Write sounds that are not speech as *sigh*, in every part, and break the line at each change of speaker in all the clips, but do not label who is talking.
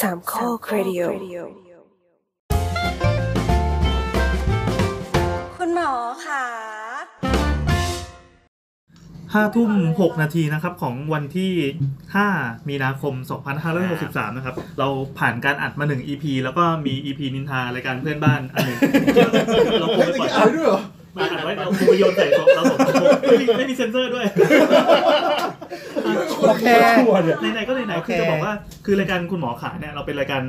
สามข้อครดิโอ
คุณหมอค่ะ
ห้าทุ่มหกนาทีนะครับของวันที่ห้ามีนาคมสองพันห้าร้อยหกสิบสามนะครับ เราผ่านการอัดมาหนึ่ง EP แล้วก็มี EP นินทารายการเพื่อนบ้านอันหนึ่งเราคง
เฮ้ย
ไป
ตะ
ปล่อ
กี้
ย
อ่านไว้ด้วยเหรอ
มาอัดไว้เราคงไปโยนใส่ศพเราสองคนไม่มีไม่มีเซ็นเซอร์ด้วย
โอเค
ไหนๆก็ไหน
โอ
ๆคื
เค
อจะบอกว่าคือรายการคุณหมอขาเนี่ยเราเป็นรายการ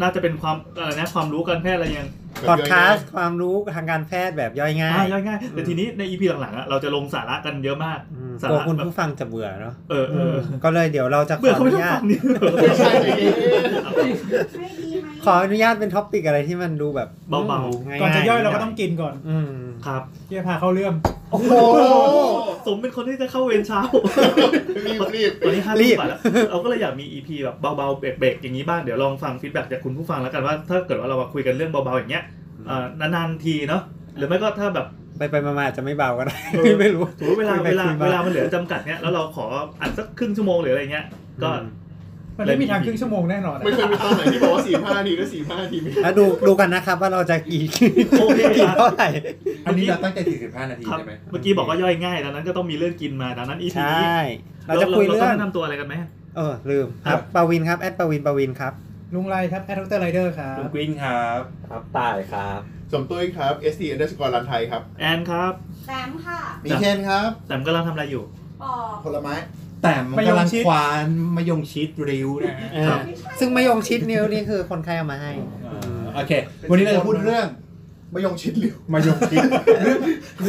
น่าจะเป็นความอะไรนะความรู้การแพทย์อะไรยัง
พอดแคสต์ความรู้ทางการแพทย์แบบย่อยง่า
อ่าย ย่อยง่ายแต่ทีนี้ใน EP หลังๆอะเราจะลงสาระกันเยอะมาก
อืม
สาก
ลัว
ระ
คุณ
แบบ
ผู้ฟังจะเบื่อเนาะ
เออเออ
ก็เลยเดี๋ยวเราจะข
เบื่อ
อ
เขา
อ
ไม่
นุ
ต้อง
ญา
ฟั
ต
งนี่
ไม่ใช่ตะกี้
ขออนุญาตเป็นท็อปปิกอะไรที่มันดูแบบ
เบา
ง่ายๆ
ก่อนจะย่อยเราก็ต้องกินก่อน
อืม
ๆครับ
เพื่อพาเข้าเรื่อง
โอ้โห
สมเป็นคนที่จะเข้าเวรเช้า
รีบรีบ
วันนี้ห้า
รี
รีบบ แล้วเราก็เลยอยากมี EP แบบเบาๆเบรกๆอย่างนี้บ้างเดี๋ยวลองฟังฟีดแบ็กจากคุณผู้ฟังแล้วกันว่า ถ้าเกิดว่าเรามาคุยกันเรื่องเบาๆอย่างเงี้ยเอ่อนานๆทีเนาะหรือไม่ก็ถ้าแบบ
ไปไปๆมาๆอาจจะไม่เบาก็ได้
เออ
ไม่รู้
ถือว่าเวลา
คุย
เว
ไป
ลา
คุยม
เวลามันเหลือจำกัดเนี้ยแล้วเราขออัดสักครึ่งชั่วโมงหรืออะไรเงี้ยก็
อืม
มันไม่มีทางครึ่งชั่วโมงแน่นอนอะ
ไม่เคยมีตอนไหนที่บอกว่าสี่ห้านาทีหรือสี่ห้านาทีไม่
แล้วดูดูกันนะครับว่าเราจะกี่
โอเค
กี่เท่าไหร่
อันนี้เราตั้งใจ 45 นาที
ครับ
ใช่ไหม
เมื่อกี้บอกว่าย่อยง่ายดังนั้นก็ต้องมีเรื่องกินมาดังนั้น EP
ใช่
นี้
เราจะคุยเรื่
ต้
อง
แนะนำตัวอะไรกันไหม
เออลืมครับปาวินครับแอดปาวินปาวินครับ
ลุงไรครับแอดดรไรเดอร์ครับ
คุณกวิ้งครับ
ครับตายครับ
สมตุ้ยครับ SD underscore รันไทยครับ
แอนครับ
แซมค่ะ
มีเคนครับ
แต่มกำลังทำอะไรอยู่
ปอบ
ผลไม้
แต่มันกำลั
มะ
ง
ยงชิด
ควานมายงชิดริ้วนะฮะ
ครับ
ซึ่งมะยงชิดนิ้วนี่คือคนไข้เอามาให้
อ่าโอเค วันนี้เราจะพูดเรื่อง
มะยงชิดเหลียว
มายงชิดเร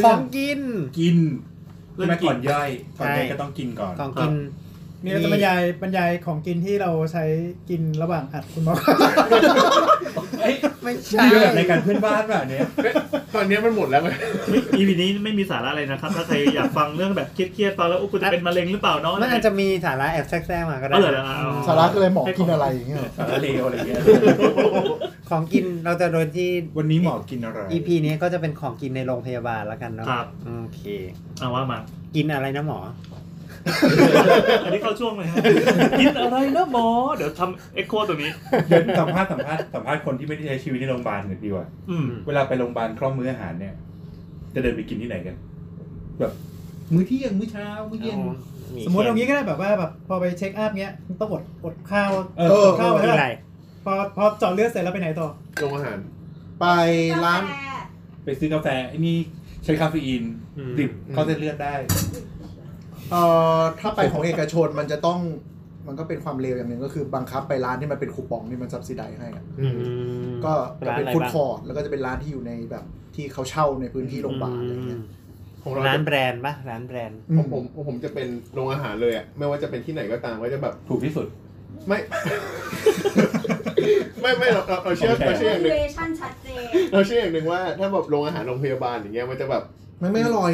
ข
ื่องเรื่
อ
อง
งกิน
กิน
เรื่อง
มา
กิน
ก่อนย่อยก่อนย่อย
ใช่
ก็ต้องกินก่อน
ของกิน
นี่เราจะบรรยายบรรยายของกินที่เราใช้กินระหว่างอัดคุณหมอ
เอ้ย
ไม่ใช่
นี่แบบรายการเพื่อนบ้านแบบเนี้ย
ตอนนี้มันหมดแล้วไง
ไม่ EP นี้ไม่มีสาระอะไรนะครับ ถ้าใครอยากฟังเรื่องแบบเครียดๆฟังแล้วโอ้กูจะเป็นมะเร็งหรือเปล่าเนาะ
มันอาจจะมีสาระแอบแทรกๆมาก็ได้
เอาเหรอ
นะ
เอา
สาระก็เลยหมอกินอะไรอย่างเงี้ย
สารเลวอะไรเงี้ย
ของกินเราจะโดนที่
*laughs* วันนี้หมอกินอะไร
EP นี้ก็จะเป็นของกินในโรงพยาบาลแล้วกันเนาะ
ครับ
โอเค
เอาว่ามา
กินอะไรนะหมอ
อันนี้เข้าช่วงเลยฮะกินอะไรนะหมอ เดี๋ยวทำเอ็กโคตัวนี้
เดี๋ยวสัมภาษณ์สัมภาษณ์สัมภาษณ์คนที่ไม่ได้ใช้ชีวิตในโรงพยาบาลหน่อยดีกว่า
อืม
เวลาไปโรงพยาบาลคล่อมมื้ออาหารเนี่ย จะเดินไปกินที่ไหนกัน แบบ มื้อเที่ยงมื้อเช้ามื้อเย็น
สมมติตรงนี้ก็ได้แบบว่าแบบพอไปเช็คอัพเงี้ยต้องอดอดข้าว
เออ
อดข้าวไป
กิน
แล้
อะไร
วพอพอเจาะเลือดเสร็จแล้วไปไหนต่อ
โรงอาหาร
ไปร้าน
กแฟ
ไปซื้อกาแฟไอ้นี่ใช้คาเฟอีน
อืม
ดิบเข้าเส้นเลือดได้
เอ่อถ้าไปของเอกชนมันจะต้องมันก็เป็นความเลวอย่างหนึ่งก็คือบังคับไปร้านที่มันเป็นคูปองที่มันซับซิไดให้อะ
อืม
ก็จะ
ร้าน
เป็
อะไร
นฟู้ด
บ้าง
คอร์ทแล้วก็จะเป็นร้านที่อยู่ในแบบที่เขาเช่าในพื้นที่โรงพยาบาลอะไรเงี้ย
ของเรา
ร้าน
จะ
แบรนด์ปะร้านแบรนด์
ผมผมผมจะเป็นโรงอาหารเลยอ่ะไม่ว่าจะเป็นที่ไหนก็ตามก็จะแบบ
ถูกที่สุด
ไม่ *laughs* ไม่ไม่เราเราเราเชื่อเราเชื่ออย่างหนึ่ง
เวชั่นชัดเจน
เราเชื่ออย่างหนึ่งว่าถ้าแบบโรงอาหารโรงพยาบาลอย่างเงี้ยมันจะแบบ
มันไม่อร่อย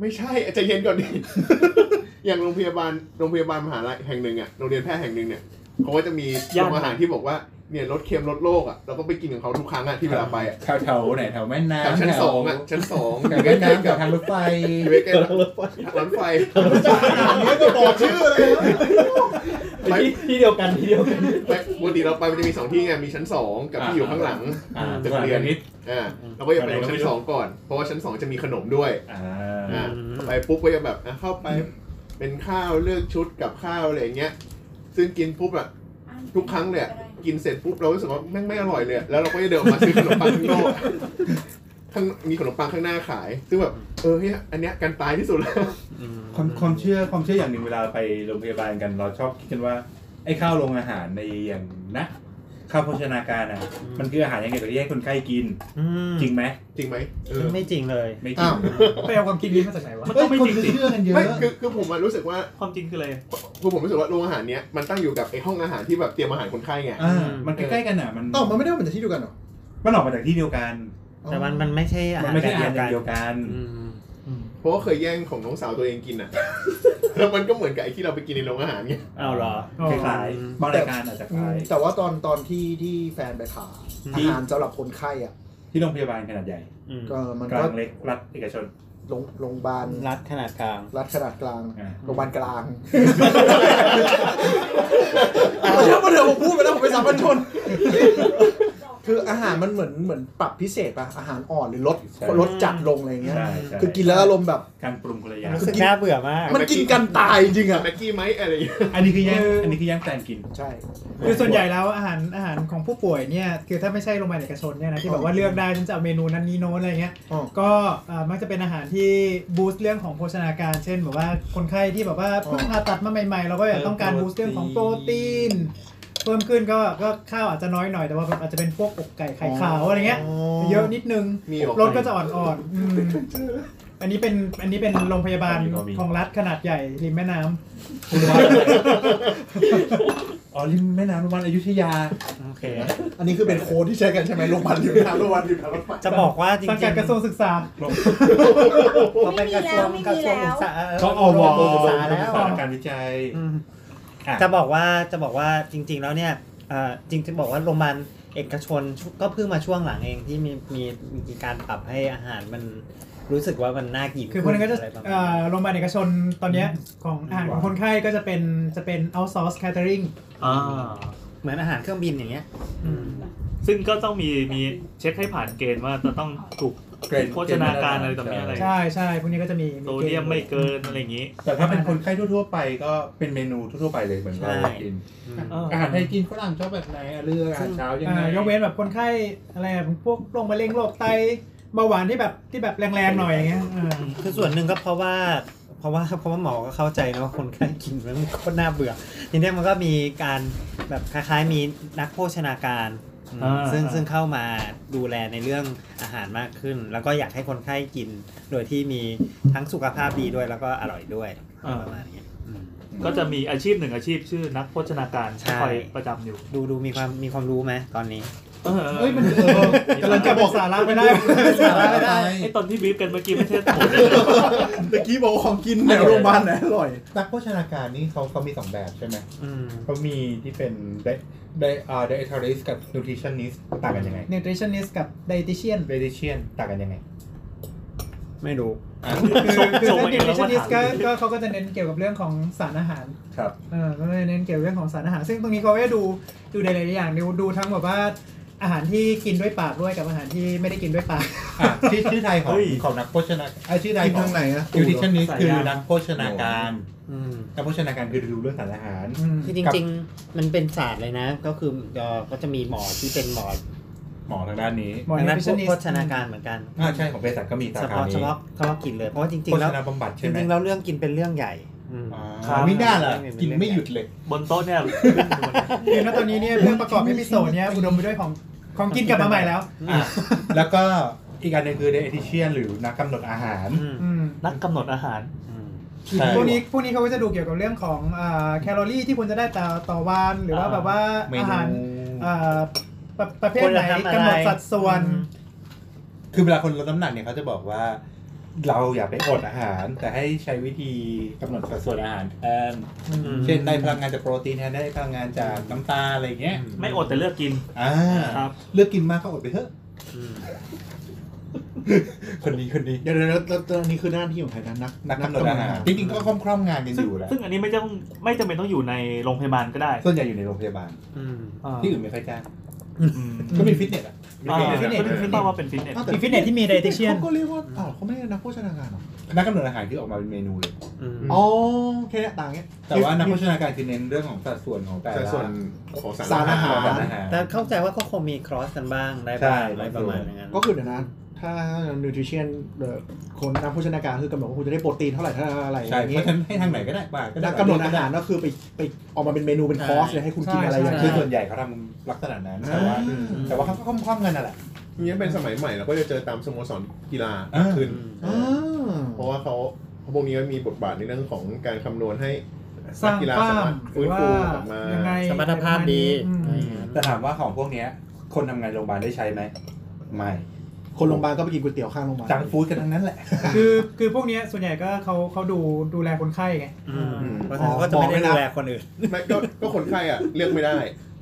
ไม่ใช่ใจเย็นก่อนดิ อย่างโรงพยาบาลโรงพยาบาลมหาลัยแห่งหนึ่งอะโรงเรียนแพทย์แห่งหนึ่งเนี่ยเขาก็จะมี
ย่าน
โรงอาหารที่บอกว่าเนี่ยลดเค็มลดโรคอะเราก็ไปกินของเขาทุกครั้งอะที่เวลาไปอะ
แถวแถวไหนแถวแม่น้ำ
แถวชั้น
แถว
สองอะชั้นสอง
แถวแม่น้ำแถวทางรถไฟ
อยู่ใกล้ๆรถไฟอันนี้ก็บอกชื่อเลยไป
ที่เดียวกันที่เดียวกัน
*laughs* ไปปกติเราไปมันจะมีสองที่ไงมีชั้นสองกับที่อยู่ข้างหลัง
อ่า
ตึ
ตึ
ก
ก
เรี
เรี
ย
ย
น
นนิด
อ่าเราก็จะไปลงชั้นสองก่อนเพราะว่าชั้นสองจะมีขนมด้วย
อ่า
อ่ะไปปุ๊บก็จะแบบอ่ะเข้าไปเป็นข้าวเลือกชุดกับข้าวอะไรอย่างเงี้ย ซึ่งกินปุ๊บอ่ะทุกครั้งเลยอ่ะกินเสร็จปุ๊บเรารู้สึกว่าแม่งไม่อร่อยเลยอ่ะแล้วเราก็จะเดินออกมาซื้อขนมปังข้างนอกอ่ะข้างมีขนมปังข้างหน้าขาย ซึ่งแบบเออเนี่ยอันเนี้ยการตายที่สุดแล้ว
ความความเชื่อความเชื่ออย่างหนึ่งเวลาไปโรงพยาบาลกัน เราชอบคิดกันว่า ไอ้ข้าวโรงอาหารในอย่างนะข้าวโภชนาการอ่ะ มันคืออาหารอย่างเดียวที่ให้คนไข้กิน
อืม
จริงไหม
จริงไหมเออ
ไม่จริงเลย
ไม่จริง
อ้าว
ไปเอาความกินนี้มาจากไหนวะ
มันต้องไม่จริงสิ
เชื่อกันเยอะ
ไม่คือคือผมอะรู้สึกว่า
ความจริงคืออะไร
คือผมรู้สึกว่าโรงอาหารเนี้ยมันตั้งอยู่กับไอ้ห้องอาหารที่แบบเตรียมอาหารคนไข้ไง
อ่ามันใกล้ๆกันอ่ะ มัน
เอ้ามันไม่ได้มาจากที่เดียวกันเหรอ
มันออกมาจากที่เดียวกัน
แต่มันมันไม่ใช่อา
มั
หา
น
ร
ไม่
แบ
ใช่
บ
อา
เดี
หาย
วกั
รอย่าน งเดียวกัน
อืม
เพราะว่าเคยแย่งของน้องสาวตัวเองกินอ่ะ *laughs* แล้วมันก็เหมือนกับไอ้ที่เราไปกินในโรงอาหารไง
เอาเหรอ
คล้ายๆบางรายการอาจจะค
อื
ล้าม ย
แต่ว่าตอนตอนที่ที่แฟนไปผ่า
ที่
อาหารสำหรับคนไข้อ่ะ
ที่โรงพยาบาลขนาดใหญ่
อืม
ก็มัน
กลา
ก็
งเล็กรัฐเอกชน
โรงโรงพยาบาล
รัดขนาดกลาง
รัฐขนาดกลาง
อ่า
โรงพยาบาลกลาง
อ่ะ
เชื่อมาเถอะผมพูดไปแล้วผมเป็นสามัญชน คืออาหารมันเหมือนเหมือนปรับพิเศษป่ะอาหารอ่อนหรือลด
ใช่
ลดจัดลงอะไรอย่างเงี้ย
ใช่ใช่
คือกินแล้วอารมณ์แบบ
การปรุงคนละอย่าง
รู้สึกน่าเบื่อมาก
มันกินกันตายจริง
กั
อ่ะ
บแม็กกี้ไหมอะไรอย่างเงี้ย
อันนี้คือแย่งอันนี้คือแย่งแฟนกิน
ใช่
คือส่วนใหญ่แล้วอาหารอาหารของผู้ป่วยเนี่ยคือถ้าไม่ใช่โรงพยาบาลเอกชนเนี่ยนะที่แบบว่าเลือกได้ฉันจะเอาเมนูนั้นนี้โน้นอะไรเงี้ย
อ๋อ
ก็เอ่อมักจะเป็นอาหารที่บูสต์เรื่องของโภชนาการ เช่นแบบว่าคนไข้ที่แบบว่าเพิ่งผ่าตัดมาใหม่ๆเราก็อยากต้องการบูสต์เรื่องของโปรตีน เพิ่มขึ้นก็ก็ข้าวอาจจะน้อยหน่อยแต่ว่าอาจจะเป็นพวกอกไก่ไข่ขาวอะไรเงี้ย เยอะนิดนึง
มีออก
รถก็จะอ่อนๆอืมอันนี้เป็นอันนี้เป็นโรงพยาบาลของรัฐขนาดใหญ่ริมแม่น้ำ
คุณวัดอ๋อริมแม่น้ำวันอยุธยา
โอเค
อันนี้คือเป็นโค้ดที่ใช้กันใช่ไหมโรงพยาบาลริมน้ำโรงพยาบาลริมน้ำรถไฟ
จะบอกว่าจริง
สังกัด
ๆ
กระทรวงศึกษา
เขาเป็นกระทรวง
ไม่มีแล้ว
กระทรวงศึกษา
ก็อว
กระทรวงศึกษา
ศึ
แล้
ก
ว
ษาและการวิจัย
อืม
อ่ะ
จะบอกว่าจะบอกว่าจริง ๆ แล้วเนี่ยเอ่อจริงๆจะบอกว่าโรงพยาบาลเอกชนก็เพิ่งมาช่วงหลังเองที่มีมีมีการปรับให้อาหารมันรู้สึกว่ามันน่ากิน
คือคนนั้นก็จะ
ไรประมาณ
เอ่อโรงพยาบาลเอกชนตอนเนี้ยของอาหารของคนไข้ก็จะเป็นจะเป็น outsource catering
อ่า
เหมือนอาหารเครื่องบินอย่างเงี้ย
ซึ่งก็ต้องมีมีเช็คให้ผ่านเกณฑ์ว่าจะต้องถูก
เกรด
โภชนาการอะไรต่อมีอะไร
ใช่ใช่พวกนี้ก็จะมี
โซเดียมไม่เกินอะไรอย่างนี้
แต่ถ้าเป็นคนไข้ทั่วๆไปก็เป็นเมนูทั่วๆไปเลยเหมือนเรา
ใช่
กิน
อืม
อาหารไทยกินฝรั่งชอบแบบไหนอะเลือกอาหารเช้ายัง
อ่า
ไง
ยกเว้นแบบคนไข้อะไรอะพวกโรคมะเร็งโรคไตเบาหวานที่แบบที่แบบแรงๆหน่อยอย่างเงี้ยอ่า
คือส่วนหนึ่งก็เพราะว่า เพราะว่าเพราะว่าหมอก็เข้าใจนะว่าคนไข้กินมันโคตรน่าเบื่อทีเนี้ยมันก็มีการแบบคล้ายๆมีนักโภชนาการอืม
อ่า
ซึ่ง
อ่า
ซึ่งเข้ามาดูแลในเรื่องอาหารมากขึ้น แล้วก็อยากให้คนไข้กิน โดยที่มีทั้งสุขภาพดีด้วยแล้วก็อร่อยด้วยประมาณเนี้ยอืม
ก็จะมีอาชีพหนึ่งอาชีพชื่อนักโภชนาการ
ใช่
คอยประจำอยู่
ดูดูมีความมีความรู้ไหมตอนนี้
เออ
เฮ้ยมันเออ
กำลังจะบอกสาระไม่ได้
สาระไม่ได้
ไอตอนที่บีบกันเมื่อกี้ไม่ใช่ผม
เมื่อกี้บอกว่าของกินแถวโรงพยาบาลไหนอร่อย
นักโภชนาการนี่เขาเขามีสองแบบใช่ไหม
อืม
เขามีที่เป็นไดไดอ่าไดเอทอริสกับนูทริชั่นนิสต่างกันยังไง
*laughs* nutritionist กับ dietitian
เวดิเชียนต่างกันยังไง
ไม่รู้
คือคือ
ส่ง
ถ้า
มาเองแล้วก็
nutritionist ก็
ถาม
ก็เขาก็จะเน้นเกี่ยวกับเรื่องของสารอาหาร
ครับ
เออก็เลยเน้นเกี่ยวกับเรื่องของสารอาหาร ซึ่งตรงนี้เขาก็จะดูดูในหลายๆอย่างดูดูทั้งแบบว่าอาหารที่กินด้วยปากด้วยกับอาหารที่ไม่ได้กินด้วยปาก
อ่ะชื่อชื่อไทยของ
เฮ้ย
ของนักโภชนาไอยชื่อไทย
กิน
*laughs*
ขอ
ทาง งไหนอะ
นูทริชั่นนิส
สายยา
คือนักโภชนาการ
อืม
นักโภชนาการคือดูเรื่องสารอาหาร
อืม
คือจริงๆ มันเป็นศาสตร์เลยนะ ก็คือเอ่อก็จะมีหมอที่เป็นหมอ
หมอทางด้านนี้
หมอ
ทางด้าน
nutritionist
โภชนาการเหมือนกัน
อ่าใช่ของเภสัชก็มีสา
เฉ
ขา
พาะ
นี้
เฉพาะเฉพาะกินเลยเพราะว่าจริง
โภ
ๆแล้
ช
ว
นาบำบัด
จ
ใช่ไหม
ริงๆแล้วเรื่องกินเป็นเรื่องใหญ่อืม
อ่าไม่น่าล่ะกินไม่หยุดเลย
บนโต๊ะเนี่ย
คือณตอนนี้เนี่ยเรื่องประกอบเอพิโซดเนี่ยอุดมไปด้วยของของกินกลับมาใหม่แล้ว
อ่ะแล้วก็อีกอันหนึ่งคือ dietitian หรือนักกำหนดอาหาร
อืม
อืม
นักกำหนดอาหาร
อืม
ใช่
พวกนี้พวกนี้เขาก็จะดูเกี่ยวกับเรื่องของอ่าแคลอรี่ที่คุณจะได้ต่อต่อวันหรือว่า
อ่า
แบบว่า
เม
อา
นู
หารอ่าประประเภทไหน
คนละทำอะไร
กำหนดสัดส่วน
คือเวลาคนลดน้ำหนักเนี่ยเขาจะบอกว่า เราอย่าไปอดอาหาร แต่ให้ใช้วิธีกำหนดสัดส่วนอาหารแทน
อืม
เช่นได้พลังงานจากโปรตีนแทนได้พลังงานจากน้ำตาลอะไรอย่างเงี้ย
ไม่อดแต่เลือกกิน
อ่า
ครับ
เลือกกินมากก็อดไปเถอะ
อืม
คนนี้คนนี้
เดี๋ยวเดี๋ยวเดี๋ยวเดี๋ยวนี่คือหน้าที่ของใครนะนัก
นักกำหนดอาหารจริงๆก็คล่อมคล่อมๆงานกัน
ซึ่
อง ยู่แหละ
ซึ่งอันนี้ไม่ต้องไม่จำเป็นต้องอยู่ในโรงพยาบาลก็ได้
ส่วนใหญ่อยู่ในโรงพยาบาล
อืม
ที่อื่นไม่ค่อยจ้าง
อืม
ก็มีฟิตเนสอะ
อ่า
มีฟิ
ฟิ
ต
ต
เน
เน
ส
สขึ้นว่าเป็นฟิตเนส
าวแต่
มีฟิตเนสที่มี dietitian
เขาก็เรียกว่าอ้าวเขาไม่ได้นักโภชนาการเหรอ
นักกำหนดอาหารคือออกมาเป็นเมนูเลย
อืม
อ๋อแค่เนี้ยต่างเนี้ย
แต่ว่านักโภชนาการคือเน้นเรื่องของสัดส่วนของแต่
แต่
ละ
ส่วนของ
สา
สาร ร
อา
อา
หา
หาร ร
ส่วนอาหาร
แต่เข้าใจว่าก็คงมีครอสกันบ้างได้
ใช่
บ้างอะไรประมาณนั้น
ก็คือเดี๋ยวนะ ถ้านิวทริชั่นคนนักโภชนาการคือกำหนดว่าคุณจะได้โปรตีนเท่าไหร่เท่าอะไรอ
ใช่
ย่าง
เพ
เงี้ย
ราะฉะนั้นให้ทางไหนก็ได้ป่ะ
นักกำหนดอาหารก็คือไปไปออกมาเป็นเมนูเป็นคอร์สเลยให้คุณกินอะไรอย่าง
คือ
เงี้ย
ส่วนใหญ่เขาทำลักษณะนั้นแต่ว่า
อืม
แต่ว่าเขาก็ค่อมๆกันนั่นแหละ
อย่างเงี้ยเป็นสมัยใหม่เราก็จะเจอตามสโมสรกีฬา
อ่า
ขึ้น
อื
อ่
ม
า
เพราะว่าเขาพวกนี้มีบทบาทในเรื่องของการคำนวณให้
สร้า
นั
ง
กกีฬาก
ล้า
สามาร
ม
ถ
หรื
ฟื้
อน ว่า
ฟูกลับมา
ยังไง
สมรรถภาพดี
อืม
อะไรอย่างเงี้ย
แต่ถามว่าของพวกเนี้ยคนทำงานโรงพยาบาลได้ใช้ไหมไม่
คนโรงพยาบาลก็ไปกินก๋วยเตี๋ยวข้างโรงพยาบาล
จังฟู้ดกันทั้งนั้นแหละ
คือคือพวกเนี้ยส่วนใหญ่ก็เขาเขาดูดูแลคนไข้ไง
อืม
อืม
เพราะฉะนั้นก็จะไม่ได้
หม
ดู
อไม่รับ
แลคนอื่น
ไม่ก็ก็คนไข้อะเลือกไม่ได้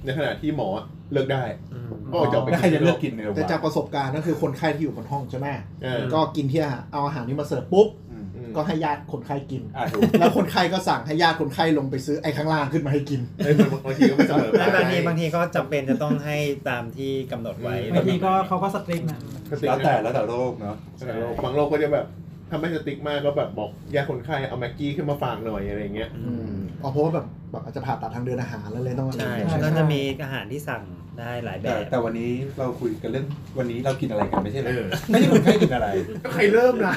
ในขณะที่หมอเลือกได้
อืม
ก็ออกจะออกไป
แล้วใครจะเลือกกินในโรงพ
แต่
ยา
จาก
บาล
ประสบการณ์ก็คือคนไข้ที่อยู่บนห้องใช่ไหม
เออ
ก็กินที่อาหารเอาอาหารนี้มาเสิร์ฟปุ๊บ
อืม
อืม
ก็ให้ญาติคนไข้กิน
อ่ะถูก
แล้วคนไข้ก็สั่งให้ญาติคนไข้ลงไปซื้อไอ้ข้างล่างขึ้นมาให้กิน
เอ้ยบางบางทีก็ไม่เสมอไป
บางทีบางทีก็จำเป็นจะต้องให้ตามที่กำหนดไว้
บางทีก็เขาก็สตริกนะ
แล้วแต่แล้วแต่โรคเนาะ
บางโรคก็จะแบบถ้าไม่สติ๊กมากก็แบบบอกยาคนไข้เอาแม็กกี้ขึ้นมาฝากหน่อยอะไรอย่างเงี้ย
อืมอ๋อเพราะว่าแบบแบบอาจจะผ่าตัดทางเดินอาหารแล้วเลยต้อง
ใช่
ใช่
ก็จะมีอาหารที่สั่งได้หลายแบ
แต่
บ
แต่วันนี้เราคุยกันเรื่องวันนี้เรากินอะไรกันไม่ใช่เหรอ
เออ
ไม่ได้คุณใครกินอะไร
ใครเริ่มล่ะ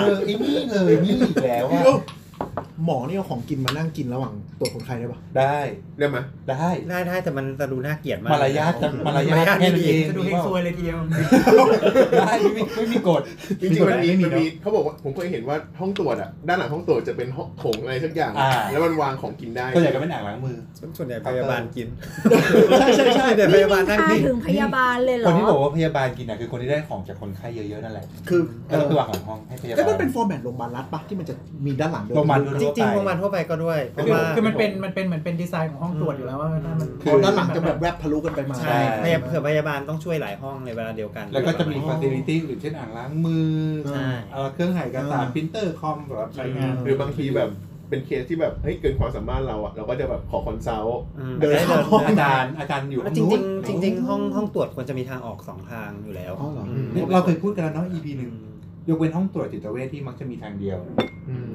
เออไอ้นี่เลยนี่อีกแล้วว่าหมอนี่เอาของกินมานั่งกินระหว่างตรวจคนไข้ได้ปะ
ได้
เริ่มไหม
ได้
ได้ได้แต่มันจะดูน่าเกลียดมาก
มารยาทจะมารยาทแค่นั้นเอง
จะดูเฮงซวยเลยทีเดียว
ได้ไม่มีไม่มีกฎ
จริงๆมันมี
ไ
มันมี
เอะ
เขาบอกว่าผมเคยเห็นว่าห้องตรวจอะด้านหลังห้องตรวจจะเป็นห้องโถงอะไรสักอย่าง
อ่า
แล้วมันวางของกินได้
ตัวอย่างก็เป็นอ่างล้างมือ
ส่วนใหญ่
ครั
พ
บ
ยาบาลกิน ใช่ใช่ใช่แต่พยาบาลนั่ง
ไม่
กิ
มี
น
ทงพยาบาลเลยเหร
ค
อ
นที่บอกว่าพยาบาลกินน่ะคือคนที่ได้ของจากคนไข้เยอะๆนั่นแหละ
คือเอ
แล้วก็
อ
คือวางของห้องให้พยา
แต่
บาล
มันเป็นฟอร์แมตโรงพยาบาลรัฐปะที่มันจะมีด้านหลังเดิน
โรงพยาบาล
จริงๆโรงพยาบาลทั่วไปก็ด้วย เพราะ
คือ
ว่า
คือมันเป็นมันเป็นเหมือนเป็นดีไซน์ของห้องตรวจอยู่แล้วว่าถ้ามัน
คื
คือด้านหลังจะแบบแวบทะลุกันไปมา
ใช่
ใช่
พยาเผื่อพยาบาลต้องช่วยหลายห้องในเวลาเดียวกัน
แล้วก็จะมีฟาซิลิตี้อื่นเช่นอ่างล้างมือ
ใช่
เอ่อเครื่องถ่ายเอกสารพิมพ์เตอร์คอมสำหรับใช้งาน
หรือบางทีแบบเป็นเคสที่แบบเฮ้ยเกินความสามารถเราอะเราก็จะแบบขอคอนซัลท์
อืม
เดิน
ได้
เข้า
เดิน
ห้องอาจารย์อาจารย์อยู่ห้อง
จ
นู้น
ริงๆจริง ๆ ห้องห้องตรวจควรจะมีทางออกสองทางอยู่แล้ว
อ๋อเหรอ
ม
เนี่ยเราเคยพูดกันแล้วเนาะ EP หนึ่งยกเว้นห้องตรวจจิตเวชที่มักจะมีทางเดียว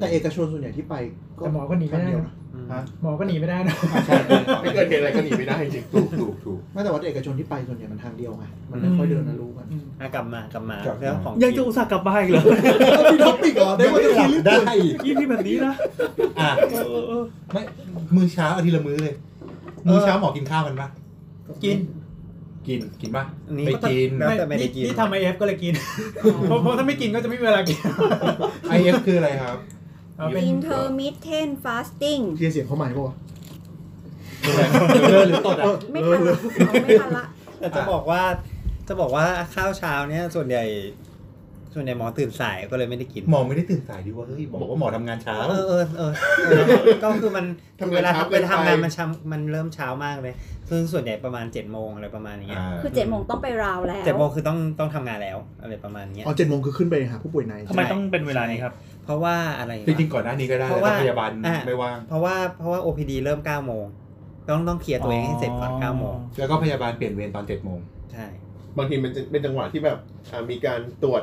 แต่เอกชนส่วนใหญ่ที่ไป
แต่หมอก็หนีไม่ได้
ทางเยวนะ
อืม
ฮะ
หมอก็หนีไม่ได้นะ
ใช่
*laughs* ไม่เกิดเหตุอะไรก็หนีไม่ได้จริง
ถูกถูกถูก
ไม่แต่ว่าเอกชนที่ไปส่วนใหญ่มันทางเดียวไงมันไม่ค่อยเดินนะรู้กัน
อืม
อ่ะกลับมากลับมา
ครับ
เรื่องของ
ยังจะอุตส่าห์กลับบ้านอีกเหร *laughs* อ
มีท็อปิกเหรอได้ว่าจะคุยเรื่อง
ได้
ยี่พี่แบบนี้นะ
อ่ะ
เออเออเออ
ไม่มื้อเช้าเอาทีละมื้อเลย มื้อเช้าหมอกินข้าวมันปะ
กิน
กินกินปะ
อันนี้
ไปกิน
แล้วแต่ไม่ได้กิน
ที่ทำไอเอฟก็เลยกิน เพราะเพราะถ้าไม่กินก็จะไม่มีเวลากิน
ไอเอฟคืออะไรครับ
เอาเป็น
intermittent fasting
เคลียร์เสียงเขาใหม่ปะวะ
เดินหรือตดอ่ะ
ไม่ทันละเอาไม่ทันละ
แต่จะบอกว่าจะบอกว่าข้าวเช้าเนี่ยส่วนใหญ่ ส่วนใหญ่หมอตื่นสายก็เลยไม่ได้กิน
หมอไม่ได้ตื่นสายดิว่าเฮ้ยบอกว่าหมอทำงานเช้า
เออเออเออเออก็คือมัน
ทำงาน
เวลา
เช้าเกิ
เวน
ไป
ลาทำงานมันช้ำมันเริ่มเช้ามากเลยคือส่วนใหญ่ประมาณ7จ็ดโมงอะไรประมาณอย่างเงี้ย
คือเจ็ดโมงต้องไปราวแล้ว
เจ็ดโมงคือต้องต้องทำงานแล้วอะไรประมาณเนี้ย
อ๋อเจ็ดโมงคือขึ้นไปหาผู้ป่วยใน
ทำไมต้องเป็นเวลานี้ครับ
เพราะว่าอะไร
จริ
วะ
งๆก่อนหน้านี้ก็ได้
เพราะ
แต่
ว่า
พยาบาล
อ่ะ
ไม่ว่าง
เพราะว่าเพราะว่า OPD เริ่ม9ก้าโมงต้องต้องเคลียร์ตัวเองให้เสร็จก่อน9ก้าโมง
แล้วก็พยาบาลเปลี่ยนเวรตอนเจ็ดโมง
ใช่
บางทีมันจะเป็นจังหวะที่แบบอ่ามีการตรวจ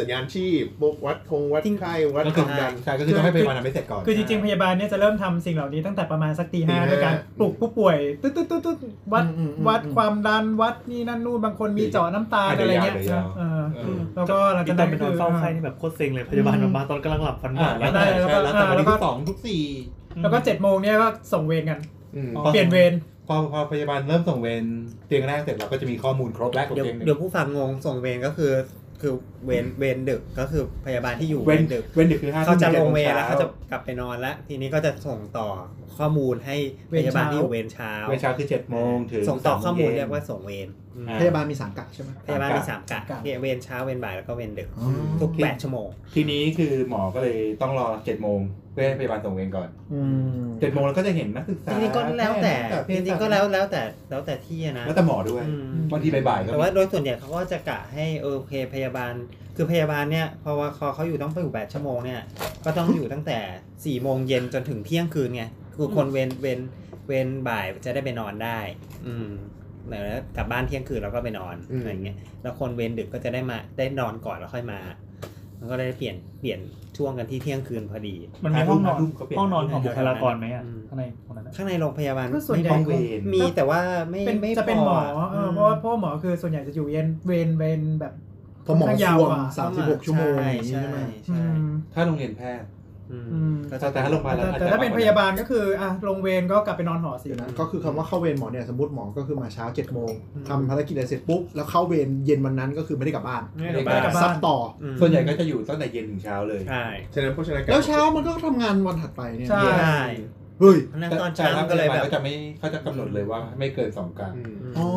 สัญญาณชีพพวกวัดคงวัดไข้วัด
ก็
ค
คือ
วามดัน
ใช่ก็คือต้องให้พยาบาลทำให้เสร็จก่อน
*laughs* คือจริงๆ พยาบาลเนี่ยจะเริ่มทำสิ่งเหล่านี้ตั้งแต่ประมาณสักตีห้า
ตีห้า
ด้วยการปลุกผู้ป่วยตึ๊ดตึ๊ดตึ๊ดตึ๊ดวัดวัดความดันวัดนี่นั่นนู่นบางคนมีเจาะน้ำตาล
อ่ะเดี๋
อะ
ยว
ไรเงี้ย
ยาวเดี๋ยวยาว
เออ
เออ
แล้วก็หลัง
อี
จาก
ตอ
นั้น น
ไปนอ
ก็
น
คือ
เฝ้าไข้นี่แบบโคตรเซ็งเลยพยาบาลแบบมาตอนกำลังหลับฟัน
อ่ะ
ด่าบ
แล้ว
แล้วก็
แต่ใช่แล้วแต่วันนี้
แล้วก็
ทุกสองทุกสี่
แล้วก็เจ็ดโมงเนี่ยก็ส่งเวรกัน
อืม
พอ
เปลี่ยนเวร
พอพอพยาบาลเริ่มส่งเวรเตียงแรกเสร็จเราก็จะมีข้อมูลครบแล้วกับ
เดี๋ยว
เตียงหนึ่ง
เดี๋ยวผู้ฟังงงส่งเวรก็คือคือเวรเวรดึกก็คือพยาบาลที่อยู่
เว
เว
ร
ร
ดึ
ดึ
ก
ก
เวรดึกคือห้า
เขาจะล
ทุ่
ง
ม
เวร
ถึจ็ดโม
แล้วเขาจะกลับไปนอนแล้ว ทีนี้ก็จะส่งต่อข้อมูลให้พยาบาลที่อยู่เวรเช้า
เวรเช้าคือเจ็ดโมงถึง
ส่งต่อข้อมูล
สโงน
เรียกว่าส่งเวร
อ่ะ
พยาบาลมีสังกัดใช่ไหม
พยาบาลมีสามกะ
กะ
เนี่ยเวรเช้าเวรบ่ายแล้วก็เวรดึก
อ๋อ
ทุก
โอเค
แปดชั่วโมง
ทีนี้คือหมอก็เลยต้องรอเจ็ดโมงเพื่อให้พยาบาลส่งเวรก่อน
อืม
เจ็ดโมงเราก็จะเห็นนักศึกษา
จริงๆก็แล้วแต่
พ
จ
ย์
ริงๆก็แล้วแล้วแต่แล้วแต่ที่อะนะ
แล้วแต่หมอด้วย
อืม
บางทีบ่ายๆก็
แต่ว่าโดยส่วนใหญ่เขาก็จะกะให้เออโอเคพยาบาล คือพยาบาลเนี่ยพอว่าคอเขาอยู่ต้องไปอยู่แปดชั่วโมงเนี่ยก็ต้องอยู่ตั้งแต่สี่โมงเย็นจนถึงเที่ยงคืนไงคือคนเวรเวรเวรบ่ายจะได้ไปนอนได้ อืมแล้วกลับบ้านเที่ยงคืนแล้วก็ไปนอน
อืม
อะไรอย่างเงี้ยแล้วคนเวรดึกก็จะได้มาได้นอนก่อนแล้วค่อยมา มันก็ได้เปลี่ยนเปลี่ยนช่วงกันที่เที่ยงคืนพอดี
มันมีห้องนอน
ทุ่มก็เปลี่ย
ห้องนอนของบุคลากรไหมอ่ะข้างในตรงนั้นอะ
ข้างในโรงพยาบาล
ก็ส่วนใหญ่
ต้องเวร
มีแต่ว่าไม่
เป็น
ไม่
จะเป็น
พ
หมอ
อะ
เออเพราะว่าเพราะว่าหมอคือส่วนใหญ่จะอยู่เย็นเวรเวรแบบ
เพราะหมอ
ค่นข้ง
ส
ยาว
วง
อ่ะ
สามสิบหกชั่วโมงอย่างนี้ใช่ไหม
ใช่
อืม
ถ้าโรงเรียนแพทย์
อืม
อืม
ก็
แต่ถ้าโรงพยาบาลรัฐ
แต่
อจ
แต่
จะ
ถ้าเป็น
มกกว่
พยาบาลก็คืออ่ะลงเวรก็กลับไปนอนหอสิ
เดี๋ยวนะก็คือคำว่าเข้าเวรหมอเนี่ยสมมติหมอก็คือมาเช้าเจ็ดโมงทำภารกิจอะไรเสร็จปุ๊บแล้วเข้าเวรเย็นวันนั้นก็คือไม่ได้กลับบ้าน
ไม่ได้
ไปกลับ
ซั
บ้า
ด
น
ต่อ
อืม
ส่วนใหญ่ก็จะอยู่ตั้งแต่เย็นถึงเช้าเลย
ใช่
ฉะนั้นโภชนาการ
แล้วเช้ามันก็ทำงานวันถัดไปเนี่ย
ใช่
ใช่
เฮ้ย
เพราะฉะนั่น
แต่
ตอน
แต่
เช้า
ถ้า
ก็เลย
พาา
แบบ
ก็จะไม่เขาจะกำหนดเลยว่าไม่เกินสองกลาง
อืม
อ๋อ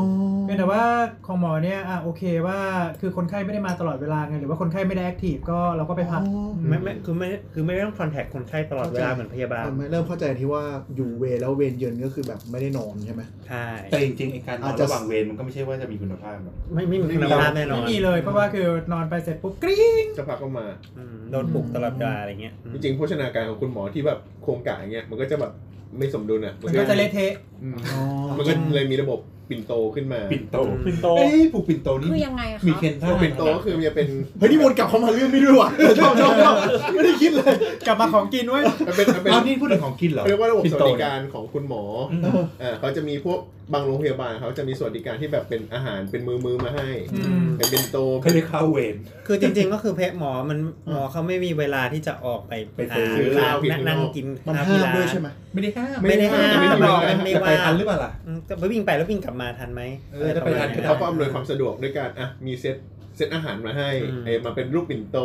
เว พียงแต่ว่าของหมอเนี่ยอ่ะโอเคว่าคือคนไข้ไม่ได้มาตลอดเวลาไงหรือว่าคนไข้ไม่ได้แอคทีฟก็เราก็ไปพัก
ไม่ไม่คือไม่คือไม่ต้องคอนแทคคนไข้ตลอดเวลาเหมือนพยาบาล
ทำให้เริ่มเข้าใจที่ว่าอยู่เวรแล้วเวรเยือนก็คือแบบไม่ได้นอนใช่ไหม
ใช่
แต่จริงๆไอ้การนอ
อาจ
น
จะ
ระหว่างเวรมันก็ไม่ใช่ว่าจะมีคุณภาพหรอก
ไม่ไม่มีคุณภาพแน่นอ
ไม่
น
มีเลยเพราะว่าคือนอนไปเสร็จปุ๊บกริ๊ง
จะพักก็มา
อืมโดนปลุกตลอดเวลาอะไรเงี้ยอืม
จริงๆโภชนาการของคุณหมอที่แบบโครงกะอย่างเงี้ยมันก็จะแบบไม่สมดุลอ่ะ
มันก็จะเละเทะ
อืม
อ๋อ
มันก็เลยมีระบบปิ่นโตขึ้นมา
ปิ่นโต
ปิ่นโต
เอ้ยปลูกปิ่นโตนี่
คือยังไงอะ
มี
คะ
เคนท่า
ปิ่นโตก็คือมันจะเป็น
เฮ้ยนี่วนกลับเข้ามาเรื่องนี้ด้วย *laughs* ว่ะชอบชอบชอบไม่ได้คิดเลย
กลับมาของกินเว้ย
มันเป็นมันเป็น
อ้าวนี่พูดถึงของกินเหรอ
เขาเรียกว่าระบบ
ปิ่
ส
น
วั
โต
สดิ
เนี่ย
การของคุณหมออ
ม
เอ่อเขาจะมีพวกบางโรงพยาบาลเขาจะมีสวัสดิการที่แบบเป็นอาหารเป็นมือมือๆมาให้
อืม
เป็นเป็นโต
เขาเรียกข้าวเวร
คือจริง ๆ ก็คือเพะหมอมันหมอเขาไม่มีเวลาที่จะออกไป
ไปซื้อ
ร้านนั่งนั่งกิน
มัน
ข้าว
ห้า
ที่
ม
ร้าน
ด้วยใช่ไหม
ไม่ได้ห้าม
ไม่ได้ห้าม
ไม่ได้
บอก
ห้าม
ไม่
แต่
ว่า
ไปทันหรือเปล่าล่ะ
อืมแต่วิ่งไปแล้ววิ่งกลับมาทันไหม
เออถ้าไปทันก็ได้
เขาก็อำนวยความสะดวกด้วยการอ่ะมีเซตเซตอาหารมาให้
อืม
เออมาเป็นรูปปิ่นโต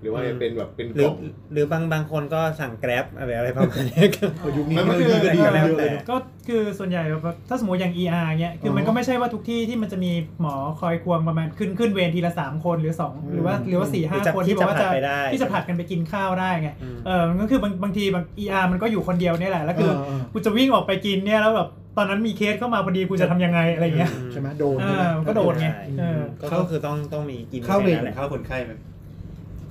หรือว่าจะเป็นแบบเป็น
ห
ก
รื
ล่
อ
อง
หรือบางบางคนก็สั่งแกร็บอะไรอะไรประมาณเนี้ยครับ
ยุคนี้
มันไม่
มัน
ได้
ดีก็ดีกัน
แล้
เยว อะเล
แต่
ยเนอะ
ก็คือส่วนใหญ่แบบถ้าสมมติอย่าง ER เงี้ยคือมัน
อ๋อ
ก็ไม่ใช่ว่าทุกที่ที่มันจะมีหมอคอยควงประมาณขึ้นขึ้นเวรทีละ 3 คนหรือ
อื
2
ม
หรือว่าหรือว่าสี่ห้า
ที่จะ
คน
ที่
ที่
จะ
บอก
ผลั
ว่าจะ
ดไปได้
ที่จะผลัดกันไปกินข้าวได้ไง
อืม
เออมันก็คือบางบางทีบาง ER มันก็อยู่คนเดียวเนี่ยแหละแล้วคือ
เออ
กูจะวิ่งออกไปกินเนี่ยแล้วแบบตอนนั้นมีเคสเข้ามาพอดีกูจะทำยังไงอะไรเงี้ย
ใช่ไหมโดน
เอ
ใช่ไหม
อมันก็โดนไง
ใช่
เออ
ก็ก็คือต้องต้องมีกิน
ข้าวเวร
แค่
เหมื
นั้นแหละ
อนข้าวคนไข้ไหม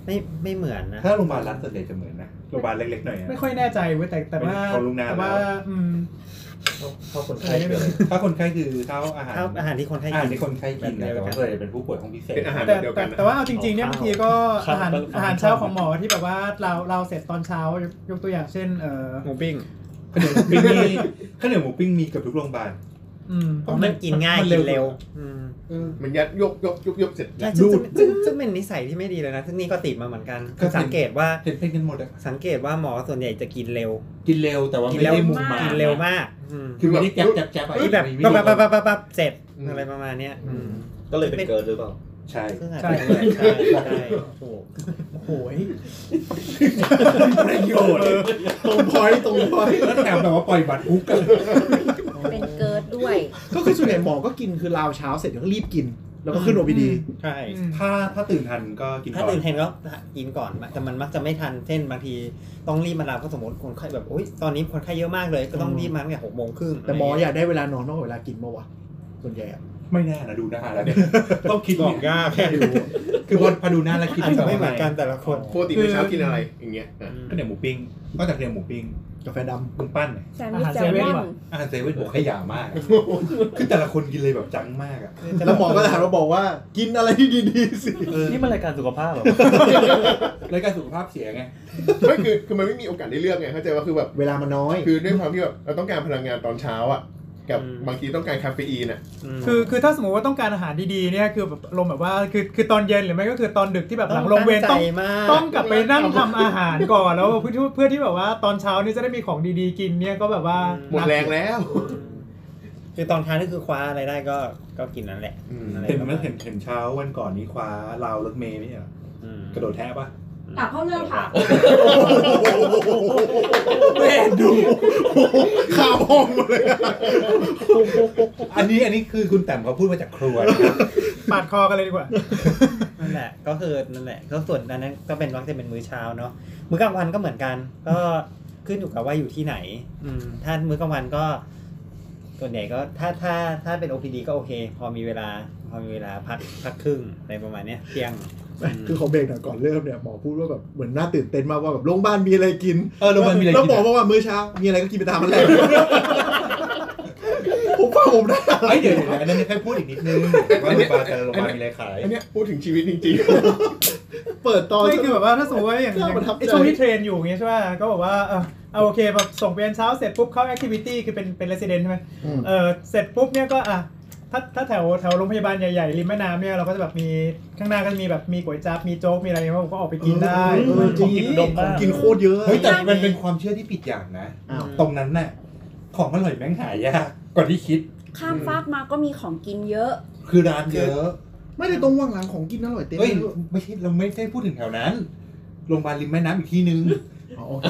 ไม่ไม่เหมือนนะ
ถ้าโรงพยาบาลรัฐส่วนใหญ่จะเหมือนนะโรงพยาบาลเล็กๆหน่อยอะ
ไม่ค่อยแน่ใจเว้ยแต่แต่ว่า
เขารู้นานแล้ว
แต่ว่าอืม
ข้าวคนไข้คือข้าวคนไข้คือข้าวอาหาร
ข้าวอาหารที่คนไข้กิน
อาหารที่คนไข้กินนะแต่ว่าส่วนใหญ่เป็นผู้ป่วยห้องพิเศษ
เป็นอาหารแบ
แต่
บเดียว
แต่
กันนะ
แต่ว่าเอาจริงๆเนี่ย
เอา
บางทีก็
ข้าว
อาหาร
ข้าว
อาหารเช้าของหมอที่แบบว่าเราเราเสร็จตอนเช้ายกยกตัวอย่างเช่น เออ
หมูปิ้ง
ขนมหมูปิ้งมีขนมหมูปิ้งมีเกับทุกโรงพยาบาล
อืม
เพราะมันกินง่าย
มันเร็
กิ
ว
นเร็วอืม
มันยัดยกยกยกยกเสร็จ
ใช่
ดู
ซึ่ง
ด
ซึ่งซึ่งเป็นนิสัยที่ไม่ดีเลยนะ ซึ่งนี่ก็ติดมาเหมือนกัน
ก็ติด
สังเกตว่า
เห็นเป็นกันหมดอะ
สังเกตว่าหมอส่วนใหญ่จะกินเร็ว
กินเร็วแต่ว่า
กิน
ไม่
เร็ว
ได้มุมมา
กินเร็วมากอืม
คือไม่ได้แจ๊บแจ๊บแจ๊บอะ
ที่แบบ
มีวิ
ปั๊บ
ธี
ปั๊บปั๊บปั๊บปั๊บเสร็จอะไรประมาณเนี้ยอืม
ก็เลยเป็นเกิร์ลหรือเปล่า
ใช่
ซึ่งอาจ
ใช่
จะใช่ใช่ใช่ถูก
โอ้ยประโยชน์ตรงพอยต์ตรงพอยต์
แล้วแถมแบบว่าปล่อยบัตรฮุกกัน
เป็นเกิร์ดด้วย
ก็คือส่วนใหญ่หมอก็กินคือราวเช้าเสร็จก็รีบกิน แล้วก็ขึ้นโอบีดี
ใช่
อืม
ถ้าถ้าตื่นทันก็กิน
ถ้า
ก่อน
ตื่นเห็นก็กินก่อนแต่มันมักจะไม่ทันเช่นบางทีต้องรีบมารับก็สมมติคนไข้แบบโอ๊ยตอนนี้คนไข้เยอะมากเลย ก็ต้องรีบมาตั้งแต่หกโมงครึ่ง
แต่หมออยากได้เวลานอนนอกกว่าเวลากินมาวะส่วนใหญ่อะ
ไม่แน่นะดูหน้าแล้วเนี่ย *laughs* ต้องคิด
บอกยากแค่ดู
คือพอพอดูหน้าแล้วคิด
อาจ
แบ
จะ
บ
ไม่เหมือนกันแต่ละคน
ปกติมื้อเช้ากินอะไรอย่างเงี้ยอ่ะ
ก็เดี๋ยวหมูปิ้งก็จากเดี๋ยวหมูปิ้ง
กาแฟดำ
มึงปั้นเนี่ย
แซนด์วิชแซล
อาหารเซเว่
มอน
นว่ะ
อาหารเซเว่นบอกขยะมากอะ *laughs* คือแต่ละคนกินเลยแบบจังมากอ่ะ
แล้วหมอก็จะหันมาบอกว่ากินอะไรที่ดีๆสิ
นี่มันรายการสุขภาพเหรอ
แล้วการสุขภาพเสียไง
ไม่คือคือมันไม่มีโอกาสได้เลือกไงเข้าใจว่าคือแบบ
เวลามันน้อย
คือด้วยความที่แบบเราต้องการพลังงานตอนเช้าอ่ะ กับ
อืม
บางทีต้องการคาเฟอีนอ่ะ
ม
คือคือถ้าสมมติว่าต้องการอาหารดีๆเนี่ยคือแบบลมณ์แบบว่าคือคือตอนเย็นหรือไม่ก็คือตอนดึกที่แบบหลังลงเวรต้อง
ใจมาก
ต้องกลับไปนั่งทำอาหารก่อนแล้วเพื่อที่เพื่อที่แบบว่าตอนเช้านี่จะได้มีของดีๆกินเนี่ยก็แบบว่า
อืม
หมดแรงแล้ว
คือตอนทานก็คือคว้าอะไรได้ก็ก็กินนั่นแหละอะไร
เห็น
ประ
ไหม
มาณ
เห็นเห็นเช้าวันก่อนนี้คว้าลาวรถเมย์ไม่ใช่เหรอ
อืม
กระโดดแทะปะ
กลับเข้าเรื่องค่ะ
แม่ดู
ข้าวห้องหมดเลยอะ
อันนี้อันนี้คือคุณแต้มเขาพูดมาจากครัวนะครับ
ปาดคอกันเลยดีกว่า
นั่นแหละก็คือนั่นแหละก็ส่วนอันนั้นก็เป็นวักจะเป็นมื้อเช้าเนาะมื้อกลางวันก็เหมือนกัน ก็ขึ้นอยู่กับว่าอยู่ที่ไหน อืมถ้ามื้อกลางวันก็ ส่วนใหญ่ก็ถ้าถ้าถ้าเป็น OPD ก็โอเค พอมีเวลา พอมีเวลาพักพักครึ่งอะไรประมาณเนี้ยเที่ยง
คือของเบรกหน่อยก่อนเริ่มเนี่ยหมอพูดว่าแบบเหมือนน่าตื่นเต้นมากว่าแบบโรงพยาบาลมีอะไรกิน
เออโรงพยาบาลมีอะไร
แล้ว
กิ
หม
น
อบอกว่ามื้อเช้า มีอะไรก็กินไปตามมันแหละ ผมฟังผมได้
ไอยเดี๋ยวเดี๋ยวอันนั้นไม่ค่อยพูดอีกนิดนึงว่าโรงพยาบาลแต่ละโรงพยาบาลมีอะไรขาย
อันเนี้ยพูดถึงชีวิตจริงๆ *laughs*
เปิดตอน
ไม่คือแบบว่าถ้าสมมติว่าอย่าง
น่าประทับใจ
ไอ้ช่วงที่เทรนอยู่อย่างเงี้ยใช่ป่ะก็บอกว่าเออเอาโอเคแบบส่งไปเรียนเช้าเสร็จปุ๊บเข้าแอคทิวิตี้คือเป็นเป็นเรสเดนใช่ไหม
อืม
เออเสร็จปุ๊บเนี่ยก็อ่ะถ้าถ้าแถวแถวโรงพยาบาลใหญ่ๆริมแม่น้ำเนี่ยเราก็จะแบบมีข้างหน้าก็จะมีแบบมีก๋วยจั๊บมีโจ๊กมีอะไรเงี้ยผมก็ออกไปกินได้
เออจริ
ของ
ง
กินอุดมมาก
ของกินโคตรเยอะ
เฮ้ยแต่มันเป็นความเชื่อที่ผิดอย่างนะ
อ้าว
ตรงนั้นน่ะของอร่อยแม่งหายากกว่าที่คิด
ข้ามฟากมาก็มีของกินเยอะ
คือร้านเยอะ
ไม่ได้ตรงว่างหลังของกินอร่อยเต็ม
เฮ้ย
เลยลูก
ไม่ใช่เราไม่ได้พูดถึงแถวนั้น โรงพยาบาลริมแม่น้ำอีกที่นึง
อ๋อโอเค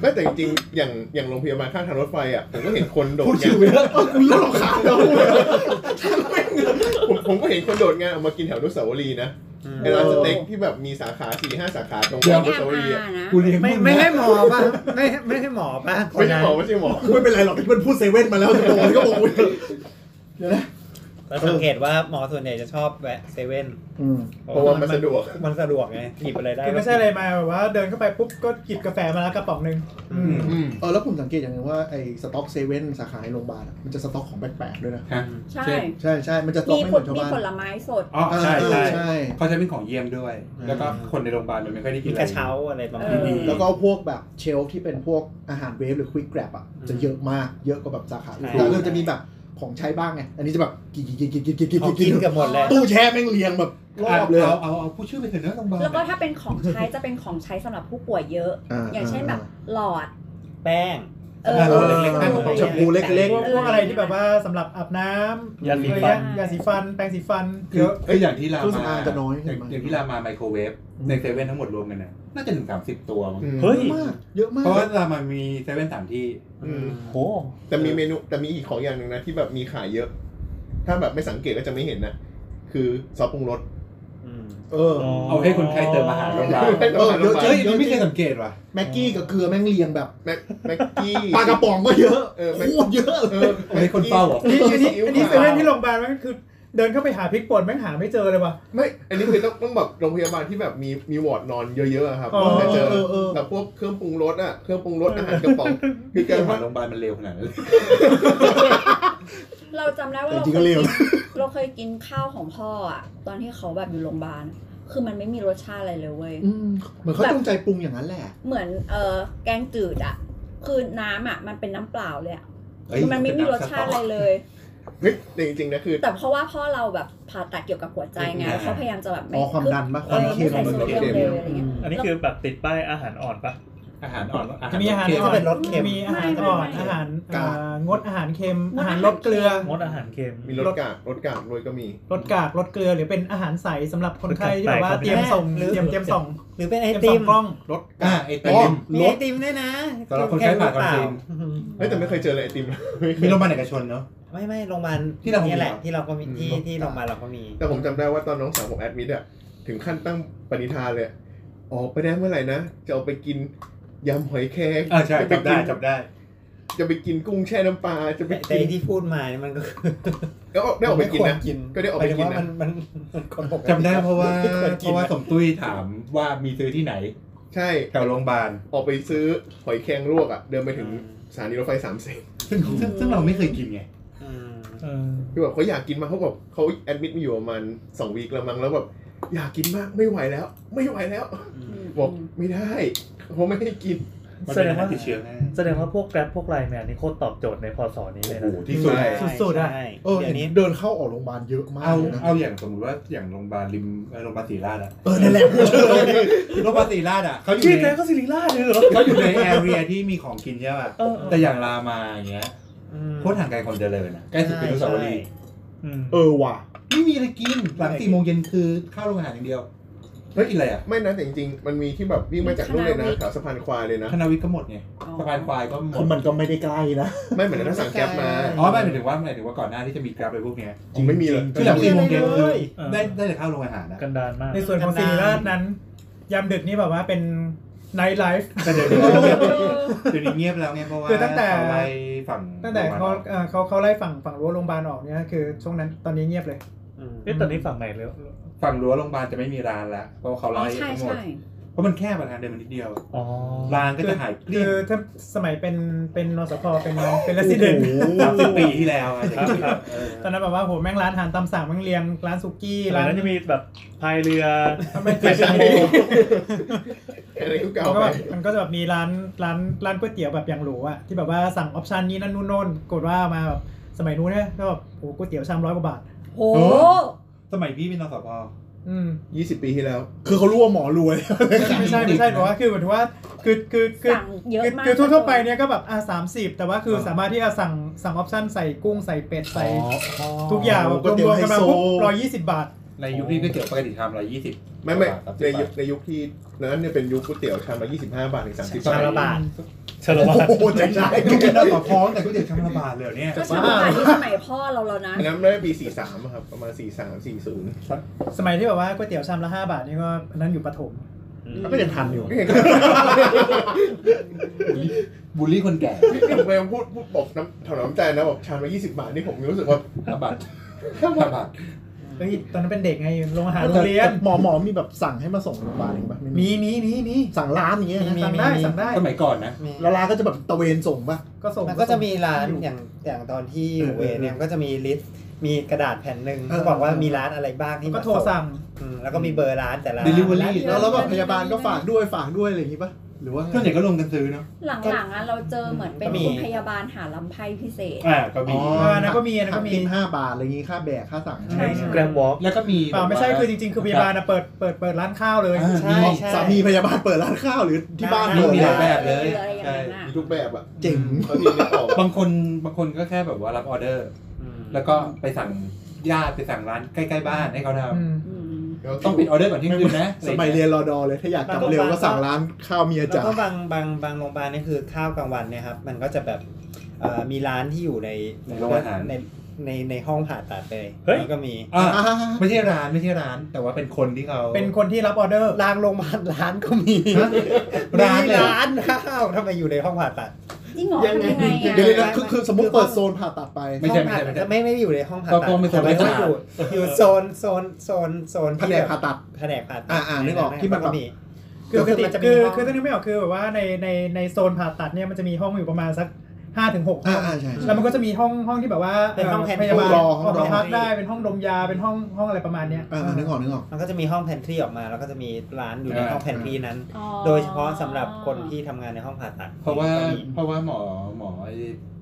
ไม่แต่จ ริงๆ อย่างอย่างโรงพยาบาลข้างทางรถไฟอ่ะผมก็เห็นคนโดด
พูด
งา
ชื่อน ไปแล้วเออกูเริ่มรำคาญแล้ว
*laughs* ผมผมก็เห็นคนโดดงานออกมากินแถวอนุสาวรีย์นะ
อืม
ไอ้ร้านสเต็กที่แบบมีสาขาสี่ห้าสาขาตรง
แอ
ข้าม
ม
อนุสาวรีย์อะ
อานะ
กูเลี้ยง
ไม่
งนะ
ไม่ให้หมอป่ะไม่ไม่ให้หมอป่ะ
ไม่ใช่หมอไม่ใช่หมอ
กูไม่เป็นไรหรอกที่มันพูดเซเว่นมาแล้วแต่ตัวมันก็บอกกูเดี๋ยวนะ
เราสังเกตว่าหมอส่วนใหญ่จะชอบแวะเซเว่น
อืม
เพราะว่ามันสะดวก
มันสะดวกไงหยิบอะไรได้
คือไม่ใช่อะไรมาแบบว่าเดินเข้าไปปุ๊บก็หยิบกาแฟมาแล้วกระป๋องหนึ่ง
อืม
อืม
เออแล้วผมสังเกตอย่างหนึงว่าไอ้สต็อกเซเว่นสาขาในโรงพยาบาลอะมันจะสต็อกของแปลกๆด้วยนะ
ฮะ
ใช่
เช่น
ใช่ใช่มันจะสต็อก
มี
ไม่เห
ผ
มื
ล
อนชาว
มี
บ้าน
ผลไม้สด
อ๋อใช่
เออ
ใช่
ใช่
เขาจะเป็นของเยี่ยมด้วย
อืม
แล้วก็คนในโรงพยาบาลมันไม่ค่อยได้กิ
มี
นอก ไร
ระเช้าอะไรประมาณ
เออ
นี้
แล้วก็พวกแบบเชลฟ์ที่เป็นพวกอาหารเวฟหรือควิกแกร็บอ่ะจะเยอะมากเยอะกว่าแบบสาขาอื่น
ใช่
แต่เริ่มจะมีแบบของใช้บ้างไงอันนี้จะแบบกินกินกินกินกินกินกิน
เขา
กิ
กิ
น
นกับหมดเลย
ตู้แช่แม่งเรียงแบบรอบเลย
เอาเอาเอาผู้ชื่อไปเถอะนะโรงพยาบาล
แล้วก็ถ้าเป็นของใช้จะเป็นของใช้สำหรับผู้ป่วยเยอะ อย่างเช่นแบบหลอด
แป้ง
เออ
เออเล็กๆ
จับมูเล็ก
พวกพวกอะไรที่แบบว่าสำหรับอาบน้ำ
ยาสีฟัน
ยาสีฟันแปรงสีฟัน
คื
เย
อ
อะ
เอ้ยอย่างที่
ๆ
รา
เครื่อง
มา
สำอางจะน้อย
อย่างอย่างที่รามาไมโครเวฟในเซเว่นทั้งหมดรวมกันนะน่าจะถึงสามสิบตัวมั้ง
เฮ้ย
เยอะมากเยอะมา
เพราะว่าก รามามีเซเว่นสามที่
อืม
โห
แต่มีเมนูแต่มีอีกของอย่างหนึ่งนะที่แบบมีขายเยอะ ถ้าแบบไม่สังเกตก็จะไม่เห็นนะ คือซอสปรุงรส
อืม
เออ
เอาให้คนไข้เติมอาหารโรงพยาบาล
เออเยอะจริ
เฮ้ย
ง
นี่ไม่เคยสังเกตว่ะ
แม็กกี้กับเกลือแม่งเรียงแบบ
แม็กแม็กกี้
ปลากระป๋องก็เยอะ
เออ
โคตรเยอะเลย
เออ
เอาให้คนเฝ้าเหรอ
นี่อันนี้อันนี้เซ
ซีอิ๊ว
เว่น
ขาว
ที่โรงพยาบาลมันคือ เดินเข้าไปหาพริกป่นแม่งหาไม่เจอเลยว่ะ
ไม่ อันนี้คือต้องต้องแบบโรงพยาบาลที่แบบมีมีวอร์ดนอนเยอะๆอะครับ
อ๋อ
ถึงจะเจอ
เออเออ
แต่พวกเครื่องปรุงรสอ่ะเครื่องปรุงรสอาหารกระป๋องคือ
พี่
แก
เกิด
ว่า
โรงพยาบาลมันเร็วขนาดนั้นเลย
เราจำได้ว่า
แต่
เรา
จริง
เค
ก็
ย
เร็ว
กินเราเคยกินข้าวของพ่ออะตอนที่เขาแบบอยู่โรงพยาบาล คือมันไม่มีรสชาติอะไรเลยเว้ย
อืมเหมือนเขาจงใจปรุงอย่างนั้นแหละ
เหมือนเออแกงจืดอะคือน้ำอะมันเป็นน้ำเปล่าเลยอะ
เฮ้ย
คือมันไม่มีรสชาติอะไรเลย
เฮ้ยแต่จริงๆนะคือ
แต่เพราะว่าพ่อเราแบบผ่าตัดเกี่ยวกับหัวใจไงแล้วเขาพยายามจะแบบ
อ๋อความดันปะความ
เออ
เครี
ไม่
ยด
ใส่โซเดียมเลยอะไรเงี้ย
อันนี้คือแบบติดป้ายอาหารอ่อนปะ
อาหารอ่อนอาหาร
มีอาหาร
โเค
อ่อน
เป็นรสเค็ม
มีอาหารอ่อน
ไม่ไม่ไม่
อาหาร
กาก
เอ่องดอาหารเค็ม
งด
อา
อา
หา
หารร
ลดเกลือ
งดอาหารเค็ม
มีรสกากรสกากโรยก็มี
ลดกากลดเกลือหรือเป็นอาหารใสสำหรับคนไข้ที่
ลด
แบ
กาก
บว่า
ใส
เตรียมส่ง
หรือ
เตรียมเตรียมส่ง
หรือเป็น
เต
ไอ
รียม
ติม
ส่งกล้อง
รส
อ่าก
าก
ไอติม
มีไอติมด้วยนะ
สำหรับคนไข้ผ่าตัด
เปล่า
เอง
เฮ้ยแต่ไม่เคยเจอเลยไอติม
มีโรงพยาบาลเอกชนเนาะ
ไม่ไม่โรงพยาบาล
ที่เรามี
เนี่ยแหละ
เหรอ
ที่เราก็มีที่
อืม
ที่โรงพยาบาลเราก็มี
แต่ผมจำได้ว่าตอนน้องสาวผมแอดมิดอะถึงขั้นตั้งปณิธานเลยอะออกไปได้เมื่อไหร่นะ จะเอาไปกินยำหอยแครง
อ่าใช่
จะไปกิ
จับได้
น
จับได้
จะไปกินกุ้งแช่น้ำปลาจะไป
แต่แต่
กิน
ที่พูดมาเนี่ยมันก็คือ
แล้วได้ออกไปกินนะ
ม่ควร
ก็ได้ออกไปกินนะ
หมายถึงว่ามันมันมันคนปกติ
จำได้เพราะว่า
ไม่ค
เพ
กิน
ราะว่าสมตุ้ยถามว่ามีซื้อที่ไหน
ใช่
แถวโรงพยาบาล
ออกไปซื้อหอยแครงลวกอะเดินไปถึง
อืม
สถานีรถไฟสามเสน
ซึ่งซึ่งซึ่งเราไม่เคยกินไง
อืม
เออ
คือแบบเขาอยากกินมากเขาบอกเขาแอดมิดมาอยู่ประมาณสองวีคแล้วมั้งแล้วแบบอยากกินมากไม่ไหวแล้ว ไม่ไหวแล้ว
อืม
บอกไม่ได้เขาไม่ให้กิน
มัน
แส
เป็
ด
น
ง
อาหาร
ว่า
ติดเชื้อง่าย
แสดงว่าพวกแกร็บพวกไลน์แมนนี่โคตรตอบโจทย์ในพศนี้เลย
โอ้
นะ
โหที่สุด
ใช่
สุดๆอะ
ใช่
เออ
เดี๋
เห็
ยวนนี้
เดินเข้าออกโรงพยาบาลเยอะมาก
เอา
ลยนะ
เอาอย่างสมมติว่าอย่างโรงพยาบาลริมเอ่อโรงพยาบาลศรีราชอะ
เออนั่นแหละ
โรงพยาบาลศรีราชอะเขาอยู่
ชื่อแก
ใน
ก็สิริราชเลยเหรอ
เขาอยู่ในแอเรียที่มีของกินใช่ป่ะ
เออเออ
แต่อย่างรามาอย่างเงี้ยโคตรห่างไกลความเจริญนะใกล้สุดเป็นอนุสาวรีย์
อืม
เออว่ะ
ไม่มีอะไรกินหลังสี่โมงเย็นคือข้าวโรงอาหารอย่างเดียวแล้วกินอะไรอ่ะ
ไม่นะแต่จริงๆมันมีที่แบบวิ่งมาจากนู่นเลยนะแถวสะพานควายเลยนะ
คณะวิทย์ก็หมดไงสะพานควายก็หม
คือ
ด
มันก็ไม่ได้ใกล้นะ
ไม่เหมือนถ้าสั่งแก๊ปมา
อ๋อไม่หมายถึงว่าหมายถึงว่าก่อนหน้าที่จะมีกราฟอะไรพวกเนี้ย
จริงไม่มีเลย
คือหลังสี่โมงเย็นคือ
เออ
ได้ได้แต่ข้าวโรงอาหารนะ
กันดานมาก
ในส่วนของ
กัน
ศิ
ดาร
ริราชนั้นยามดึกนี่แบบว่าเป็นไนท์ไลฟ์
แต่เดี๋ยวนี้เงียบเดี๋ยวนี้เงียบแล้วไงเพราะว่า
คือตั้งแต่
เขาไล่ฝั่ง
ตั้งแต่เขาเอ่อเขาเขาไล่ฝั่งฝั่งรั้วโรงพยาบาลออกเนี่ยคือช่วงนั้นตอนนี้เงียบเลย
อืม
เอ๊ะตอนนี้ฝั่งไหนเลย
ฝั่งรั้วโรงพยาบาลจะไม่มีร้านแล้วเพราะเขา
อ๋อ
ไล่
ใช่
หมด
ใช่
เพราะมันแค่ประธานเดินมันนิดเดียว
อ๋อ
ร้านก็จะหายเกลี้
คื
ยง
อถ้าสมัยเป็นเป็นนสพเป็นเป็นเลสซิเดน
โอ้โห
สามสิบปีที่แล้วอะ
ครับครับ
เออ
ตอนนั้นแบบว่าโหแม่งร้านอาหารตามสั่งแม่งเรียงร้านสุกี้
ที่ร้า
ร้าน น
นั้นจะมีแบบพายเรือ
ไม่ใช่อะไรก็เก่า
มันก็
ไป
แบบมันก็จะแบบมีร้านร้านร้านก๋วยเตี๋ยวแบบอย่างหรูอะที่แบบว่าสั่งออปชันนี้นั่นนู่นโน่นกดว่ามาแบบสมัยนู้นเนี่ยก็แบบโอ้โหก๋วยเตี๋ยวชามร้อยกว่าบาท
โห
สมัยพี่เป็นนสพ
อืม
ยี่สิบปีที่แล้ว
คือเขารู้ว่าหมอรวย
ไม่ใช่ไม่ใช่หรอว่าคือเหมือนว่าคือคือคือ
สั่งเยอะ
คือ
มาก
คือทั่วๆไปเนี่ยก็แบบอ่ะสามสิบแต่ว่าคือสามารถที่จะสั่งสั่งออปชันใส่กุ้งใส่เป็ดใส่ทุกอย่างแบบ
ก๋วยเตี๋ย
ร
ว
วมๆกันมาปุ๊บ
ไฮโซ
ร้อยยี่สิบบาท *laughs*
ในยุคที่ก๋วยเตี๋ยวปกติทำร้อยยี่สิบ
ไม่ไม่ในยุคในยุคที่นั้นเนี่ยเป็นยุคก๋วยเตี๋ยวชามละ25 บาทถึง30บา
ชา
ท
มละบาท
ชะละบาท
โอ้โหใช่ใช่
ลูกกินได้ต่อท้องแต่ก๋วยเตี๋ยวชามละบาทเลยเหรอเนี่ย
ก็ชาวบ้านที่สมัยพ่อเราแล้วนะ
อันนั้นไม่ได้ปี 43อะครับประมาณ 43 40
สมัยที่แบบว่าก๋วยเตี๋ยวชามละห้าบาทนี่ก็อันนั้นอยู่ปฐม
แล้วก็ยังทันอยู่
บูลลี่คนแก่
ผมไปพูดพูดบอกน้ำถนอมใจนะบอกชามละ20 บาทนี่ผมรู้สึกว่า
ละบาทละบาท
เฮ้ยตอนนั้นเป็นเด็กไงโรงอาหาร
แต่
โรงเรียน
หมอหมอมีแบบสั่งให้มาส่งโรงพยาบาลอีกปะไ
มีมีมีมี
สั่งร้านอย่างเงี้ยนะ
สั่งได้สั่งได้
สมัยก่อนนะ
แล้วร้านก็จะแบบตะเวนส่งปะ
ก็ส่ง
มันก็จะมีร้านอย่างอย่างตอนที่อยู่เวรเนี่ยมันก็จะมีลิสต์มีกระดาษแผ่นหนึ่ง
เออ
บอกว่ามีร้านอะไรบ้างที่
ก็
มา
โทรสั่ง
อืมแล้วก็มีเบอร์ร้านแต่ละ
Delivery
ร้าน
แล้วแล้วแบบพยาบาลก็ฝากด้วยฝากด้วยอะไรอย่างงี้ปะหรือว่า
ส่วนใหญ่ก็ลงกันซื้อเนาะ
หลังๆอ่ะเราเจอเหมือนเป็นคุณพยาบาลหาลำไพ่พิเศษ
อ่า ก็มี
อันนั้นก็มีอันนั้นก็มี
หัทิห้าบาทอะไรอย่างงี้ค่าแบกค่าสั่ง
ใช่ใช่
แกรมวอล์ก
แล้วก็มี
เปล่าไม่ใช่คือจริงๆ คือพยาบาลนะเปิดเปิดเปิดร้านข้าวเลย
อ่า
ใช่
มี
ใช่
สามีพยาบาลเปิดร้านข้าวหรือที่บ้าน
มี
เปิด
มีหลายแบบเลย
อะไรอย่าง
ใช่
นั้นอะ
มีทุกแบบอ่ะ
เจ๋ง
ตอนนี้นึกออก
บางคน บางคนก็แค่แบบว่ารับออเดอร์ แล้วก็ไปสั่งญาติไปสั่งร้านใกล้ๆบ้านให้เขาท
อืม
อืม
ำต้องปิดออเดอร์ก่อนเที่ยงคืนนะ
สมัยเรียนรอดอเลย ถ้าอยากกลับเร็วก็สั่งร้านข้าวเมีย
แล้
จ๋า
วก็บางบางบางโรงพยาบาลเนี่ยคือข้าวกลางวันเนี่ยครับมันก็จะแบบเอ่อมีร้านที่อยู่ใน
ในโรงอาหาร
ในในในห้องผ่าตัดเลย
เฮ้ย
มันก็มี
อ่า ไม่ใช่ร้านไม่ใช่ร้าน แต่ว่าเป็นคนที่เขา
เป็นคนที่รับออเดอร์
รางโรงพยาบาลร้านก็มี
ร้านเลย
มีร้านข้าวทำไมอยู่ในห้องผ่าตัด
จริงเหรอ
ยังไง
ทำยังไง
เดี๋ยวเลย
อะ
นะคือคือสมมติเปิดโซนผ่าตัดไป
ไม่ใช่ไม่ใช่ไม่ใช่
ไม่ไม่อยู่ในห้องผ่า
ก็
ตัด
ก็ไม่ใช่
แต่ว่า
ไม่ใช่
อยู่อยู่โซนโซนโซนโซน
แผนกผ่าตัด
แผนกผ่าตัด
อ่าอ่านึกออกที่มันแบบ
ก็มี
คือ
ก็
ป
คื
ก
อ
ติ
มันจะมี
คือ
ห้อง
คือถ้านึกไม่ออกคือแบบว่าในในในโซนผ่าตัดเนี่ยมันจะมีห้องอยู่ประมาณสักห้าถึงหก
อ่าอ่าใช่ใช่
แล้วมันก็จะมีห้องห้องที่แบบว่า
เป็นห้องแพนท
พ
รี
ยาบาล
ห้องรอห้องร
เา
อ
ไปพักได้เป็นห้องดมยาเป็นห้องห้องอะไรประมาณเนี้ย
อ่าอ่านึกออกนึกออก
มันก็จะมีห้องแพนทรีออกมา แล้วก็จะมีร้านอยู่ใน
อ่า
ห้องแพนทรีนั้น
อ๋อ
โดยเฉพาะสำหรับคนที่ทำงานในห้องผ่าตัด
เพราะว่า
ก็มี
เพราะว่าหมอ หมอไอ้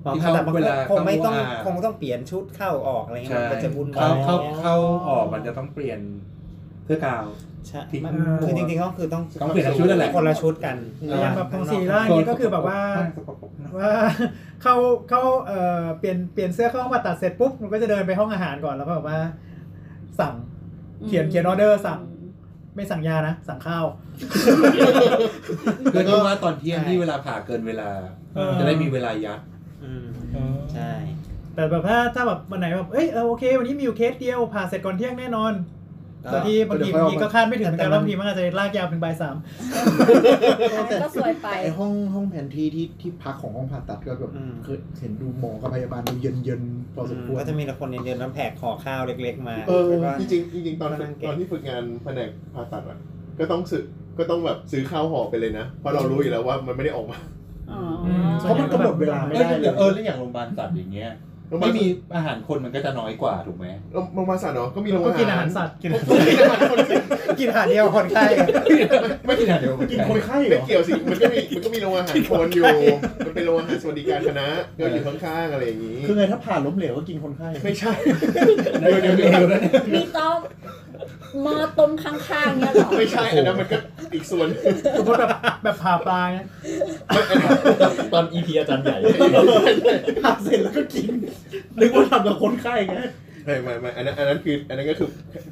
หมอ
ที่
ผ่าตัดมัน
เวลา
คงไม่ต้อง
เข้า
คงต้องเปลี่ยนชุดเข้าออกอะไรเงี้
ใช่
ยมันจะวุ่นวา
เข้าย เข้าเข้าออกมันจะต้องเปลี่ยนเสื้อกาว
ใช่
ทิ้ง
มันคือจริงๆก็คือต้อง
ต้องเปลี่ยนชุดนั่นแหละ
คนละชุดกัน
แต่อย่างแบบของสีร่างนี่ก็คือแบบว่า ว่า *laughs* เข้าเข้าเอ่อเปลี่ยนเปลี่ยนเสื้อเข้าห้องผ่าตัดเสร็จปุ๊บมันก็จะเดินไปห้องอาหารก่อนแล้วก็แบบว่า สั่งเขียนเขียนออเดอร์สั่ง ไม่สั่งยานะ สั่งข้าว
เพื่อที่ว่าตอนเที่ยงที่เวลาผ่าเกินเวลา
เออ
จะได้มีเวลายัด
อืมใช่
แต่แบบถ้าถ้าแบบวันไหนแบบเอ้ยเออโอเค วันนี้มีอยู่เคสเดียวผ่าเสร็จก่อนเที่ยงแน่นอนแต่ที่บางที
เด
บางที
ี๋ยวค่อยเอามา
ก็คาดไม่ถึงเหมือนกันว่าบางทีมันอาจจะลากยาวถึงบ่ายสาม
อันนั้นก็สวยไป
ไอห้องห้องแผนที่ที่ที่พักของห้องผ่าตัดก็แบบ
อืม
เคยเห็นดูหมอกับพยาบาลดูเย็นเย็นๆพอสมควร
ก็จะมีแต่คนเดินๆน้ำแผกห่อข้าวเล็กๆมา
เออ
แล้วก็
จริงๆจริงๆตอน
ก็นั่งเก็บ
ตอนที่ฝึกงานแผนกผ่าตัดอ่ะก็ต้องซื้อก็ต้องแบบซื้อข้าวห่อไปเลยนะ เพราะเรารู้อยู่แล้วว่ามันไม่ได้ออกมา
อ๋อ
เพราะมันกำหนดเวลาไม่
เอ
ได้
อเออแล้วอย่างโรงพยาบาลสัตว์อย่างเงี้ย
โรงพยาบา
ไม่
ล
มีอาหารคนมันก็จะน้อยกว่าถูกไหม
โรงพยาบาลสัตว์เนาะก็มีโรง
ก็
อาหาร
กินอาหารสัตว์ *laughs* กิน
กินอาหารคนสิ
กินอาหารเดียวคนไข้
ไม่กินอาหารเดียว
กินคนไข้เหร
ไม่
อ
เกี่ยวสิมันก็มีมันก็มีโรงอาหารคนอยู่มันเป็นโรงอาหารสวัสดิการคณะก็อยู่ข้างๆอะไรอย่างนี้
คือไงถ้าผ่าล้มเหลวก็กินคนไข้
ไม่ใช่
เดี๋ยวเดี๋ยวเดี๋ยวนะเนี่ย
มีโต๊ะหมอต้มข้างๆเนี่ยเหรอ
ไม่ใช่อันนั้นมันก็อีกส่วน
สมมติแบบแบบผ่าปลาเนี้ย
ตอน EP อาจารย์ใหญ่
ผ่าเสร็จแล้วก็กิน นึกว่าทำกับคนไข้ไง
ไม่ไม่ไม่อันนั้นอันนั้นคืออันนั้นก็คือ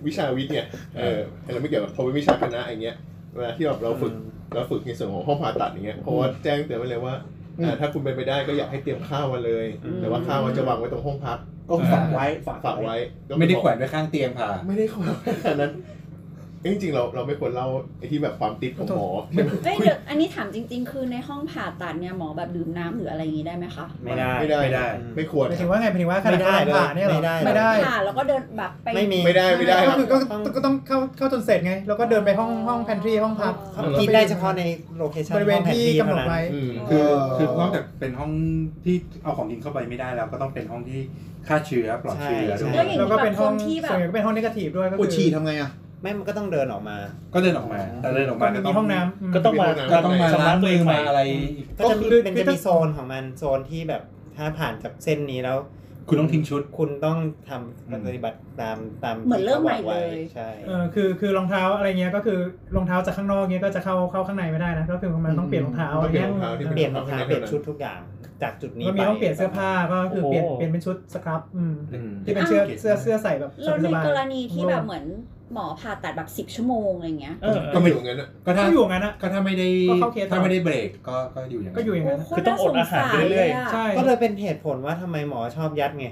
วิชาวิทย์เนี่ยเอออันนั้นไม่เกี่ยวกับพอเป็นวิชาคณะอย่างเงี้ยเวลาที่แบบเราฝึก เราฝึกในส่วนของห้องผ่าตัดอย่างเงี้ยเพราะว่าแจ้งเตือนไว้เลยว่า
อืม
อ่า ถ้าคุณเป็นไปได้ก็อยากให้เตรียมข้าวมาเลย แต่ว่าข้าวมันจะวางไว้ตรงห้องพัก
ก็ฝากไว้ฝาก
ฝากไว้ก็
ไม่ได้แขวนไว้ข้างเตียงผ่า
ไม่ได้แขวน *laughs* อันนั้นเอ้ยจริงๆเราเราไม่ควรเล่าไอ้ที่แบบความติดของหมอใช่ไหม
เอ้ยเดี๋ยวอันนี้ถามจริง ๆ คือในห้องผ่าตัดเนี่ยหมอแบบดื่มน้ำหรืออะไรอย่างนี้ได้ไหมคะ
ไม่ได้
ไม่ได้
ไม่ได้
ไม่ควร
หมายถึงว่าไงหมายถึงว่าขนาด
ไม่ได้
ผ่าผ่าเนี่ยเหรอ
ไม่ได้
ไม่ได้
ผ่าแล้วก็เดินแบบไป
ไม่มี
ไม่ได้ไม่ได้ค
ก็
รับ
คือก็ก็ก็ต้องเข้าเข้าจนเสร็จไง แล้วก็เดินไปห้องห้องแพนทรีห้องพัก
กินได้เฉพาะในโลเคชั่น
บริเวณที่กำหนดไว้
อืม
คือคือนอกจากเป็นห้องที่เอาของกินเข้าไปไม่ได้แล้ว ก็ต้องเป็นห้องที่ฆ่าเชื้อปลอดเชื้อด้วย
แล้วอย่าง
แล้วก็
นี้แบ
เป็น
บค
ห้อง
นที่แบ
ส่ว
บ
นใหญ่ก็เป็นห้องนิเกทีฟด้วยก็
ป
คื
วดฉี่ทำไงอ่ะ
ไม่มันก็ต้องเดินออกมา
ก็เดินออกมาแต่เดินออกมา
มี
ก็ต้อง
ห้องน้ำอืม
ก็ต้องมา
ก็ต้องมา
ชำระ
ล้าง
ตัว
มื
เอ
อง
ใหม่
มาอะไรอีก
ก็จะมี
ก็คือ
มัน
คือ
จะ
ถ้า
มีโซนของมันโซนที่แบบถ้าผ่านจากเส้นนี้แล้ว
คุณต้องทิ้งชุด
คุณต้องทำ
อืม
ปฏิบัติตามตาม
เหมือนเริ่มใหม่เลย
ที่ขาบอกไว้ใช่
เออคือคือรองเท้าอะไรเงี้ยก็คือรองเท้าจากข้างนอกเงี้ยก็จะเข้าเข้าข้างในไม่ได้นะก็คือมันต้องเปลี่ยนรองเท้าอะไร
เปลี่ยนร
เงี้ย
องเท้าที่
เปลี่ยนรองเท้าเปลี่ยนชุดทุกอย่าง จากจุดนี้
ก็มีต้องเปลี่ยนเสื้อผ้าก็คือเปลี่ยน
โอ้โห
เปลี่ยนเป็นชุดสครับอืม
อืม
ที่เป็นเสื้อเสื้อเสื้อใส่แบบ
แล้ว
ส
ใน
บายๆ
กรณีที่แบบเหมือนหมอผ่าตัดแบบสิบ10 ชั่วโมงอะไรเงี้ย
เออ
ก็ไม่อยู่งั้นอะ
ก็ถ้า
ก็อยู่อย่างนั้นอะ
ก็ถ้าไม่ได้
ก็เข้าเคสต่อ
ถ้าไม่ได้เบรกก็ก็อยู่อย่างนั้น
ก็อยู่อย่างนั้น
คือต้องอดอาหารไปเรื่อย
ใช่
ก็เลยเป็นเหตุผลว่าทำไมหมอชอบยัดไง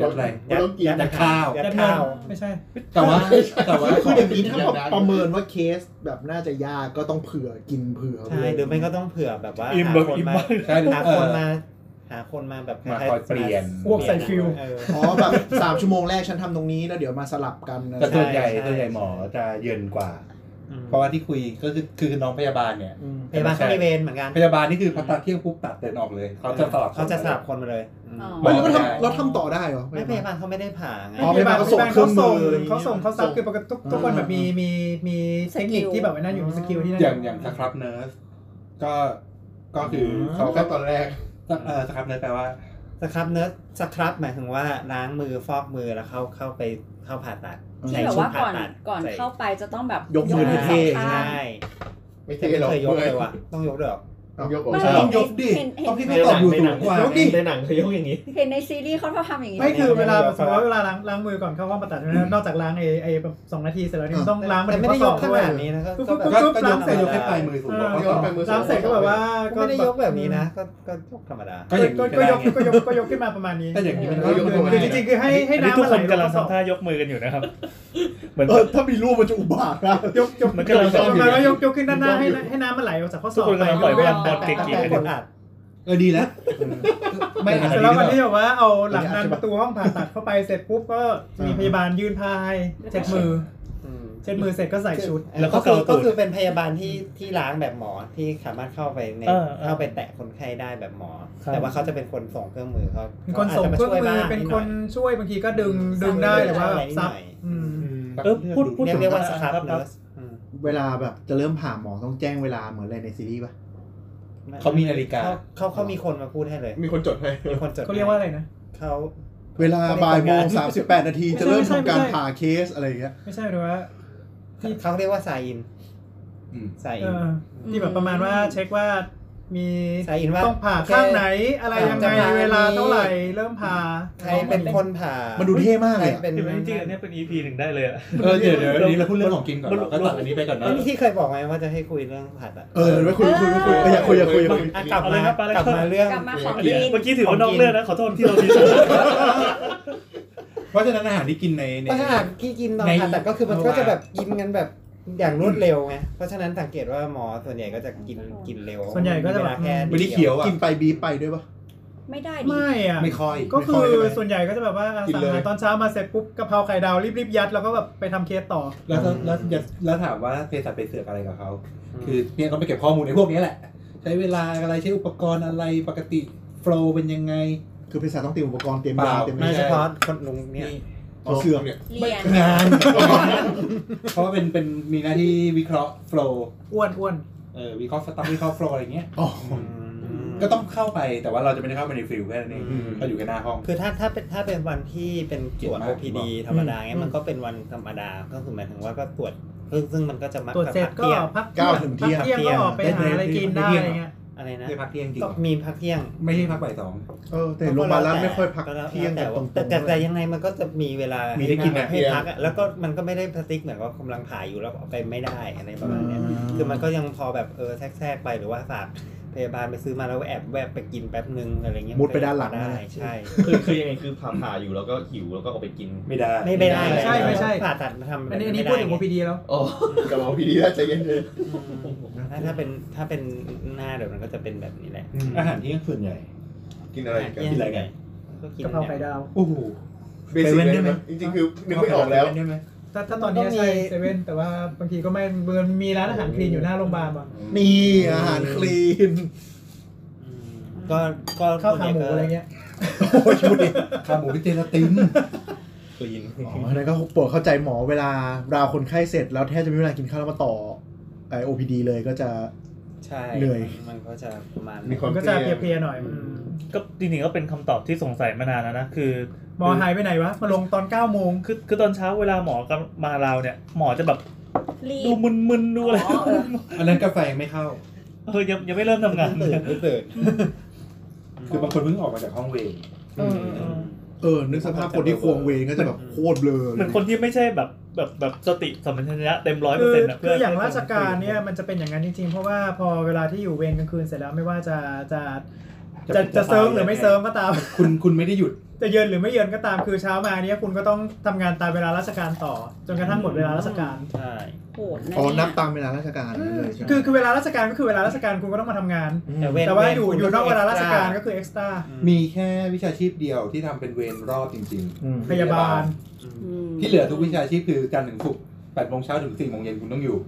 ยัดอะไร
มันต้องกิน
ยัด
ยัดข้าว
ยัด
ยัดนอ
ข้าน ว
ไม่ใช่
แต่ว่าแต่ว่า
คือเดี๋ยวนี้ถ้า
อย่างนั้น
ประเมินว่าเคสแบบน่าจะยากก็ต้องเผื่อกินเผื่อ
ใช่หรือไม่ก็ต้องเผื่อแบบว่า
อิ่ม
หา
แบบ
คน
อิ่ม
มา
มาก
ใช่หรือ
หา
เอ
คน
อ
มาหาคนมาแบบ
มา
คล้าย
คอย
ๆ
เปลี่ยน
มา
พวกใส่ฟิล
เออ
อ๋อแบบสามชั่วโมงแรกฉันทำตรงนี้แล้วเดี๋ยวมาสลับกันนะ
แต่ส่วนใหญ่
ใช่ใช่
ส่วนใหญ่หมอจะเย็นกว่า เพราะว่าที่คุยก็คือคือน้องพยาบาลเนี่ย
อืม
พยาบาลเขามีเวรเหมือนกัน
พยาบาลนี่คือพักตาเที่ยงปุ๊บตัดเดินออกเลย เขาจะสลับ
เขาจะสลับคนมาเลยอืม
อ๋อ
ไม่
บอ
แล้วก็
กได้
ทำเราทำต่อได้เหรอ
ไม่พยาบาลเขาไม่ได้ผ่าไง
อ๋อ พยาบาลเขาส่งเครื่องมืออะไรอย่างเงี้ย
เขาส่งเขาซับคือปกติทุกทุกคนแบบมี
อ่า
มีมีเทคนิคที่แบบว่านั่นอยู่มีสกิลที่นั่น
อย่างอย่างสครับเนิร์สก็ก็คืออ
ม
เขา
ก็
ก็
ตอนแรก
เออสครับเนิร์สแปลว่า
สครับเนื้อสครับหมายถึงว่าล้างมือฟอกมือแล้วเข้าเข้าไปเข้าผ่าตัด
ที่
ใช้
แบบ
ชุด
ว่าก่
ผ่า
อน
ตัด
ก่อน
ใส่
เข้าไปจะต้องแบบ
ยกมือ
ทั้งส
เท่
ง
ๆ
ข้าง
ใช่
ไม่
แต่
ใช่
ไม่
หรอก
เคยยก
เมื่อ
เลยว่ะต้องยกด้วยเหรอ
ต้องยกออก
ไม่
ใช่
เห็น
ย
ใน
กดิ
เห็นเห็
ต้อน งพี่
ใน
ไม่ตอบ
หนั
องยู่
ใน
สู
หนั
ง
ง
กว่า
ในหนังในหนังเขายกอย่างนี้
เห็นในซีรีส์เขาชอบทำอย่างนี้
ไม่คือเวลา
ไม่ได้
สมมติว่าเวลาล้างล้างมือก่อนเข้าห้องผ่าตัดนะนอกจากล้างไอไอแบบสองนาทีเสร็จแล้วเนี่ยมันต้องล้าง
แต่ไม่ได้ยก
ข้
ข
อศอด้วย
นาดนี้นะก็
คือ
ก็แบบ
คือ
ก็
ปุ๊บ
ก็ยก
ล้างเส
แต่
ร็จ
ยกให้ปลายมือสูงกว่า
เออปลายมือ
ล้างเสร็จก็แบบว่า
ก็ไม่ได้ยกแบบนี้นะก็ก็ยกธรรมดา
ก็อย่าง
ก็ก็
นี้ได้
ยก
ไง
ก็ยกก็ยกขึ้นมาประมาณนี้
แต่อย่างนี้มันก็
ก็ยกขึ้นมา
คื
คือ อ
จ
จ
ริ
ริ
ง
งๆคือให้ให้
อันนี้
น้ำ
ทุก
มัน
คน
ไหลลง
กำลัง
ข้อศอก
ทำท่ายกมือกันอยู่นะครับ เหมือน
เออถ้ามีรูปมันจะอุบาทนะ
ยกยก
มันกำลังซ่อนอยู่
ประมาณว่ายกยกขึ้นด้านหน้าให้ให้น้ำมันไหลออกจากข้อศอก
ทุกคนกำลังปล่อยบอลบอลเก่ง
แต่กดอัด
เออดีแล้วไม่อาจ
เสร็
จะ
จ
ดี
แล้ววัน
ก็
ที่
ได้
แบบว่าเอาหลังนั้นประตูห้องผ่าตัดเข้าไปเสร็จปุ๊บก็มีพยาบาลยื่นผ้าให้เช็ดมือ เช็ดมือเสร็จก็ใส่ชุด
แล้
แล้ว ว
ก็
ก็เกาตูด
คือก็คือเป็นพยาบาลที่ที่ล้างแบบหมอที่สามารถเข้าไปใน
เออเออ
เข้าไปแตะคนไข้ได้แบบหมอ
ครับ
แต่ว่าเขาจะเป็นคนส่งเครื่องมือเขา
เป็นคนส่งเครื่องมือเป็นคนช่วยบางทีก็ดึงดึงได้หรือว่าแบบซับอืม
เออพูดพูด
เรีย
ถึ
ก
ง
เรียกว่าสครับ
อ่ะ
เนอร์ส
เวลาแบบจะเริ่มผ่าหมอต้องแจ้งเวลาเหมือนอะไรในซีรีส์ป่ะ
เขามีนาฬิกา
เขาเขาเขามีคนมาพูดให้เลย
มีคนจดให้
มีคนจด
เขาเรียกว่าอะไรนะ
เขา
เวลาบ่ายโมงสามสิบแปดนาทีจะเริ่มทำการผ่าเคสอะไรอย่างเงี้ย
ไม่ใช่หรือว่า ที่
เขาเรียกว่าสายอิน
อืม
สาย
เอ
อิน
อที่แบบประมาณว่าเช็คว่ามี
สายอินว่า
ต้องผ่าข้างไหนอะไรยังไง
จะผ่า
เวลาเท่าไหร่เริ่มผ่า
ใครเป็นคนผ่า
มันดูเท่มาก
ใค
เล
ร
ยอะ
เป็น
เห็นไหมจริงๆอันเนี้ยเป็น EP หนึ่งได้เลยอะ
เออเดี๋ยวเดี๋ยวอันนี้เราพูดเรื่องของกินก่อน
มัน
เราก็ตัดอันนี้ไปก่อนนะ
เป็นที่เคยบอกไหมว่าจะให้คุยเรื่องผ่าตัด
เออไว้คุยคุยคุยเอออยากคุยอยากคุยอยากคุย
อ่ะกลับ
เอาเล
มาย
ครับไปเลย
กลับ
ค
มา
รับ
เรื่อง
กลับมาของ
เมื่อกี้
กิน
เมื่อกี้ถือว่านอกเรื่องนะ ขอโทษที่เราดีเซอร์
เพราะฉะนั้นอาหารที่กินในใน
เพราะฉะนั้นที่กินตอน
ใน
ผ่าตัดก็คือมันก็
เมื่อวาน
จะแบบกินกันแบบอย่างรวดเร็วไง เพราะฉะนั้นสังเกตว่าหมอส่วนใหญ่ก็จะกินกินเร็ว
ส่วนใหญ่ก็จะแบบ
เวลาแค่
ไม่ได้เขียวอ่ะ
กินไปบีบไปด้วยป่ะ
ไม่ได้ดิ
ไม่อ่ะ
ไม่ค่อย
ก็
ไม่
คื
ค่ย
อ
ใช่ไหม
ส่วนใหญ่ก็จะแบบว่าอ่ะ
กิน
สั่งอา
เลย
หารตอนเช้ามาเสร็จปุ๊บกะเพราไข่ดาวรีบรีบยัดแล้วก็แบบไปทำเคสต่อ
แล้วถ้าแล้วอย่าแล้วถามว่าเภสัชไปเสือกอะไรกับเขา คือเนี่ยต้องไปเก็บข้อมูลในพวกนี้แหละ ใช้เวลาอะไรใช้อุปกรณ์อะไรปกติโฟล์เป็นยังไง
คือเภสัชต้องเตรียมอุปกรณ์เตรียมยาเตรียม
โด
อะ
ย
ไร
เฉพาะคนลุงเนี่ย
เอาเสื่อมเนี่ย
เรียน
งาน *laughs* เพราะว่าเป็นเป็นมีหน้าที่วิเคราะห์โฟล์
อ้วนอ้วน
เออวิเคราะห์สต็อกวิเคราะห์โฟล์อะไรเงี้ย
อ๋อ
ก็ต้องเข้าไปแต่ว่าเราจะไม่ได้เข้าไปในฟิลแค่นั้นเอง
อืม
เราอยู่แค่หน้าห้อง
คือถ้าถ้าเป็นถ้าเป็นวันที่เป็นตรวจ
เก่งมาก
OPD ธรรมดาเงี้ยมันก็เป็นวันธรรมดาก็คือหมายถึงว่าก็ตรวจซึ่งซึ่งมันก็จะมัก
ตรวจ
จะ
เสร็จ
พัก
ก็
เที่ยง
พัก
เก้าถึงเที่ยง
พักเที่ยงก็ออกไปหาอะไรกินได้อะไรเงี้ย
อะไรนะ
ได้พักเที่ยงจริง
ก็มีพักเที่ยง
ไม่ใช่พักบ่ายสอง
เออแต่โรงพยาบาลรัฐไม่ค่อยพัก
แล้วแต่
เที่ยง
แต่
แบบตรงๆ
แต่แต่ยังไงมันก็จะมีเวลา
มี
มี
ได้กินแบบ
ให้พักอะแล้วก็มันก็ไม่ได้พลาสติกเหมือนว่ากำลังผ่าอยู่แล้วเอาไปไม่ได้อะไรประมาณเนี้ย คือมันก็ยังพอแบบเออแทรกๆไปหรือว่าฝากพยาบาลไปซื้อมาแล้วแอบแวบไปกินแป๊บนึงอะไรเงี้ย
มุดไปด้านหลัง
ได้
นะ
ใช่
คือคือยังไงคือผ่าผ่าอยู่แล้วก็หิวแล้วก็ออกไปกิน
ไม่ได้
ไม่ไม่ได้เลย
ใช่ไม่ใช่
ผ่าตัดมาทำ
อันนี้อันนี้พูดถึง OPD แล้ว
โอ้
กับเราพี่ดีได้ใจเย็นเลย
ถ้าถ้าเป็นถ้าเป็นหน้าเดี๋ยวมันก็จะเป็นแบบนี้แหละ
อาหารเที่ยงส่วนใหญ่
กินอะไรกัน
กินอะไรกัน
ก็กิน
กะเพราไข่ดาว
โอ้โห
เบสิกเลยนะจริงๆคือนึกไม่ออกแล้ว
ถ้าถ้าตอนนี้ใช่เซเว่นแต่ว่าบางทีก็ไม่มันมีร้านอาหารคลีนอยู่หน้าโรงพยาบาลอ่ะ
นี่อาหารคลีน
อืมก็ก็
ข้าวขาหมูอะไรเงี้ย
โอ้ยดูดิ
*laughs* ขาหมูเป็นเจลา *laughs* ติน
คลีน
อ๋ออันนั้นก็โปรดเข้าใจหมอเวลาราวคนไข้เสร็จแล้วแทบจะไม่มีเวลากินข้าวแล้วมาต่อไอโอพีดีเลยก็จะ
ใช่
เหนื่อย
มันก็จะประมาณ
มี
นั้น
ความ
มันก็จะเพลียๆหน่อยอืม
ก็จริงๆก็เป็นคำตอบที่สงสัยมานานแล้วนะ คือ
หมอหายไปไหนวะ มาลงตอน9ก้าโมง
คือคือตอนเช้าเวลาหมอกำมาเราเนี่ย หมอจะแบบ
รี
ดู
บ
มึนๆดูอะไร
อ๋อเออ
อันนั้นกาแฟยังไม่เข้า
เออยังยังไม่เริ่มทำงาน
ตื่นไม่ตื่น
คือบางคนเพิ่งออกมาจากห้องเวร
เออเออ
เออนึกสภาพคนที่ควงเวงก็จะแบบโคตรเบลอ
เห
เล
มือยนคนที่ไม่ใช่แบบแบบแบบสติสัมปชัญญะเต็มร้อยเปอร์
คือ
เซ็นต์ะ
คืออย่างราชการเนี่ยมันจะเป็นอย่างนั้นจริงๆ เพราะว่าพอเวลาที่อยู่เวรกลางคืนเสร็จแล้วไม่ว่าจะจะจะจะเซิร์ฟหรือไม่เซิร์ฟก็ตาม *laughs*
คุณคุณไม่ได้หยุด
จะเยินหรือไม่เยินก็ตามคือเช้ามาเนี่ยคุณก็ต้องทำงานตามเวลาราชการต่อ จนกระทั่งหมดเวลาราชการ
ใช่
โหดนะ
อ๋อ
เนี่ย
นับตามเวลาราชการเลยใช่ไหม
คือคือเวลาราชการก็คือเวลาราชการคุณก็ต้องมาทำงาน
แต่เน
แต่ว่าอยู่
คุณ
อยู่นอกเวลาราชการก็
เอ็ซ์ต
คือเอ็กซ์ตร้า
มีแค่วิชาชีพเดียวที่ทำเป็นเวรรอบจริง
อืม
พยาบาล
ๆ ที่เหลือทุกวิชาชีพคือจันทร์ถึงศุกร์แปดโมงเช้าถึงสี่โมงเย็นคุณต้องอยู่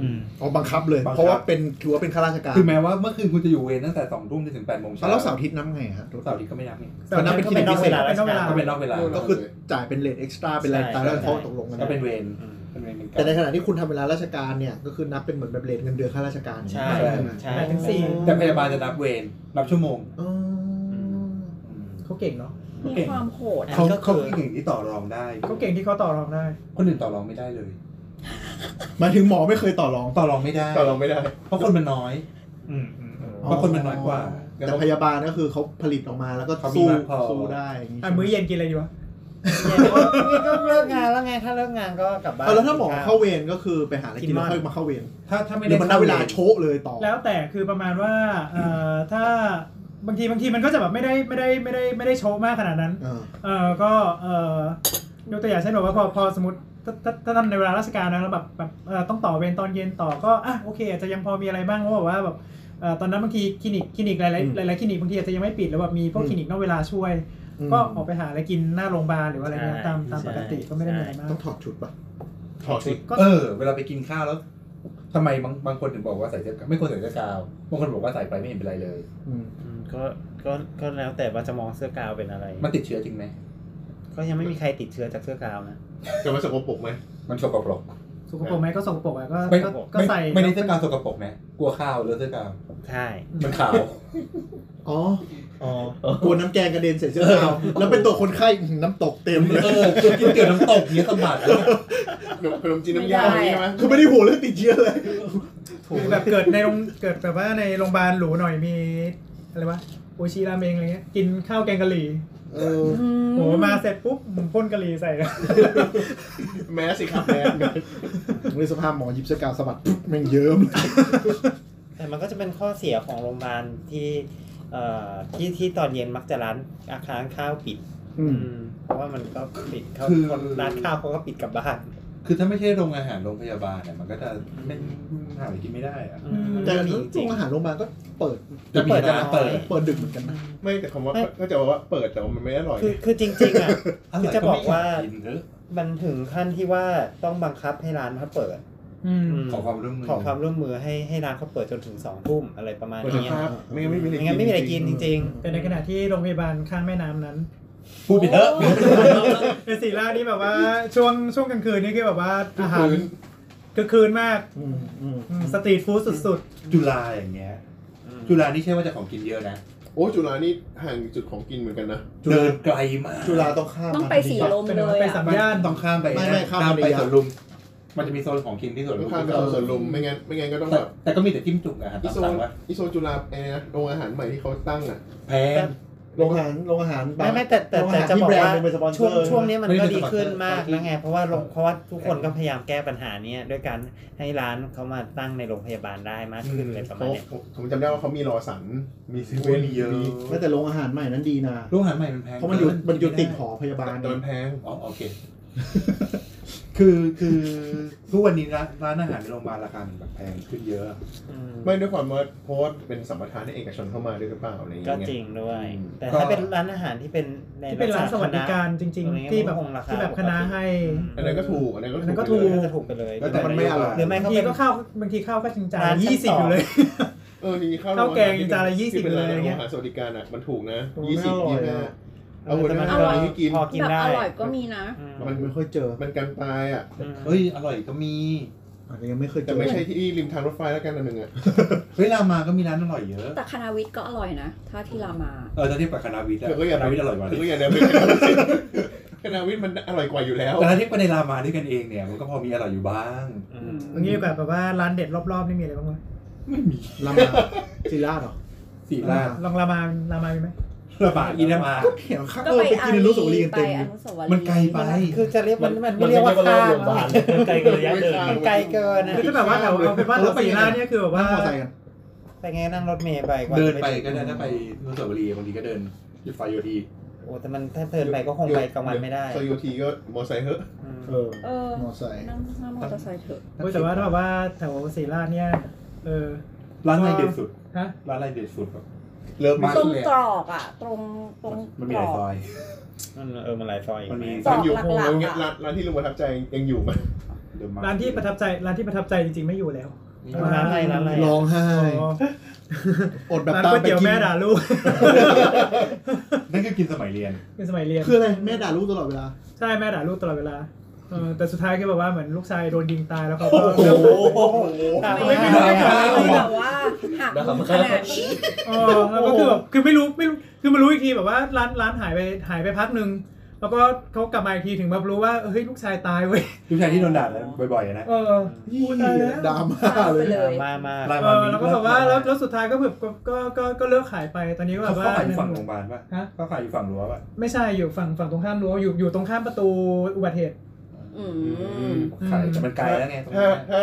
อืม
อ๋อบังคับเลย
บังคับ
เพราะว่าเป็นถือว่าเป็นข้าราชการ
คือแม้ว่าเมื่อคืนคุณจะอยู่เวรตั้งแต่สองทุ่มจนถึงแปดโมงเช้า
แล้วเสาร์อาทิตย์นับไงฮะ
เสาร์อาทิตย์ก็ไม่นับนี่
ก็นับเป็นที่เรียนพิเศษ
เป็นนอกเวลา
ก็เป็นนอกเวลา
ก็คือจ่ายเป็นเลทเอ็กซ์ตร้าเป็นอะไร
ใช่
ตามแล้ว
ใช่
เขาตกลงกัน
ก็เป็นเวร
อืม
เป็นเวรเป็นกรร
แต่ใน
ม
ขณะที่คุณทำเวลาราชการเนี่ยก็คือนับเป็นเหมือนแบบเลทเงินเดือนข้าราชการ
ใช่
ไหม
ใช่
แปดถึงสี่
แต่พยาบาลจะนับเวรนับชั่วโมง
อ๋อ
เขาเก่งเนาะ
มีความโหดอะ
เขาเขาคือเก่งที่ต่อรองได้
เขาเก่งที่เขาต่อรองได้
คนอื่นต่อรองไม่ได้เลย
หมายถึงหมอไม่เคยต่อรอง
ต่อรองไม่ได้
แต่เราไม่ได้
เพราะคนมันน้อย
อืมอืมอืม
เพราะคนมันน้อยกว่า
แต่พยาบาลก็คือเขาผลิตออกมาแล้วก็
เขามี
สู้
มากพอ
สู้ได้อย่างงี้
อ่ะมื้อเย็นกินอะไรดีวะ
ก็เลิกงานแล้วไงถ้าเลิกงานก็กลับบ้าน
เอาแล้วถ้าหมอเข้าเวรก็คือไปหาอะไรกินแล้ว
กินบ้าน
ค่อยมาเข้าเวร
ถ้าถ้าไม่ได้
เดี๋ยวมันนับเวลาโชะเลยต่อ
แล้วแต่คือประมาณว่าเอ่อถ้าบางทีบางทีมันก็จะแบบไม่ได้ไม่ได้ไม่ได้ไม่ได้โชว์มากขนาดนั้น
อ่า
เออก็เออยกตัวอย่างเช่นแบบว่าพอพอสมมติถ้าถ้าถ้าทำในเวลาราชการนะแล้วแบบแบบเอ่อต้องต่อเวรตอนเย็นต่อก็อ่ะโอเคอาจจะยังพอมีอะไรบ้างเพราะแบบว่าแบบเอ่อตอนนั้นบางทีคลินิกคลินิกหลาย
อืม
ๆหลายๆคลินิกบางทีอาจจะยังไม่ปิดแล้วแบบมีพวก
อืม
คลินิกนอกเวลาช่วย
อืม
ก็ออกไปหาอะไรกินหน้าโรงพยาบาลหรืออะไรเงี้ย
ใช่
ตามตามปกติ
ใช่
ก็ไม่ได้มีอะไรมาก
ต้องถอดชุดป่ะ
ถอดชุดเออ เวลาไปกินข้าวแล้วทำไมบางบางคนถึงบอกว่าใส่เสื้อกาวไม่ควรใส่เสื้อกาวบางคนบอกว่าใส่ไปไม่เห็นเป็นไรเลย
อืม
อืมก็ก็ก็แล้วแต่ว่าจะมองเสื้อกาวเป็นอะไร
มันติดเชื้อจริงไหม
ก็ยังไม่มีใครติดเชื้อจากเสื้อกาวนะ
จะมาสกปรกไหม
มันสกปรก
สกปรกไหมก็สกปรกอะก็
ไม่
ก็ก็
ไม่
ใส่
ไม่ได้เสื้อกาวสกปรกนะกลัวข้าวเลอะเสื้อกาว
ใช่
มัน
*laughs*
ขาว
อ๋อ อ๋อกลัวน้ำแกงกระเด็นใส่เสื้อเราวแล้วเป็นตัวคนไข้อื้อหือน้ำตกเต็มเลย
เออกินกินเตี๋ยวน้ำตกเนี้ยสมบัติเลย
ขนมขนมจีนน้ำยาอะไรอย่างงี้ใช่ไหม
คือไม่ได้ห่วงเรื่องติดเชื้อเลย
คือแบบเกิดในโรงเกิดแบบว่าในโรงพยาบาลหรูหน่อยมีอะไรวะโอชิราเมงอะไรเงี้ยกินข้าวแกงกะหรี่
เออ
โหมาเสร็จปุ๊บผมพ่นกะหรี่ใส่เลย
แมสสิครับแมส
ในสภาพหมอหยิบเสื้อกาวสะบัดปุ๊บแม่งเยิ้มเลย
แต่มันก็จะเป็นข้อเสียของโรงพยาบาลที่เอ่อที่ที่ตอนเย็นมักจะร้านอาคารข้าวปิด
อืม
อืมเพราะว่ามันก็ปิดเขา
คือ
คนร้านข้าวเขาก็ปิดกลับบ้าน
คือถ้าไม่ใช่โรงอาหารโรงพยาบาลเนี่ยมันก็จะไม่หาอะไรกินไม่ได้อะ
อืม
แต่
มีจ
โร
ริง
งอาหารโรงพยาบาลก็เปิด
จะมีร้านเปิด
เปิดดึกเหมือนกันนะ
ไม่แต่คำว่า
ไม่
ก็จะบอกว่าเปิดแต่ว่ามันไม่อร่อย
คือคือจริงๆอ่ะ คือจะบอกว่า
กินเถอะ
มันถึงขั้นที่ว่าต้องบังคับให้ร้านเขาเปิด
ขอความร่วมมือ
ขอความร่วมมือให้ให้ร้านเขาเปิดจนถึงสองทุ่มอะไรประมาณ
เปิด
นี้
ภาพไม่งั้นไม่มี
ไม่งั้นไม่มีอะไรกินจริงๆ
แต่ในขณะที่โรงพยาบาลข้างแม่น้ำนั้น *laughs*
พูดไปเถอะ
ในสีราชนี่แบบว่าช่วงช่วงกลางคืนนี่คือแบบว่าอาหารคือคืนมาก
อืมอืม
อืมสตรีทฟู้ดสุด
จุฬาอย่างเงี้ย จุฬานี่ใช่ว่าจะของกินเยอะนะ
โอ้จุฬานี่ห่างจุดของกินเหมือนกันนะ
จุฬา
เดินไกลมาก
จุฬาต้องข้าม
ต้องไป
มา
สีลม
ๆเป็น
เล
แบบว่าย ไปสา
อะ
มย่าน
ต้องข้ามไป
ไม่ไม่ข้าม
ไป
ไปยาว
สวนลุม มันจะมีโซนของกินที่สวน
ต้
ลุ
อง
ม
ข้ามไปเอาสวนลุมไม่งั้นไม่งั้นก็ต้อง
แต่
แบบ
แต่ก็มีแต่จิ้มจุ่มอาหาร
อิ
ตาม
โซ
สั่งว่า
อิโซจุฬาเอนะโรงอาหารใหม่ที่เขาตั้งอ่ะ
แพง
โรงอาหารโรงอาหารบา
ไม่
ร์
ไม่แต่แต่แต่จะบอกว่า
โรงอาหารที่แบรนด์เป็นสปอนเซอร์
ช่วงช่วงนี้มัน
ไม่
ก็
ได้
ดีขึ้น
สปอนเซอร์
มาก
ครับ
แล้วไงเพราะว่าโรงเพราะว่าทุกคนก็พยายามแก้ปัญหาเนี้ยด้วยการให้ร้านเขามาตั้งในโรงพยาบาลได้มากขึ้นเลยประมา
เขา
ณเนี้ย
ผมจำได้ว่าเขามีรอสัน มีเซเว่น
มีเยอะ
ไม่แต่โรงอาหารใหม่นั้นดีนะ
โรงอาหารใหม่มันแพง
เพราะมันอยู่มันอยู่ติดหอพยาบาล
โดนแพง
อ๋อโอเค คือคือทุกวันนี้ร้านร้านอาหารในโรงพยาบาลราคามันแบบแพงขึ้นเยอะ
อืม
ไม่ด้วยความว่าโพสต์เป็นสัมปทานให้เอกชนเข้ามาด้วยหรือเปล่าอะไรอย่าง
ก็
เงี้ย
จริงด้วย
อืม
แต่
ก็
ถ้าเป็นร้านอาหารที่เป็นใน
ที่เป็นร้านสวัสดิการจริง ๆ ที่แบบที่แบบคณะให้
อันนั้นก็ถูกอันนั้นก็
อันนั้นก็ถู
ถูก
ก็จะถูกไปเลย
แต่มันไม่อร่อย
หรือไม่
บาง
ก็
ที
เป็น
ก็ข้าวบางทีข้าวก็จริงจัง
ร้านชั้น
ยี่สิบ
สอง
อยู่เลย
เออจริงๆข้าว
ข้าวแกงจานละ20
ที่เป็นร้าน
เลยเนี่ย
อาหารสวัสดิการอ่ะมันถูกนะ
โอ้
ยี่สิบ
น่าอ
ยี่ห้าเอาค
ร่อยอะ
นนั้น
แต่
เอาคนนี้กิน
พอกิน
แบบ
ได้
อร่อยก็มีนะ
อื
มั
มัน นไม่ค่อยเจอ
มันการตายอ่ะ
อืม
เฮ้ยอร่อยก็มี
อาจจะยังไม่เคยเจ
แต่
อ
ไม่ใช่ที่ริมทางรถไฟแล้วกันอันหนึ่งอ่ะ
เฮ้ยรามาก็มีร้านอร่อยเยอะ
แต่คณะวิทย์ก็อร่อยนะ ถ้าที่รามา
เออถ้าเทียบกับคณะวิทย์อะ
เธอก็อย่า
คณะวิทย์อร่อยกว่า
เธอก็
นะ
อย่าเดินไปคณะวิทย์มันอร่อยกว่าอยู่แล้ว
แต่ถ้าเทียบกันในรามาด้วยกันเองเนี่ย มันก็พอมีอร่อยอยู่บ้าง
อืม
อย่างนี้แบบแบบว่าร้านเด็ดรอบๆนี่มีอะไรบ้างวะ
ลามาจิล่าเหรอ
สีราช
ลองรามารามามีไหม
ระบาดอินามา
ก็เถียงข้าง
ก็
เออ
ไป
ไป
อา
กินอ
รี
นุสาวรีย์กัน
ไป
เต็ม
อ
เลย
นุสาวรีย์
มันไกลไป
คือจะเรียกมันมันไม่
มัน
เรียกว่า
ไม่เรียกว่า
ข้าม
โรงพยาบาล ไกลเกินระยะเดิน
มันไกลเกินนะ
คือถ้าแบบว่าเราเอาเป็นว่า
แล้
เรา
วไป
สี
ยัง
ห
ไง
น้าเนี่ยคือแบบว่า
นั่งมอเตอร์ไซค์กัน
ไปไงนั่งรถเมล์ไปว่า
เดินไปก็ได้ถ้าไปอนุสาวรีย์บางทีก็เดินรถไฟโยที
โอ้แต่มันถ้าเดินไปก็คงไปกลางวันไม่ได้
ซอยโยทีก็มอไซค์เหอะ
อืม
เออ
เออ
มอไซค์
นั่งนั่งมอเตอร์ไซค์เถอะ
เว้ยแต่ว่าถ้าแบบว่าแถวศรีราชเนี่ยเออ
ร้านอะไรเด็ดสุด
ฮะ
ร้านอะไรเด็ดสุดแบบ
เริ่มมา
ตรงตรอกอ่ะ ตรงตรง
มั
ต
นมี
ร
หลา
อยก
ซอย
มันเออมันหลายซอยอีก
มันมี
ตร
ยั
องก
อยู่
หลัก
ร้าน
ๆ
เนี้ย
อ่ะ
ร้านร้านที่ลุงประทับใจยังอยู่ไหม
เดิมม
ร้านที่ประทับใจร้านที่ประทับใจจริงๆไม่อยู่แล้ว
ร้านอะไรร้านอะไร
ร้องไห้
อ๋อ
อดแบบ
ร้าน
ตาม
ก๋วย
ไป
เตี๋ยว
กิน
แม่ด่าลูก *laughs*
นั่นคือกินสมัยเรียน
เป็นสมัยเรียน
คืออะไรแม่ด่าลูกตลอดเวลา
ใช่แม่ด่าลูกตลอดเวลาเออแต่สุดท้ายคือแบบว่าเหมือนลูกชายโดนยิงตายแล้วเขาก็
โอ้โห
ตาม
ไม่
ไม่
ไม่
ได้
ไม่แบบว่าหักมุมขนาดนี้
เออแล้วก็คือแบบคือไม่รู้ไม่รู้คือมารู้อีกทีแบบว่าร้านร้านหายไปหายไปพักหนึ่งแล้วก็เขากลับมาอีกทีถึงแบบรู้ว่าเฮ้ยลูกชายตายเว้ย
ลูกชายที่โดนด่าแล้วบ่อยๆนะ
เออพูดตายแล้ว
ดราม่าเล
ไป
ย
เลย
มามา
ร้าน
เอ
มั
อ
นมี
แล้วก็แบบว่าแล้วแล้วสุดท้ายก็แบบก็ก็ก็ก็เลิกขายไปตอนนี้ก็แบ
เขา
บว่า
ขายอยู่ฝั่งโรงพยาบาลป่ะ
ฮะ
เขาขายอยู่ฝั่งรั้วป่ะ
ไม่ใช่อยู่ฝั่งฝั่งตรงข้ามรั้วอยู่อยู่ตรงข้ามประตูอุบัติเหตุ
อืม
ขายจะมันไกลแล้วไงตรง
ถ้า
นั้น
ถ้า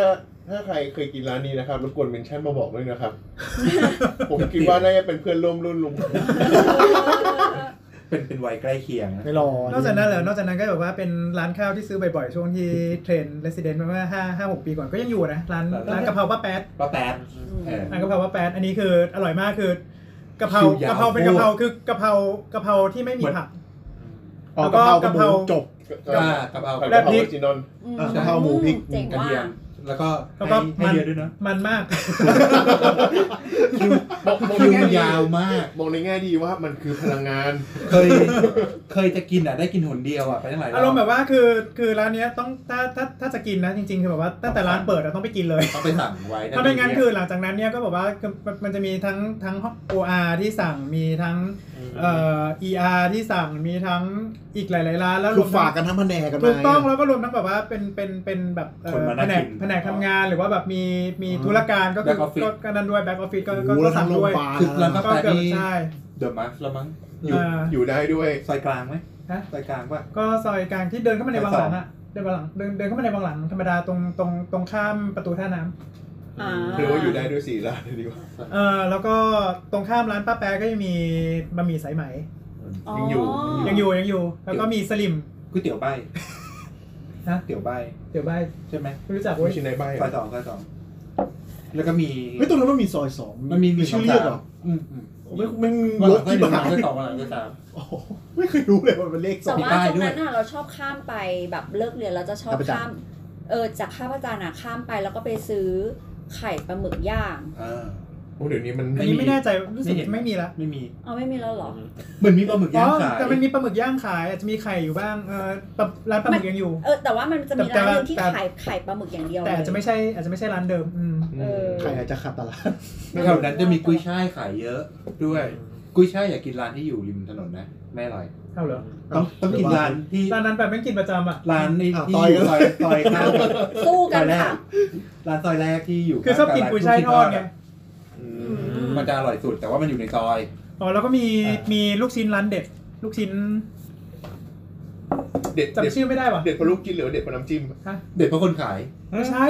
ถ้าใครเคยกินร้านนี้นะครับรบกวนเมนชั่นมาบอกด้วยนะครับ *laughs* ผมคิดว่าน่าจะเป็นเพื่อนร่วมรุ่น
*laughs*
ลุง
เป็นเป็นวัยใกล้เคียงนะ
ไม่รอน
อกจากนั้นเหรอนอกจากนั้นก็แบบว่าเป็นร้านข้าวที่ซื้อบ่อยๆช่วงที่เทรนเรสซิเดนต์มาเมื่อห้าห้าหกปีก่อนก็ยังอยู่นะร้านร้านกะเพราป้าแป๊ด
ป้าแป๊บเออ
ร้านกะเพราป้าแป๊ดอันนี้คืออร่อยมากคือกะเพรา
คิวยาว
กะเพราเป็นกะเพราคือกะเพรากะเพราที่ไม่มีผัก
ออก
แล้
กะ
วก็
เพรากระ
กะเพรา
เพราจบ
อ่ากับเอา
ผัด
แบ
กะ
บ
เพรา
นี้
ออริจินอล
เออกะเพราหมูพริก
เจ๋ง
กระ
ว่า
เทียมแล้วก็
แล้วก็
ให้ให้
มัน
เยอะด้วยเนาะ
มันมาก
มองมอง
คิ
ใน
ว
แง่
มัน
ดี
ยาวมาก
มองในแง่ดีว่ามันคือพลังงาน *laughs*
เคย เคยจะกินอ่ะ ได้กินหนเดียวอ่ะ ไปทั้งหลาย
อารมณ์แบบว่าคือคือร้านเนี้ยต้องถ้าถ้าถ้าจะกินนะจริงๆคือแบบว่าตั้งแต่ร้านเปิดเราต้องไปกินเลย
ต้องไปสั่งไว้ะ
ถ้าไม่งั้นคือหลังจากนั้นเนี่ยก็แบบว่าคือมันมันจะมีทั้งทั้ง OR ที่สั่งมีทั้งเอ่อ ER ที่สั่งมีทั้งอีกหลายๆร้านแล้วร
คือ
วม
ฝา
ทั้
กกันทั้งแผนกกันมา
ถูกต้องแล้วก็รวมทั้งแบบว่าเป็นเป็นเป็นแบบเอ่อ
คนมา
แผ
นั่
นก
งกิ
แผนกทำงานหรือว่าแบบมีมีธุรการก็คื
Back office
ก็ก็นั่นด้วยแบ็กออฟฟิศก็
โอ้
ก็
โหแล้ว
สั่งด้วย
ทั้งโรงพยาบาล
คือร้าน
ก็
กาแฟ
เกือบ
นี่
ใช่
เดอะมัสละมั้ง
อยู่
เอ่อ
อยู่ได้ด้วย
ซอยกลางไหม
ฮะ
ซอยกลางป่ะ
ก็ซอยกลางที่เดินเข้ามาใน
ซอย
วังหลัง
สอง
อะเดินวังหลังเดินเดินเข้ามาในวังหลังธรรมดาตรงตรงตรงข้ามประตูท่าน้ำ
อ่า
หรือว่าอยู่ได้ด้วยสีร้านเลยดีกว่า
เออแล้วก็ตรงข้ามร้านป้าแป๊ก็ยังมีบะหมี่สายไหม
ยังอยู่
อ
ยังอยู่ยังอยู่ แล้วก็มีสลิม
ก๋วยเตี๋ยวใบ
ฮะ
เตี๋ยวใบ
เดี๋ยวใบ
ใช่ไหม
ไม่รู้จัก
ไม่
เว้ย
ใช่ในบ้าน
ซอยสองซอยสอง แล้วก็มี
เฮ้ยตรงนั้นมันมีซอยสอง
มันมี
มีชื่อเรียกเหรอ
อืมอืม
ไม่ไม่
วัน
ร
หลั
ถ
ง
ที่
ที่บ้านซอย
บ้าน
สองวันหลังซอยสาม
โอ้โหไม่เคยรู้เลยว่ามันเลขส
แต่
อง
ว่าตรงนั้นน่ะเราชอบข้ามไปแบบเลิกเรียนเราจะชอบ
ข้ามไปจ้ะ
ข้าม เออจากข้าพเจ้าน่ะข้ามไปแล้วก็ไปซื้อไข่ปลาหมึกย่าง
โอ้เดี๋ยวนี้มัน
ไม่
อัน
มี
นี้ไม่แน่ใจรู้สึก
ไม่เห็น
ไม่มีละ
ไม่มี
เอาไม่มีแล้วเหรอ
เหมือนมีปลาหมึก
อ๋
ย่า
อง
ขาย
แต่มันมีปลาหมึกย่างขายอาจจะมีไข่อยู่บ้างเออปลาร้านปลาหมึกยังอยู่
เออแต่ว่ามันจะมี
แต่
ร้านห
แต่
นึงที่
แต่
ขายไข่ปลาหมึกอย่างเดียว
แต่อาจจะไม่ใช่อาจจะไม่ใช่ร้านเดิมอืม
เออ
ใครอาจจะขาดตลาด
แถวนั้นจะมีกุ้ยช่ายขายเยอะด้วย กุ้ยช่ายอย่ากินร้านที่อยู่ริมถนนนะ ไม่อร่อย
เท่าเหรอ
ต้องต้องกินร้านที่
ร้านนั้นแบบไม่งกินประจำอ่ะ
ร้านในที่อยู่ซอยซอยข้างกับ
สู้
ซ
กั
อน ยแรก
ค่ะ
ร้านซอยแรกที่อยู่
คือชอบกินกุ้ยช่ายทอดไง
มันจะอร่อยสุดแต่ว่ามันอยู่ในซอย
อ๋อแล้วก็มี
อ่ามี
มีลูกชิ้นร้านเด็ด ลูกชิ้น
เด็ดเด็ด
จำชื่อไม่ได้ว่ะ
เด็ดเพราะลูกกินหรือเด็ดเพราะน้ำจิ้ม
เด็ดเพราะคนขาย
ไม่ใช่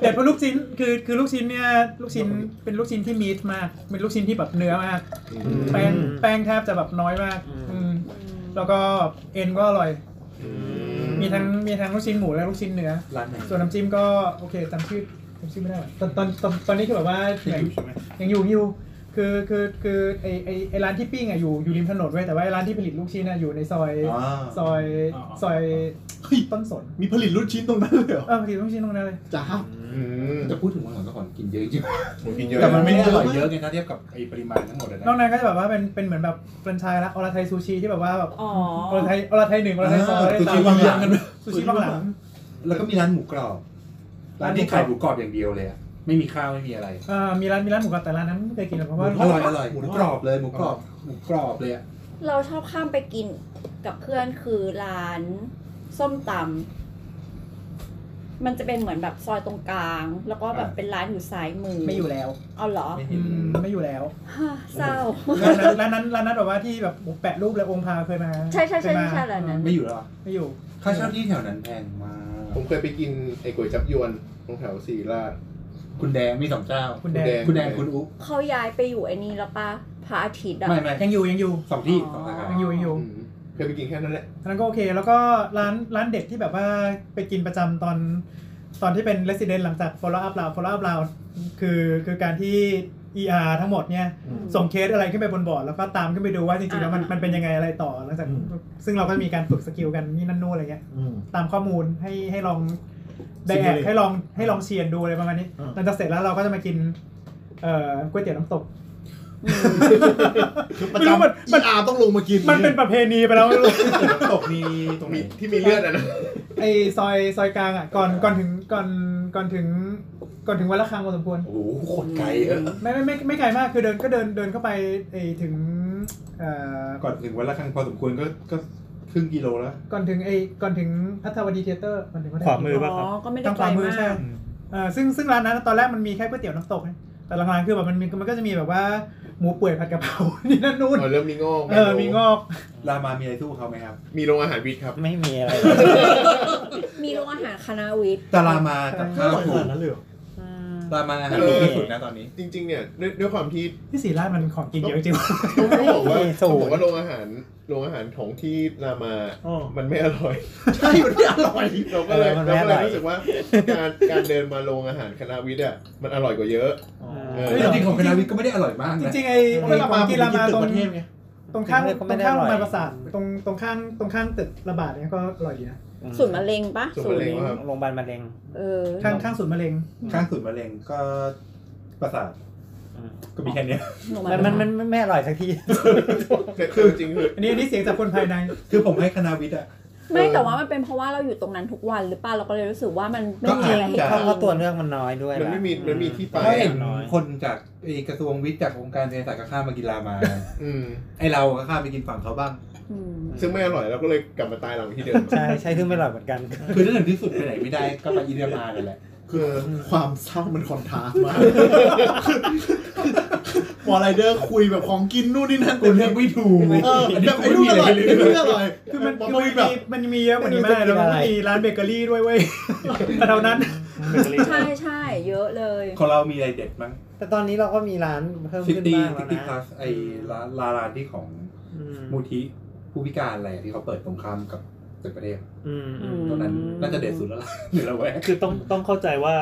เด็ดเพราะลูกชิ้นคือคือลูกชิ้นเนี่ยลูกชิ้นเป็นลูกชิ้นที่มีดมาก เป็นลูกชิ้นที่แบบเนื้อมาก แป้งแป้งแทบจะแบบน้อยมากอืมแล้วก็เอ็นก็อร่อย มีทั้งมีทั้งลูกชิ้นหมูและลูกชิ้นเนื้อ
ร้านไหน
ส่วนน้ำจิ้มก็โอเคจำชื่อจำชื่อไม่ได้ว่ะตอนตอนตอนตอนนี้คือแบบว่า
ที่อยู่ใช่ไหม
ยังอยู่ยังอยู่คือคือคือไอไอไอร้านที่ปิ้งอ่ะอยู่อยู่ริมถนนเว้ยแต่ว่าไอร้านที่ผลิตลูกชิ้นอ่ะอยู่ในซอย
อ๋อ
ซอยซอยต้นสน
มีผลิตรุ่นชิ้นตรงนั้นเลยเหรอ
เออผลิตลูกชิ้นตรงนั้นเลย
จ้า
จะพูดถึงวันหลังก็ขอนกินเยอะจริง
ผมกินเย
แต่
อะ
มันไม่ได้อร่อยเยอะไงถ้าเทียบกับไอ้ปริมาณทั้งหมดอะนะ
นอกนั้นก็จะแบบว่าเป็นเป็นเหมือนแบบแฟรนไชส์ละอรไทยซูชิที่แบบว่าแบบ
อ๋อ
อรไทยอรไทยหนึ่งอรไทยสองอรไทย
ซู
สา
ชิ
ม
วางหลังกัน
ซูชิบางหลัง
แล้วก็มีร้านหมูกรอบ ร้านที่ขายหมูกรอบอย่างเดียวเลยอะไม่มีข้าวไม่มีอะไร
เอ่อมีร้านมีร้านหมูกรอบแต่ร้านนั้นไม่เคยกินหรอกเพราะว่า
อร่อยอร่อยหมูกรอบเลยหมูกรอบหมูกรอบเลยอะ
เราชอบข้ามไปกินกับเพื่อนคือร้าน ส้มตำ มันจะเป็นเหมือนแบบซอยตรงกลาง แล้วก็แบบเป็นร้านอยู่ซ้ายมือ
ไม่อยู่แล้ว
เอาเหรอ
อืมไม่อยู่แล้ว
ฮ่าเศร้า
ร้านนั้นร้านนั้นแบบว่าที่แบบแปะรูปเลยองค์พาเคยมา
ใช่ใช่ใช่
เคยม
ใช่ร้านนั้น
ไม่อยู่แล้วเหรอ
ไม่อยู่
ค่าเช่าที่แถวนั้นแพงมาก
ผมเคยไปกินไอ้ก๋วยจับยวนตรงแถวสีราช
คุณแดงมีสองเจ้า
คุณแดง
คุณแดงคุณอุ๊
เขาย้ายไปอยู่ไอ้นี่แล้วปะพระอาทิตย์อะ
ไม่ไม่
ยังอยู่ยังอยู่
สองที่สองสาขา
ยังอยู่ยังอยู่
อืมเคยไปกินแค่นั้นแหละ
อันนั้นก็โอเค แล้วก็ร้านร้านเด็ดที่แบบว่าไปกินประจำตอนตอนที่เป็น resident หลังจาก follow up เรา follow up เราคือคือการที่ ER ทั้งหมดเนี่ย
อืม
ส่งเคสอะไรขึ้นไปบนบอร์ด แล้วก็ตามขึ้นไปดูว่าจริงๆแล้วมัน
อ่ามั
มันเป็นยังไงอะไรต่อหลังจาก
อืม
ซึ่งเราก็มีการฝึกสกิลกันนี่นั่นนู่นอะไรเงี้ย
อืม
ตามข้อมูลให้ให้ลองได้แอ
Simulate
ให้ลองให้ลองเชียนดูอะไรประมาณนี้
อ่า
หลังจากเสร็จแล้วเราก็จะมากินเอ่อก๋วยเตี๋ยวน้ำตก
คือประ
ไม่รู้มัน
จำ
มั
มัน นอาต้องลงมากิน
มันเป็นประเพณีไปแล้วไม่รู้ *laughs*
ตกมีตรง
มี
นี้
ที่มีเลือดอ่ะนะ
ไอซอยซอยกลางอ่ะก่อนก่อนถึงก่อนก่อนถึงก่อนถึงวันละครั้งพอสมควร
โอ้โหโคตรไกลเออ
ไม่ไม่ไม่ไม่ไกลมากคือเดินก็เดินเดินเข้าไปไอถึงเอ่อ
ก่อนถึงวันละครั้งพอสมควรก็ก็ครึ่งกิโลแล้ว
ก่อนถึงไอก่อนถึงพัทวดีเทเตอร์ก่อนถึงพัท
ขวามื
วดี
อปะครับ
อ๋อก็ไม่ได้
ทางข
ไกล
วามือ
มา
ใช่
ก
อืม
เอ่อซึ่งซึ่งร้านนั้นตอนแรกมันมีแค่ก๋วยเตี๋ยวน้ำตกนะแต่หลังๆคือแบบมันมีมันก็จะมีแบบว่าหมูป่วยผัดกะเพรา *laughs* นี่นั่นนู่น
เออเริ่มมีงอก
เออมีงอก
รามามีอะไรสู้เขาไหมครับ
มีโรงอาหารวิทย์ครับ
ไม่มีอะไร
มีโรงอาหารคณะวิทย์
แตารามากับข้าว
ข
ถู
นาก ดนั้นเลยเหรอ
รามาอาหารถูกที่สุดนะตอนนี้
จริง ๆ เนี่ยด้วยด้วยความที่
ที่สีราชมันของกินเยอะจริง
ต้องบอกว่า
ไม่มีสู
ต้อง
ตร
บอกว่าโรงอาหารโรงอาหารของที่รามา
อ๋อ
มันไม่อร่อย
ใช่มันไม่อร่อย
เราก็เลย
เออมันไม่
เราก็เล
อย ร่อย
รู้สึกว่าการการเดินมาโรงอาหารคณะวิทย์อ่ะมันอร่อยกว่าเยอะ เออ
จริงๆของคณะวิทย์ก็ไม่ได้อร่อยมาก
จ
นะ
ริงๆไอ้
เวลามา
ของกินรามา
ผมกิ
ตรง
นตึกประเทศไง
ตรงข้าง
ไม่ได้
ตรงข้างโร
ไม่ได้อร่อย
งพยาบาลประสาทตรงตรงข้างตรงข้างตึกระบาดเนี่ยก็อร่อยดีนะ
ศูนย์มะเร็งปะ
ศูนย์มะเร็ง
โรงพยาบาลมะเร็ง
เออ
ข้างข้างศูนย์มะเร็ง
ข้างสุดมะเร็งก็ประสาท
อืม
ก็มีแค่เนี้ย
มันมันมันมันไม่อร่อยสักที
แต่คือจริงๆคือ
อันนี้อันนี้เสียงจากคนภายใน
คือผมให้คณะวิทย์อ่ะ
ไม่แต่ว่ามันเป็นเพราะว่าเราอยู่ตรงนั้นทุกวันหรือเปล่าเราก็เลยรู้สึกว่ามันไม่มีอะไรให้
ก็อาจจะ
เพราะ
กิ
ว่าน ตัวเลือกมันน้อยด้วย
มันไม่มี
ล่ะ
มันมีที่ไป
ก็เห็น
น้อย
คนจากไอ้กระทรวงวิทย์จากองค์การเพศศาสตร์ก็ข้ามมากินรามา
อืม
ไอเราก็ข้ามไปกินฝั่งเขาบ้าง
อืม
ซึ่งไม่อร่อยเราก็เลยกลับมาตายหลังที่เดิม
ใช่ใช่ซึ่งไม่อร่อยเหมือนกัน
คือถ้าถึงที่สุดไปไหนไม่ได้ก็ไปอินเดียมาเลยแหละ
คือ
ความเศร้ามันคอนทราสต์มาก *laughs* วอลไรเดอร์คุยแบบของกินนู่นนี่นั่น
คุณเลือกไม่ถูก
เออแบบไอ้นู่นอร่อยไอ้นี่อร่อย
คือมัน
บอ
คื
ก
อมั
ว่า
น
แบบ
มีมันมีเยอะกว่านี้มากแล้วมันก็มีร้านเบเกอรี่ด้วยเว้ย *laughs* แต่เท่านั้น
เบเกอรี่
ใช่ใช่เยอะเลย
ของเรามีอะไรเด็ดมั้ง
แต่ตอนนี้เราก็มีร้านเพิ่ม
ซิ
ขึ้น
ตี้
บ้างแล้ว
ซิตี้
นะ
พลัสไอลาลาลานที่ของ
อืม
มูลที่ผู้พิการอะไรอะที่เขาเปิดตรงข้ามกับตึกประเทศ
อืมอืม
ตรงนั้นน่าจะเด็ดสุดแล้วล่ะ *laughs* ในละแวก
คือต้องต้องเข้าใจว่า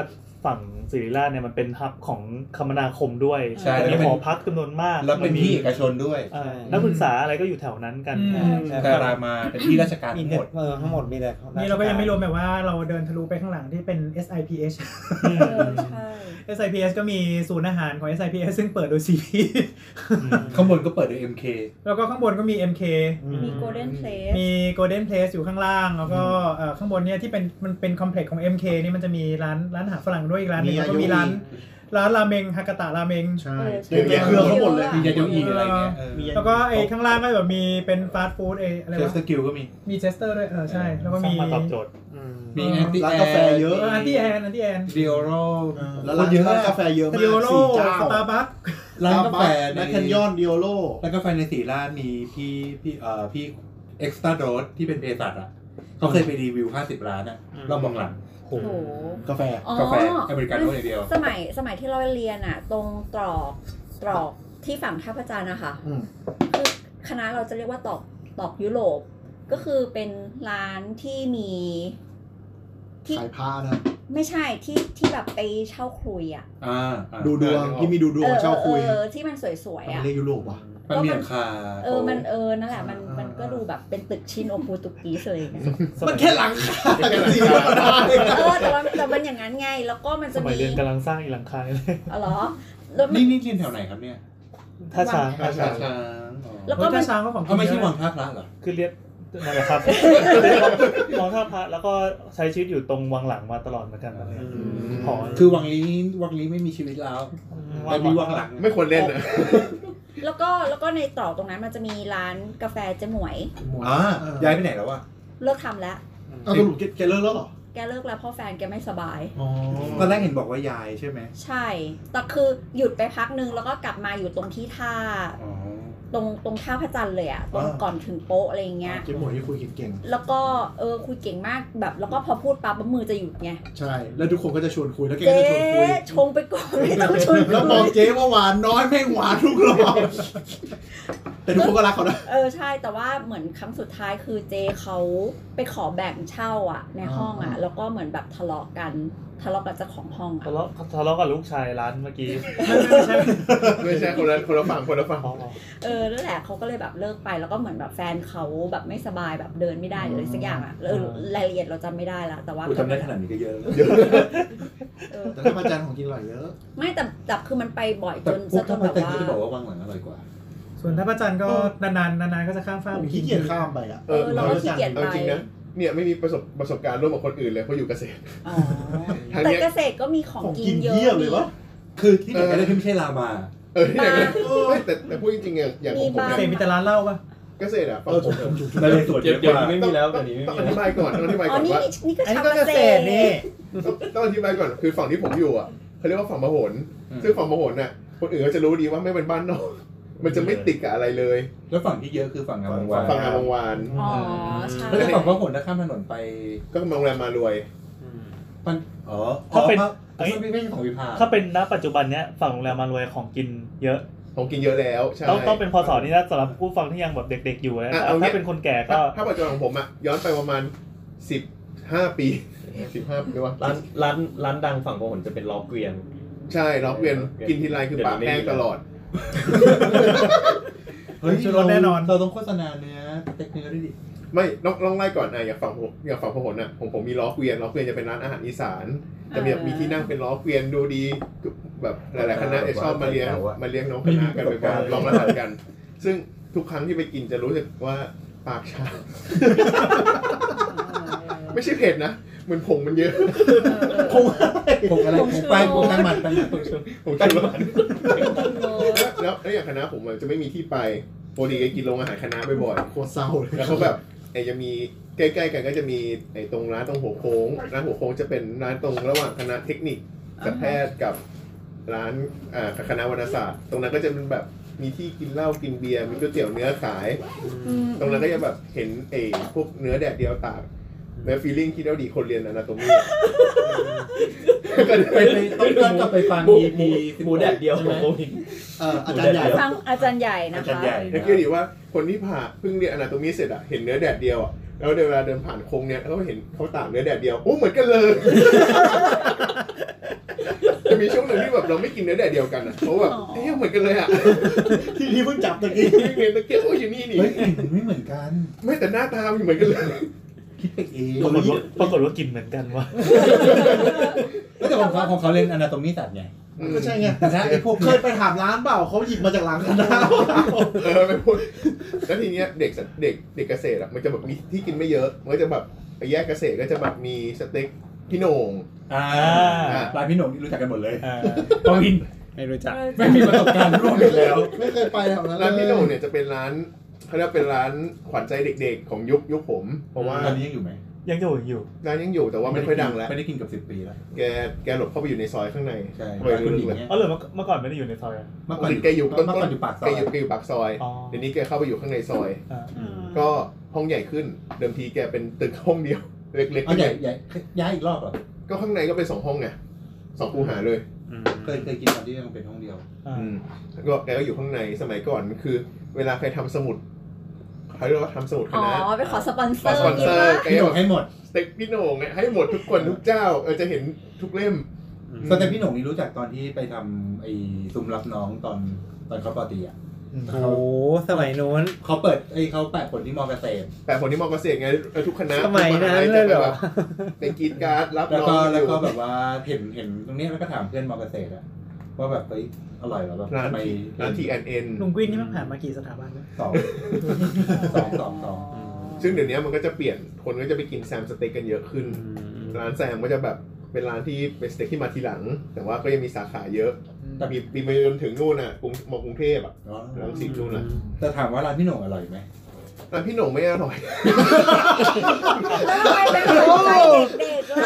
ฝั่งศิริราชเนี่ยมันเป็นฮับของคมนาคมด้วย
ใช่
มี
แล้วเป็น
หอพักจำนวนมาก
แล้วเป็น
มัมี
ที่เอกชนด้วย
เอ่อนักศึกษาอะไรก็อยู่แถวนั้นกัน
อืม
ใช่
แต่รามาเป็นที่ราชการ
มี
ทั้ง
หม
หม
ด
ด
เออทั้งหมดมีแต่
นี่เราก็ยังไม่รวมแบบว่าเราเดินทะลุไปข้างหลังที่เป็น SIPH
เออใช่
SIPH ก็มีศูนย์อาหารของ SIPH ซึ่งเปิดโดย CP
ข้างบนก็เปิดโดย MK
แล้วก็ข้างบนก็มี MK
มีโกลเด้นเพลส
มี Golden Place อยู่ข้างล่าง แล้วก็เอ่อข้างบนเนี่ยที่เป็นมันเป็นคอมเพล็กซ์ของ MK นี่มันจะมีร้านร้านอาหารฝรั่งด้วยอีกร้านหนึง
มี
แล้วก็มี
อายุ
ร้านร้านราเมงฮากาตะราเมง
ใช่
เต็ม
เครือเขาหมดเลย
มียาโยอีอะไรเงี้ยเออ
มี
แล้วก็ไอ้ข้างล่างก็แบบมีเป็นฟาสต์ฟู้ดไอ้อะไร
เชฟ
วะ
สกิลก็มี
มีเชสเตอร์ด้วยเออใช่ แล้วก็
สร้าง
มี
มาตอบโจทย์
อืม
มีแอนตี้
ร้านกาแฟเย
เอ
อะ
ออันตี้แอนอันตี้แอน
ดิโอโร
แล้ว
ค
ร้าน น
เยอะ
ร้าน
อะ
กาแฟเยอะมา
ดิโอก โล
สี่เจ้า
สตาร์บัค
ร้านกาแฟใน
แมคแคนยอนดิโอโล
ร้านกาแฟในสีราชมีพี่พี่เอ่อพี่เอ็กซ์ตร้าโรสที่เป็นเภสัชอ่ะเขาเคยไปรีวิว 50 ร้านอ่ะ
อืม
รอบเบองหลัง
โอ้โห
กาแฟ
อ๋อก
าแฟอเมริกาโน่อย่างเดียว
สมัยสมัยที่เราเรียนอ่ะ ตรงตรอกตรอกที่ฝั่งท่าพระจันทร์นะคะ
อืม
คือคณะเราจะเรียกว่าตอกตอกยุโรปก็คือเป็นร้านที่มีที่
ขายผ้านะ
ไม่ใช่ที่ที่แบบไปเช่าคุยอ่ะ
อ่าอ่า
ดูดวงที่มีดูดวงเช่าคุย
เออที่มันสวยๆ
มั
อ่ะ
นเรียกยุโรปวะ
มันมีหลังคา
เออมันเออนั่นแหละมัน
อ่ามั
มันก็ดูแบบเป็นตึกชินโอปูตุกีสเลยนะ
มันแค่หลังคากันสิว่ามันได้
เออแต่ว่าแต่มันอย่างนั้นไง แล้วก็มัน
ส
จะ
มัย
มี
เรียนกำลังสร้างอีหลังคาเลย
อ๋อเหรอแล้วมัน
นี่นี่เรียนแถวไหนครับเนี่ย
ถ้าช้าง
ท่าช้าง
ช้างอ๋อ
แล้ว
เอ
ก็
อ
มั
เจ้าน ช้างก็ของกิ
เขา
น
ไม่
เย
ใช่
อะ
วังท่าพระเหรอ
คือเรียกนั่นแหละครับมองท่าพระแล้วก็ใช้ชีวิตอยู่ตรงวังหลังมาตลอดเหมือนกันตอนนี้หอ
คือวังนี้วังนี้ไม่มีชีวิตแล้ว
วั
แต่
ง
มี
ห
วั
ลั
ง
ง
หลัง
ไม่ควรเล่นนะ
แล้วก็แล้วก็ในตรอกตรงนั้นมันจะมีร้านกาแฟเจหมวย
อ่าย้ายไปไหนแล้ววะ
เลิกทำแล้ว
เอาสรุปแกเลิกแล้วเหรอ
แกเลิกแล้วเพราะแฟนแกไม่สบาย
ตอนแรกเห็นบอกว่ายายใช่ไหม
ใช่ แต่คือหยุดไปพักนึงแล้วก็กลับมาอยู่ตรงที่ท่า ตรงตรงท่าพระจันทร์เลยอะตรง
อ่า
ก่อนถึงโป๊ะอะไรอย่างเงี้ย
เจ๊หมวยที่คุยเก่ง
แล้วก็เออคุยเก่งมากแบบ แล้วก็พอพูดปั๊บมือจะหยุดไง
ๆใช่ แล้วทุกคนก็จะชวนคุยแล้วแกก็
เจ๊
จะชวนคุย
ชงไปก่อนไม่ต้องชวน
แล้วบ
คุ
อก
ย
เจ๊ว่าหวานน้อยแม่งหวานทุกรอบ
*laughs*
แต่ทุกคนก็รักเขานะ
เออใช่แต่ว่าเหมือนครั้งสุดท้ายคือเจเขาไปขอแบ่งเช่าอะในห้องอะ
อ่า
แล้วก็เหมือนแบบทะเลาะกันทะเลาะกับเจ้าของห้องอะ
ทะเลาะทะเลาะกับลูกชายร้านเมื่อกี้
*laughs*
ไม่ใช่คนละคนละฝั่งคนละฝั่ง
อ๋ออ๋อ
เออนั่นแหละเขาก็เลยแบบเลิกไปแล้วก็เหมือนแบบแฟนเขาแบบไม่สบายแบบเดินไม่ได้หรืออะไรสักอย่างอะเออรายละเอียดเราจำไม่ได้ละแต่ว่า
กูจำได้ขนาดนี้ก็เยอะแล้ว
เออ
แต่ถ้าพระจันทร์ของกินอร่อยเยอะ
ไม่แต่แต่คือมันไปบ่อยจ
แต่
น
พว
สะจ
กข้าวน ผั
แบ
ด
บว่า
ไทยเขาจะบอกว่าวังหลังอร่อยกว่า
ส่วนถ้าพระจันทร์ก็นานๆนานๆก็จะข้ามฟ้าก
ผ
ไป
ม
กิ
ขี้
น
เกียจข้ามไปอ่ะ
เออเราก็ขี้เกียจ
เอา
ไป
จริงนะเนี่ยไม่มีประสบประสบการณ์ร่วมกับคนอื่นเลยเพราะอยู่เกษตร
อ๋อ
ทาง
แต่
เนี้ย
เกษตรก็มีของ
ของ
กิ
กิ
น
น
เยอะ
เยี่ยมเลยวะ
คือที่ไหนก็ได้ที่ไม่ใช่ลามา
เออที่ไหนก็ได้เฮ้ยแต่แต่พูดจริงๆอย่างอย่างของผ
มี
ม
บ้า
เส
ง
พ
เนี่ย
มีแต่ร้านเหล้าป่ะ
เกษตรอ่ะฝั่ง
เออ
ผ
จุ
ม
กจุกจุก
นาเลสวนเยอะกว่า
ไม่มีแล้วตอนนี้ต้องอธิบายก่อนต้องอธิบาย
อ๋
ก่
อ
อน
นี่
ว่า
นี่ก็
อันนี้
ชาว
ก็เก
เก
ษต
ษต
ร
ร
นี่
ต้องต้องอธิบายก่อนคือฝั่งที่ผมอยู่อ่ะเขาเรียกว่าฝั่งมโหนซึ่งฝั่งมโหนน่ะคนอื่นเขาจะรู้ดีว่าไม่เป็นบ้านนอกมันจะไม่ติดกับอะไรเลย
แล้วฝั่งที่เยอะคือฝั่งงามวงวาน
ฝั่งงามวงวาน
อ๋อใช่
แล้วก็ฝั่งพระผลถ้าข้ามถนนไป
ก็โรงแรมมารวย
มันอ๋อ
ถ้าเป็น
อ๋อพระไม่ไม่ใช่ของวิภา
ถ้าเป็นณปัจจุบันเนี้ยฝั่งโรงแรมมารวยของกินเยอะ
ของกินเยอะแล้วใช่
ต้องต้องเป็นพศนี่นะสำหรับผู้ฟังที่ยังแบบเด็ก ๆ อยู่นะ
อ่ะเอาเนี้ย
ถ้าเป็นคนแก่
ถ้า
ก็
ถ้าปัจจุบันของผมอ่ะย้อนไปประมาณสิบห้าปีสิบห้าปีวะ
ร้านร้านร้านดังฝั่งพหลจะเป็นล้อเกวียน
ใช่ล็อกเวียนกินทีไรคือปากแห้งตลอด
เฮ้ย
ช่วยลดแน่นอน
เราต้องโฆษณาเนื้อเต็กเนื้อด้วยดิ
ไม่ลองลองไล่ก่อนนะอย่างฝั่งผมอย่างฝั่งพหลน่ะผมผมมีล้อเกวียนล้อเกวียนจะเป็นร้านอาหารอีสานจะมีแบบมีที่นั่งเป็นล้อเกวียนดูดีแบบหลายๆคณะเนี่ยชอบมาเลี้ยงมาเลี้ยงน้องคณะกันเป็นการลองอาหารกัน ซึ่งทุกครั้งที่ไปกินจะรู้สึกว่าปากช *laughs* า ไม่ใช่เผ็ดนะเหมือนผงมันเยอะ *laughs*
คง
ปลูกอะไรปลูกแป้งปลูกแป้งมันแป้งมัน
ผมกินแล้วแล้วแล้วอย่างคณะผมอะจะไม่มีที่ไปปกติก็กินโรงอาหารคณะบ่อยๆ
โคตรเศร้าเลย
แล้วเขาแบบไอ้จะมีใกล้ๆกันก็จะมีไอ้ตรงร้านตรงหัวโค้งร้านหัวโค้งจะเป็นร้านตรงระหว่างคณะเทคนิคสัตวแพทย์กับร้านอ่าคณะวรรณศาสตร์ ตรงนั้นก็จะเป็นแบบมีที่กินเหล้ากินเบียร์มีก๋วยเตี๋ยวเนื้อขาย ตรงนั้นก็จะแบบเห็นไอ้พวกเนื้อแดดเดียวตากแล้วฟีลลิ่งคิดเอาดีคนเรียนอนาโตมีก็เลย
ไปไปต้องย้อนกลับไปฟัง EP
หมูแดดเดียวของโควิด
เอ่ออาจารย์ใหญ่
ฟังอาจารย์ใหญ่นะ
อาจาร
คะ
ย์ใหญ่
แล้วคิดดีว่าคนที่ผ่าเพิ่งเรียนอนาโตมีเสร็จอะเห็นเนื้อแดดเดียวอะแล้วเวลาเดินผ่านโค้งเนี่ยเขาเห็นเขาตากเนื้อแดดเดียวโอ้เหมือนกันเลย จะมีช่วงหนึ่งที่แบบเราไม่กินเนื้อแดดเดียวกันอ่ะเพราะแบบเอ๊ะเหมือนกัน
*laughs*
เลยอ่ะ
ที่ที่เพิ่งจับตะกี้
เรียนตะเกียบโอ้ยอยู่นี่นี่
เฮ้ยกลิ่นมันไม่เหมือนกัน
ไม่แต่หน้าตามันเหมือนกันเลย
คิดไปเอง
ปรากฏว่าปรากฏว่ากินเหมือนกันว่ะ
แล้วแต่ของเขาของเขาเรียนอนาโตมีศาสตร์ไง
ก็ใช่ไง
แต่ถ้าไอ้พวก
เค
เนี่ย
ยไปถามร้านเปล่าเขาหยิบมาจากหลังคณะ
*laughs* เออไม่พูดแล้วทีเนี้ยเด็กเด็กเด็กเกษตรอ่ะมันจะแบบมีที่กินไม่เยอะมันก็จะแบบไปแยกเกษตรก็จะแบบมีสเต็กพี่โหน่ง
อ่า
อ่า
ร้านพี่หนุ่มนี่รู้จักกันหมดเลย
อ่า
ปวิน
ไม่รู้จัก
ไม่มีประสบการณ์ร่วมอีกแล้ว
ไม่เคยไปแถวนั้นเลย
ร้าน
*laughs*
พี่โหน่งเนี่ยจะเป็นร้านเขาเรียกเป็นร้านขวัญใจเด็กๆ ของยุคยุคผม เพราะว่า
ตอนนี้ยังอยู่ไหม
ยังอยู่อยู่
ร้านยังอยู่แต่ว่าไม่ค่อยดังแล้ว
ไม่ได้กินเกับสิบปีแล้ว
แกแกหลบเข้าไปอยู่ในซอยข้างใน
ใช่
ไม่รู้
คุณหญิ
เรื่องงเลย
เนี่ย
เออเหรอเมื่อเมื่อก่อนไม่ได้อยู่ในซอยอะ
เมื่อ
ป
ก่
ก
อน
ติแกอยู่ต้น
เมื่อ
ต้
ก่อน
น
อยู่ปากซอ
แก
ย
อยู่แกอยู่ปากซอย
อ๋อ
เดี๋ยวนี้แกเข้าไปอยู่ข้างในซอย
อ่า
ก็ห้องใหญ่ขึ้น เดิมทีแกเป็นตึกห้องเดียว *laughs* เล็ก
เอาใหญ่ใหญ่ย้ายอีกรอบเหรอ
ๆ ก็ข้างในก็เป็นสองห้องไงสองคูหาเลย
เคยเคยกินตอนที่ยังเป็นห้องเดียว
อ่า
อืมแล้วก็แกก็อยู่ข้างในสมัยก่อนคือ เวลาใครทำสมุดเขาเรียกว่าทำสมุดค
อ๋อ
ณะ
ไปขอสปอนเซ
ขอ
อร์
สปอนเซอ
นี่
ร์
ปะ
แก
พี่ห
แบ
นุ่
บ
มให้หมด
สเต็กพี่โหน่งเนี่ยให้หมดทุกคนทุกเจ้าเออจะเห็นทุกเล่ม
สเต็ปพี่หนุ่มนี่รู้จักตอนที่ไปทำไอ้ซุ้มรับน้องตอนตอนเขาปอตีอ่ะ
โอ้โหสมัยนู้น
เขาเปิดไอ้เขาแปะผลที่มอเกษตร
แต่ผลที่มอเกษตรไงเออทุกคณะ
สมัย
ทุก
นั้น
หา
เลยเหรอ
ไปกรีดการ์ดรับ
แล้ว
น้อ
ก็
ง
แล้วก็
อยู่
แบบว่าเห็นเห็นตรงเนี้ยแล้วก็ถามเพื่อนมอเกษตรอะว่าแบบเฮ้ยอร่อยเหรอแบบ
ร้าน
ทำไม
ที่ร้านทีแอนเอ็น
ลุงกวินนี่มันผ่านมากี่สถาบันแล้ว
สองสองสองสอง
ซึ่งเดี๋ยวนี้มันก็จะเปลี่ยนคนก็จะไปกินแซมสเต็กกันเยอะขึ้น ร้านแซมก็จะแบบเป็นร้านที่เป็นสเต็กที่มาทีหลัง แต่ว่าก็ยังมีสาขาเยอะ
แต่
มีมีไปจนถึงนู่นน่ะกรุงมอกรุงเทพอ่ะ
อ๋อ
รังสิตนู่นน่ะ
แต่ถามว่าร้านพี่หนุ่มอร่อยไหม
แต่พี่หนุ่มไม่อร่อย
ทำไมเป็นหัวใจเด็กๆล่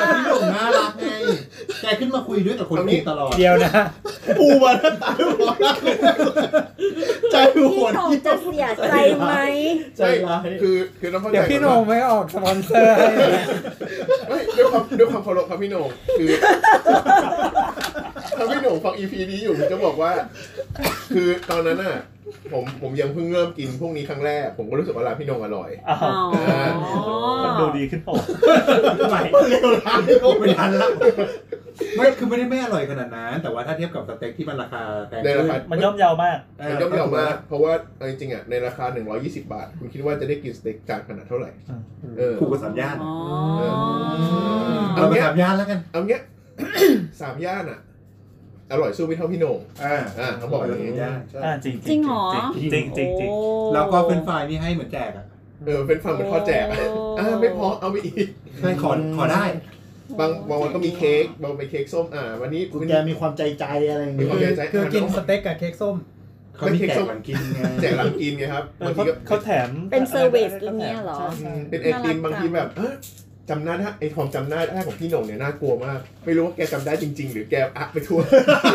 ะ
พี่หนุ่มน่ารักไงแกขึ้นมาคุยด้วยกับคนกินตลอด
เดียวนะ
ปูมาแล้วตายหัวใจ
พี่
หัว
หนงจะเสียใจไหม
ใจร้าย
คือคือต้องเข้าใจ
เดี๋ยวพี่โหนงไม่ออกสปอนเซอร์ให้นะ
ไม่ด้วยความด้วยความเคารพครับพี่โหนงคือถ้าพี่โหนงฟังอีพีนี้อยู่ผมจะบอกว่า คือตอนนั้นน่ะ ผมผมยังเพิ่งเริ่มกินพวกนี้ครั้งแรก ผมก็รู้สึกว่าร้านพี่โหนงอร่อย
อ้าว
อ๋อ
มันดูดีขึ้นเปล่าไม่
เร็วร้านโอ้ไม่ทันละไม่คือไม่ได้ไม่อร่อยขนาดนั้นแต่ว่าถ้าเทียบกับสเต็กที่มันราคาแพง
ในราคา
มันย่อมเยาวมาก
เอ
มัน
อย่
อมเยาวมากเพราะว่าเอาจริงๆอ่ะในราคา 120 บาท คุณคิดว่าจะได้กินสเต็กจานขนาดเท่าไหร่ เออ
ถูกกว่าสามย่าน
อ๋อ
เอาไปสามย่านแล้วกัน
เอาเงี้ย *coughs* สามย่านอ่ะ อร่อยสู้ไม่เท่าพี่โหนง
อ่า
อ่าเขาบอกอย่างนี้
ย่านใช่
อ่าจริง
จริงเหรอ
จริงจริงจริง
โอ้
แล้วก็เป็นไฟรายนี่ให้เหมือนแจกอ่ะ
เออเป็นฟังเหมือนข้อแจกอ่ะอ่าไม่พอเอาไปอีก
ใช่ขอขอได้
บางบางวันก็มีเค้กบางวันเป็นเค้กส้มอ่าวันนี้
กู
วัน
แก
นี้
มีความใจใจอะไรอย่าง
มีค
เงี้ย
วามเสียใจ
คือกินส
อ่ะ
เต็กกับเค้กส้ม
เขามีแจกหลังกินไง
แจกหลังกินไงครับ
เอบอ
า
ง
ที
เขา
ก็
เขาแถม
เป็นเซอร์วิส
ะไ
อย่างเงี้ยเหรอ
อืมเป็นไอติมบางทีแบบเอ้อจำหน้าได้ไอความจำหน้าได้ของพี่หน่งเนี่ยน่ากลัวมาก ไม่รู้ว่าแกจำได้จริง ๆ หรือแกอักไปทั่ว *laughs*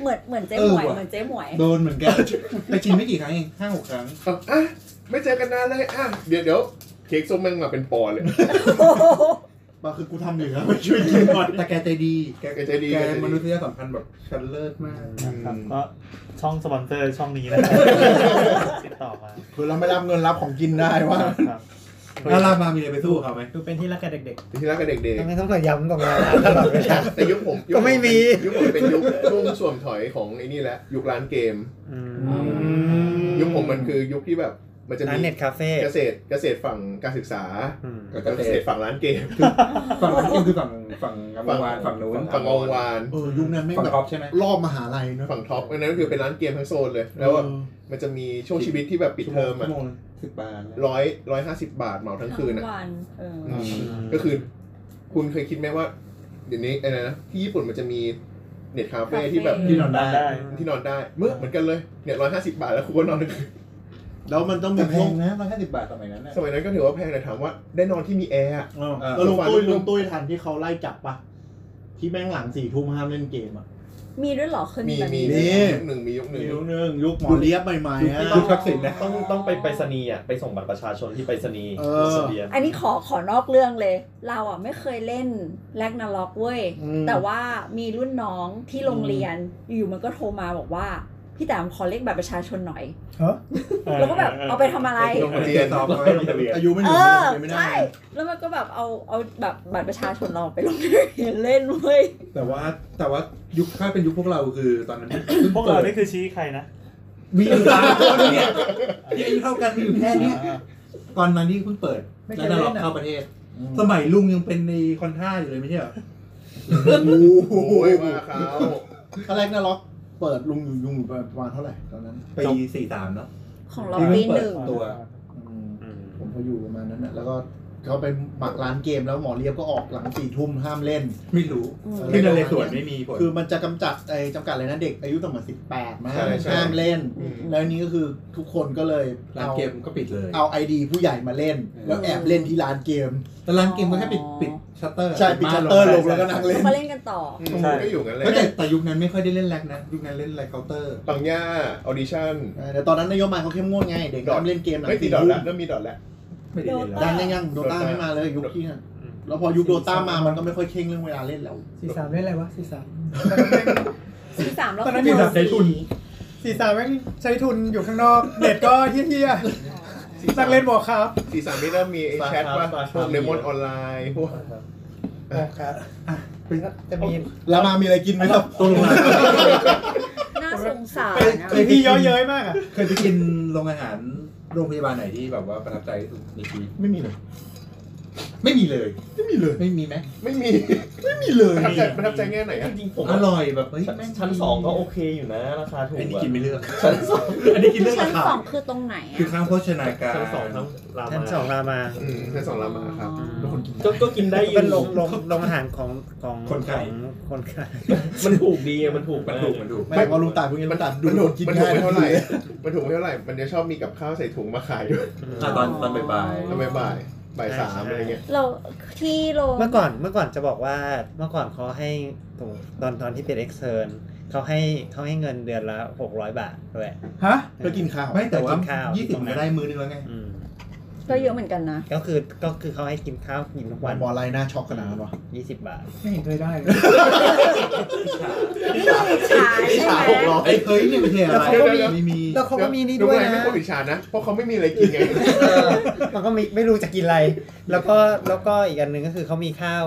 เหมือนเหมือนเจ๊
เอ
ห
อ
มวย
ว่ะ
เหมือนเจ๊หมวย
โดนเหมือนกันไปชิมไม่กี่ครั้งเองห้าหกครั้ง
แบบอ่ะไม่เจอกันนานเลยอ่ะเดี๋ยวเดี๋ยวเค้กส้มแม่งมาเป็นปอนด์เลย
มาคือกูทำอยู่นะมาช่วยกินหน่อย
แต่แกใจดี
แกใจดี
แก
แกใจดี
มนุษยสัมพันธ์แบบชั้นเลิศมาก
ครับก็ช่องสปอนเซอร์ช่องนี้นะครับติดต่อมา
คือเราไม่รับเงินรับของกินได้ว่า
ครับ
แล้วรามามีอะไรไปสู้เขาไหม
คือเป็นที่รักกับเด็ก
ที่รักกับเด็ก
ทำไมต้อง *laughs* มาย้ำตรงนั้นตลอดเวลา
ๆ แต่ยุคผมยุคผ
ก็ไม่มี
ยุคผมเป็นยุคช่วงส่วมถอยของไอ้นี่แหละยุคร้านเกม ยุคผมมันคือยุคที่แบบมันจะ
ร้า
มี
นเน็ตคาเฟ่
เกษตรเกษตรฝั่งการศึกษา
อืม
กับเกษตรฝั่งร้านเกม
ฝั่งนั้นคือฝั่งฝั่งอัมพวานฝั่งนู้น
ฝั่งอวาน
เออยุคนั้นไม่ง
ฝั่ง
แบบ
ท็อปใช่ไหม
รอบมหาลัยเนอะ
ฝั่งท็อปอันนั้นก็คือเป็นร้านเกมทั้งโซนเลย แล้วแบบมันจะมีช่วงชีวิตที่แบบปิดเทอมอ่ะ
ชั่วโงลสิบบาทนะ
ร้อยร้อยห้าสิบบาทเหมาทั้งคืนอ่ะ
วันเออ
อืมก็คือ คุณเคยคิดไหมว่า เดี๋ยวนี้อะไรนะที่ญี่ปุ่นมันจะมีเน็ตคาเฟ่ที่แบบ
ที่นอนได้
ได้
ที่นอนได้เมื่อเหมือนกันเลยเนี่ยร้อยห้าสิบาทแล้วคุณก็นอนได้
แล้วมันต้องมี
แต่แพ
ห้อง ง
นะมันแค่สิบบาทสมัยนั้นน่ะ
สมัยนั้นก็ถือว่าแพงแต่ถามว่าได้นอนที่มีแอร์อะ
เออ
เออ
แล้วลุงตุ้ย
เออ
ลุงตุ้ยทันที่เขาไล่จับปะที่แม่งหลังสี่ทุ่มห้ามเล่นเกมอ่ะ
มีด้วยเหรอเคย
มี
แบบ
มี
นี้
มี
ด้วย
ยุคหนึ่งมียุคหนึ่ง
ยุคนึงยุคหมอเลียบใหม่ๆอะ
ยุคทักษิณนะ
ต้องต้องไปไปรษณีย์อ่ะไปส่งบัตรประชาชนที่ไปรษณีย์
เอ
รั
อ
สเบีย
อันนี้ขอขอนอกเรื่องเลย เราอ่ะไม่เคยเล่นแลกนาล็อกเว้ย
อืม
แต่ว่ามีรุ่นน้องที่โรงเรียน อยู่มันก็โทรมาบอกว่า พี่แตามขอเลขบัตรประชาชนหน่อย
ๆฮะ
แล้วก็แบบเอาไปทำอะไร
โรงเรียน
ตอบเขาให้ลงทะเบียน
อายุไม่ถึ
เอง อ
ไม่ได้
ใช่ แล้วมันก็แบบเอาเอาแบบบัตรประชาชนเราไปลงเรียนเล่นเว้ย
แต่ว่าแต่ว่ายุคถ้าเป็นยุคพวกเราคือตอนนั้น
พวกเรานี่คือชี้ใครนะ
มีอยู่สามคนเนี่ยที่อายุเท่ากันมีอยู่แค่เนี้ยตอนนั้นที่เพิ่งเปิด
ไม่เค
แล้
ย
วน
เล่
รก
นอะ
เข้าประเทศ สมัยลุงยังเป็นในคอนท่าอยู่เลยไม่ใช่เหรอ
โอ้ยว่าเขา
ตอนแรกนะล็อกเปิดลุงอยู่ยุงอยู่ประมาณเท่าไหร่ตอนนั้น
ปีสี่สามเนาะ
ของเรา
ที่เพิ่
ปี
ง
ห
เปิด
นึ่ง
ตัว
อืมผมก็อยู่ประมาณนั้นนะแล้วก็เขาไปหมักร้านเกมแล้วหมอเลียบก็ออกหลังสี่ทุ่มห้ามเล่น
ไม่รู้
อืม
ที่นเรศวรไม่มีผล
คือมันจะกำจัดไอ้จำกัดอะไรนะเด็กอายุต่ำกว่าสิบแปดมา
ใช่ใช่
ห้ามเล่น
อืม
แล้วนี้ก็คือทุกคนก็เลย
ร้านเกมก็ปิดเลย
เอาไอดีผู้ใหญ่มาเล่น แล้วแอบเล่นที่ร้านเกม
แต่ร้านเกมก็แค่ปิดปิดชัตเตอร์
ใช่ปิดชัตเตอร์ลงแล้วก็นั่งเล่น
มาเล่นกันต่อ
อืมก็อยู่กันเลย
แต่แต่ยุคนั้นไม่ค่อยได้เล่นแร็กนะ ยุคนั้นเล่นอะไรเคาน์เตอร์
ปังย่าออดิชั่น
แต่ตอนนั้นนโยบายเขาเข้มงวดไง เด็กห้ามเล่นเกมหลัง
ไม่มี
สี่
ดอท
ทุ่
แล้ว
ม
เริ่มมีดอทแล้ว
ไม่ได้เล่นแล้ว
ยังยังยังโดต้าไม่มาเลยยุคที่นั่นแล้วพอยุคโดต้ามามันก็ไม่ค่อยเข่งเรื่องเวลาเล่นแล้ว
สี่สามเล่นอะไรวะสี่สาม
ที่สามแล้ว
ตอนนั้น
คื
ยู่
แบบใช้ทุน
สี่สามแม่งใช้ทุนอยู่ข้างนอกเน็ตก็เที่ยๆนั่งเล่นบอกครับ
สี่สามนี่เริ่มมีไอ้แชทว่า
ครับ
พวกเลมอนออนไลน์พวก
บอกครับอ่ะจะมี
แล้วมามีอะไรกินไหมครับ
ตรงร้าน
น่าสงสารนะ
อีพีเยอะเย้ยมากอ่ะ
เคยไปกินโรงอาหารโรงพยาบาลไหนที่แบบว่าประทับใจที่สุดในชีวิต
ไม่มีเลย
ไม่มีเลย
ไม่มีเลย
ไม่มีไหม
ไม่มี
ไม่มีเลย
ประทับใจประทับใจแง่ไหนอะ
จริงๆผม
อร่อยแบบเฮ้ย
ชั้น
แม่
ชั้นสองก็โอเคอยู่นะ ราคาถูก
ไอ้นี่
อะ
กินไม่เลือก
ชั้นสอง
อันนี้กินเลือก
ชั้
ราน คา
สองคือตรงไหน
คือ
อ่ะ
ข้างโภชนาการ
ชั้นสองทั้งรา
ท่าน
มา
สองรามา
อืมแค่สองลามาครับ
ก็ก็กินได้อยู่
เป็นโรงโรงโรงอาหารของของ
คนไข้
ของคนไข้
มันถูกดีอะมันถูก
มันถูกมันถูก
ไม่พอลุงตายพวกนี้ลุงตายดู
มันถูก
กิน
มันถู
ง่าก ย
ไม่เท่าไหร่มันถูกไม่เท่าไหร่ มันจะชอบมีกับข้าวใส่ถุงมาขายด้วย
อ่ะตอนตอนบ่ายๆ
แล้วบ่ายๆบ่ายสามอะไรเงี้ย
เราที่โรง
เมื่อก่อนเมื่อก่อนจะบอกว่าเมื่อก่อนเขาให้ตอนตอนที่เป็นเอ็กเซิร์นเขาให้เขาให้เงินเดือนละหกร้อยบาทด้วย
ฮะเพื่อกินข้าว
ไม่แต่ว่า
ไปกินข้าว
ยี่สิบก็ได้มื้อนึงแล้วไง
อืม
ก็เยอะเหมือนกันนะ
ก็คือก็คือเขาให้กินข้าวกินทุก
วั
วัน น
บอลไลน์หน้าช็อกขนาดนั้นวะ
ยี่สิบบาท
ไม่เห็นเคยได้เลย
นี่คืออิจฉาใช่ไหม
ไอ้เฮ้ยเนี่ยมันคืออะไร
แล้วเขาก็มี
ไม่มี
แล้วเขาก็มีนี่ด้วย
งไม่
นะ
ควรอิจฉานะ เพราะเขาไม่มีอะไรกินไง
มันก็มีไม่รู้จะกินอะไร แล้วก็แล้วก็อีกอันหนึ่งก็คือเขามีข้าว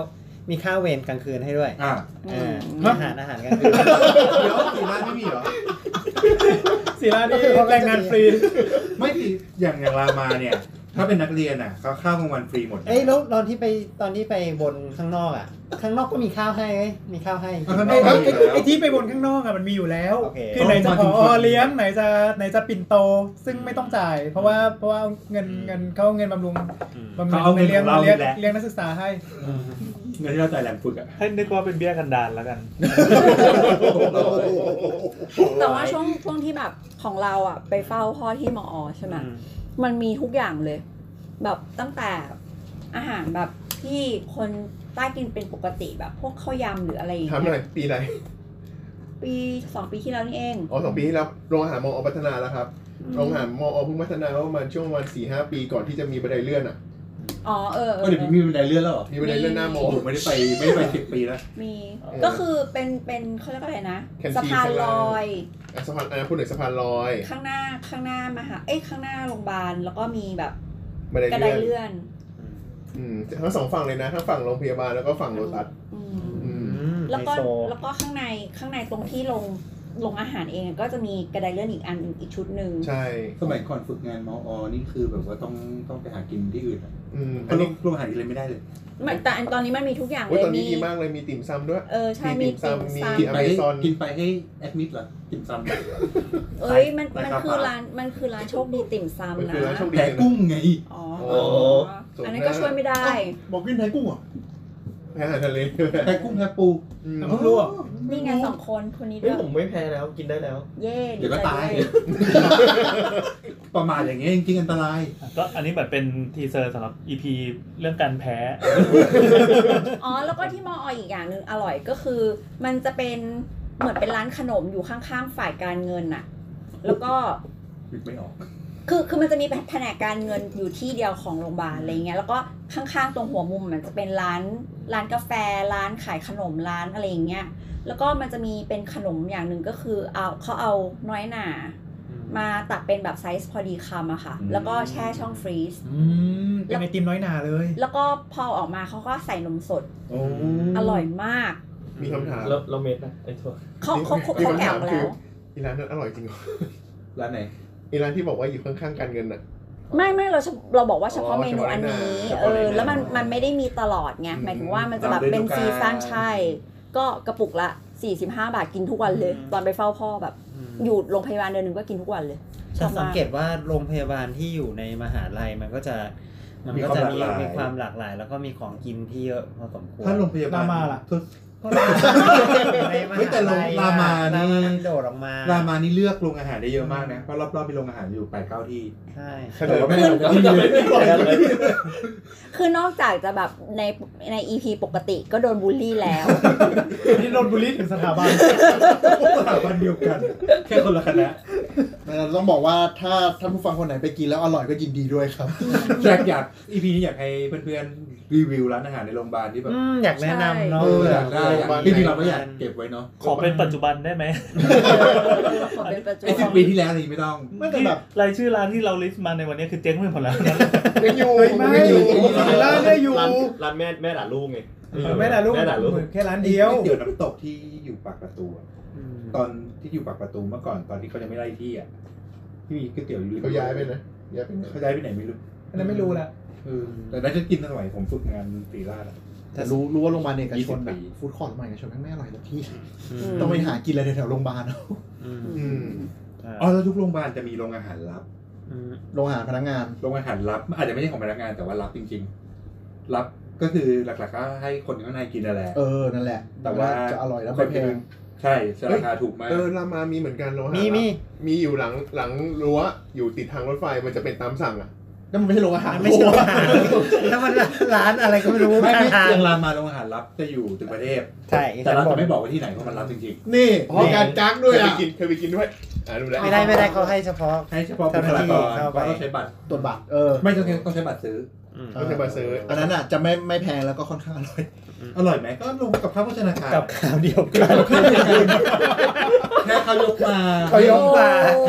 มีข้าวเวรกลางคืนให้ด้วย
อ่ะ
เออ
ฮะ
อาหารอาหารกลางคืน
เดี๋ยวสีร้านไม่มีเหรอ
สีร้านนี้แรงงานฟรี
ไม่สิอย่างอย่างรามาเนี่ย ถ้าเป็นนักเรียนอ่ะเขาข้าวกลางวันฟรีหมดนะ
เอ้ยแล้วตอนที่ไปตอนที่ไปบนข้างนอกอ่ะ ข้างนอกก็มีข้าวให้เว้ยมีข้าวให้
เอาข้างน
ไอ้
อก
ไอ้
มาอยู่แล้ว
ไอ้ที่ไปบนข้างนอกอะมันมีอยู่แล้ว
โอเค
คือไหนจะ
มา
พ
ถึงค
อน เลี้ยงไหนจะไหนจะปิ่นโต ซึ่งไม่ต้องจ่าย เพราะว่าเพราะว่าเงินเงินเขาเอาเงินบำรุงบำรุ
เขาเอาเงิน
เลี้ยง
ของเรา
เลี้ยง
นี่แหละ
เลี้ยงนักศึกษาให้
เงินที่เราจ่ายแหลมฝึกอ่ะ
ให้นึกว่าเป็นเบี้ยกันดารแล้วกัน
แต่ว่าช่วงช่วงที่แบบของเราอ่ะ ไปเฝ้าพ่อที่มอใช่ไหมมันมีทุกอย่างเลย แบบตั้งแต่อาหารแบบที่คนใต้กินเป็นปกติแบบ พวกข้าวยำหรืออะไรอย่าง
ถามหน่อ
เงี้
ย
ย
ปีไหน
ปีสองปีที่แล้วนี่เอง
อ๋อสองปีที่แล้วโรงอาหารมออพัฒนาแล้วครับ โรงอาหารมออเพิ่งพัฒนาเมื่อประมาณช่วงวันสี่ห้าปีก่อนที่จะมีบันไดเลื่อนอ่ะ
อ๋อเออเอ
ก็
อ
เดี๋ยวมีบันไดเลื่อนแล้วเหรอ
มีบันไดเลื่อนหน้ามอ
ผมไม่ได้ไปไม่ได้ไปสิบปีแล้ว
มี
เออ
ก็คือเป็นเป็นเขาเรียกว่าอะไรนะ
แคนทีน
สะพาน
ข้าง
ล
ล่าง
อย
อ่ะสะพานอันนั้นพูดถึงสะพานลอย
ข้างหน้าข้างหน้ามหาเอ้ยข้างหน้าโรงพยาบาลแล้วก็มีแบบ
บันได
กระได
เลื่อน
เลื่อน
อืมทั้งสองฝั่งเลยนะทั้งฝั่งโรงพยาบาลแล้วก็ฝั่งโลตัส
อืม
อืม
แล้วก็
ไฮโซ
แล้วก็ข้างในข้างในตรงที่ลงลงอาหารเองก็จะมีกระไดเลื่อนอีกอันอีกชุดหนึ่ง
ใช่
สมัยก่อนฝึกงานมอ นี่คือแบบว่าต้องต้องไปหากินที่อื่นอะ
อืม
เพ
อัน
ราะ
นี้
ร่วมอาหารกินเลยไม่ได้เลย
ไม่แต่อันตอนนี้มันมีทุกอย่าง
โอ้ย
เล
ตอย นนี้
มี
ดีมากเลยมีติ่มซำด้วย
เออใช่
มี
มี
ติ่
ติ่
ม
ม
ซำมี
ซำ
กินไปให้
Amazon
กินไปให้แอดมิดเหรอ กินซ้ำ
เอ้ยมัน
รา
มัน
คา
คือ
ปลา
ร้านมันคือร้านโชคดีติ่ม
มัน
ซำ
คือร้าน
นะ
โชคดี
แต่
เลยนะ
กุ้งไง
อ๋อ
โอ้ส่วน
อันนั้นก็
หน้า
ช่วยไม่ได้
บอกกินไทยกุ้งเหรอ
อาหารทะเล
แต่กุ้งแค่ปู
อืม
แต่เพิ่งรู้อะ
นี่ไงสองคนคนนี้ด้
เฮ้
วย ย
ผมไม่แพ้แล้วกินได้แล้ว
เย่
เดี๋ยวก็
ใจ
ตาย
ด้ว
*laughs* ประมาทอย่างเงี้ยจริงๆอันตราย
ก็อันนี้เหมือนเป็นทีเซอร์สำหรับ EP เรื่องการแพ้
อ๋อแล้วก็ที่มอออีกอย่างหนึ่งอร่อยก็คือ มันจะเป็นเหมือนเป็นร้านขนมอยู่ข้างๆฝ่ายการเงินน่ะ แล้วก็
นึกไม่ออก
คือคือมันจะมีแผนกการเงินอยู่ที่เดียวของโรงพยาบาลอะไรเงี้ยแล้วก็ข้างๆตรงหัวมุมมันจะเป็นร้านร้านกาแฟร้านขายขนมร้านอะไรอย่างเงี้ยแล้วก็มันจะมีเป็นขนมอย่างหนึ่งก็คือเอาเขาเอาน้อยหนามาตัดเป็นแบบไซส์พอดีคำอะค่ะ
อืม
แล้วก็แช่ช่องฟรีซ
อืมเป็นไอติมน้อยหนาเลย
แล้วก็พอออกมาเขาก็ใส่นมสด
โอ้
อร่อยมาก
*laughs* มีคำถาม
แล้วแล้วเม็ดนะไอ้ทั่ว
เขาเขาเขา
มี
เขา
คำ
แกะ
ถาม
ออก
คื
แล้
อ
ว
อีร้านนั้นอร่อยจริงเหรอ
ร้านไหน
อีร้านที่บอกว่าอยู่ข้างๆการเงินอ่ะ
ไม่ไม่เราเฉเราบอกว่าเฉพาะ
อ๋อ
เมนูอันนี้
เฉ
เอ
พาะเมนู
อแล้วมันมันไม่ได้มีตลอดไง
อืม
หมายถึงว่ามันจะแบบ
ตามฤดู
เป็นซีซั่น
กาล
ใช่ ก็กระปุกละ 45 บาทกินทุกวันเลย
อืม
ตอนไปเฝ้าพ่อแบบ อยู่โรงพยาบาลเดือนหนึ่งก็กินทุกวันเลย
จะสังเกตว่าโรงพยาบาลที่อยู่ในมหาลัยมันก็จะมันก็จะ
มี
มี
ความหลาก
มีความหลากห
หลาย
ลาย แล้วก็มีของกินที่เยอะพอสมควร
ถ้าโรงพยาบาล
รามาล่ะ
ทุก
ก็รามาในม
เฮ้ยแต่
หา
โรง
ลัย
รามานี่
รามันโดดออกมา
รามานี่เลือกโรงอาหารได้เยอะมากนะ เพราะรอบๆมีโรงอาหารอยู่แปดเก้าที่
ใช่
แต่ว่าไม่ได้ที่เยอะ
คือนอกจากจะแบบในในอีพีปกติก็โดนบูลลี่แล้ว
นี่โดนบุลลี่ถึงสถาบัน
สถาบันเดียวกัน แค่คนละคณะ
เราต้องบอกว่าถ้าท่านผู้ฟังคนไหนไปกินแล้วอร่อยก็ยินดีด้วยครับ
แจกอยากอีพีนี้อยากให้เพื่อนๆรีวิวร้านอาหารในโรงพยาบาลที่แบบ
อืมอยากแนะนำเนาะ
เอออยากได้อะ
โรงพยาบาล
ที่จริงเราไม่อยากเก็บไว้เนาะ
ขอเป็นปัจจุบันได้ไหม
ขอเป็นประจว
ไอ้สิ
บ
ปีที่แล้วนี่ไม่ต้อง
ไม่แต่แบบ
ที่รายชื่อร้านที่เราลิสต์มาในวันนี้คือเจ๊งไปหมดแล้วนะ
ยังอยู่
เฮ้ยไม่
ยังอยู่
เวลาเนี่ยอยู่
ร้านร้านแม่แม่หลานลูกไง
ไม่ได้ลูก
แม่หลานลูก
แค่ร้านเดียว
เดี๋ยวน้ำตกที่อยู่ปากประตูอะตอนที่อยู่ปากประตูเมื่อก่อนตอนที่เขายังไม่ไล่ที่อ่ะที่มีก๋วยเตี๋ยวอยู่ริม
เขาย้ายไปนะย้ายไปไหน
เขาย้ายไปไหนไม่รู้
อันนั้นไม่รู้ละ
คือแต่นั่นก็กินสมัยผมฝึกงานตีราดอะ
แต่รู้รู้ว่าโรงพยาบาลเอกชน
20ปี
อะฟู้ดคอร์ทโรงพยาบาลเอกชนแม่งไม่อร่อยทุกที่
อืม
ต้องไปหากินอะไรแถวๆโรงพยาบาลเอา
อืมอ๋อแล้วทุกโรงพยาบาลจะมีโรงอาหารลับ
โรงอาหารพนักงาน
โรงอาหารรับอาจจะไม่ใช่ของพนักงานแต่ว่ารับจริง ๆ รับก็คือหลักๆก็ให้คนข้างในกินนั่นแหละ
เออนั่นแหละ
แต่ว่า
แต่ว่าจะอร่อยแล้วไม่แพง
ใช่จะราคาถูกมาก
เออรามามีเหมือนกันโลหะ
มีมี
มีอยู่หลังหลังรั้วอยู่ติดทางรถไฟมันจะเป็นตามสั่งอ่ะ
นั่นมันไม่ใช่โรงอาหาร
ไม่ใช่ว่าถ้ามันร้านอะไรก็ไม่รู้
ไม่ไม่
ทาง
ยังรามมาโรงอาหารรับจะอยู่ตึกประเทศ
ใช่
แต่เรา
บอ
จะ
ก
ไม่บอกว่าที่ไหนเพราะมันรับจริง
นี่มีการจ้างด้วย
เคยไป
อ่ะ
กินเคยไปกินด้วยอ่าดูแล
ไม่ได้ไม่ได้เขาให้เฉพาะ
ๆ ให้เฉพาะบุคลากร
เจ้าหน้าที่เข้าไป
ว่าต้องใช้บัตร
ตรวจบัตรเออ
ไม่ต้องใช้ต้องใช้บัตรซื้อ
ก็เคยมาซื้อ
อันนั้นอ่ะจะไม่ไม่แพงแล้วก็ค่อนข้างอร่อย
อร่อยไหมก็ลงกับข้าวโภชนาการ
กับข่าวเดียวกัน
แค่เขายกมา
เขายกมา
โอ้โห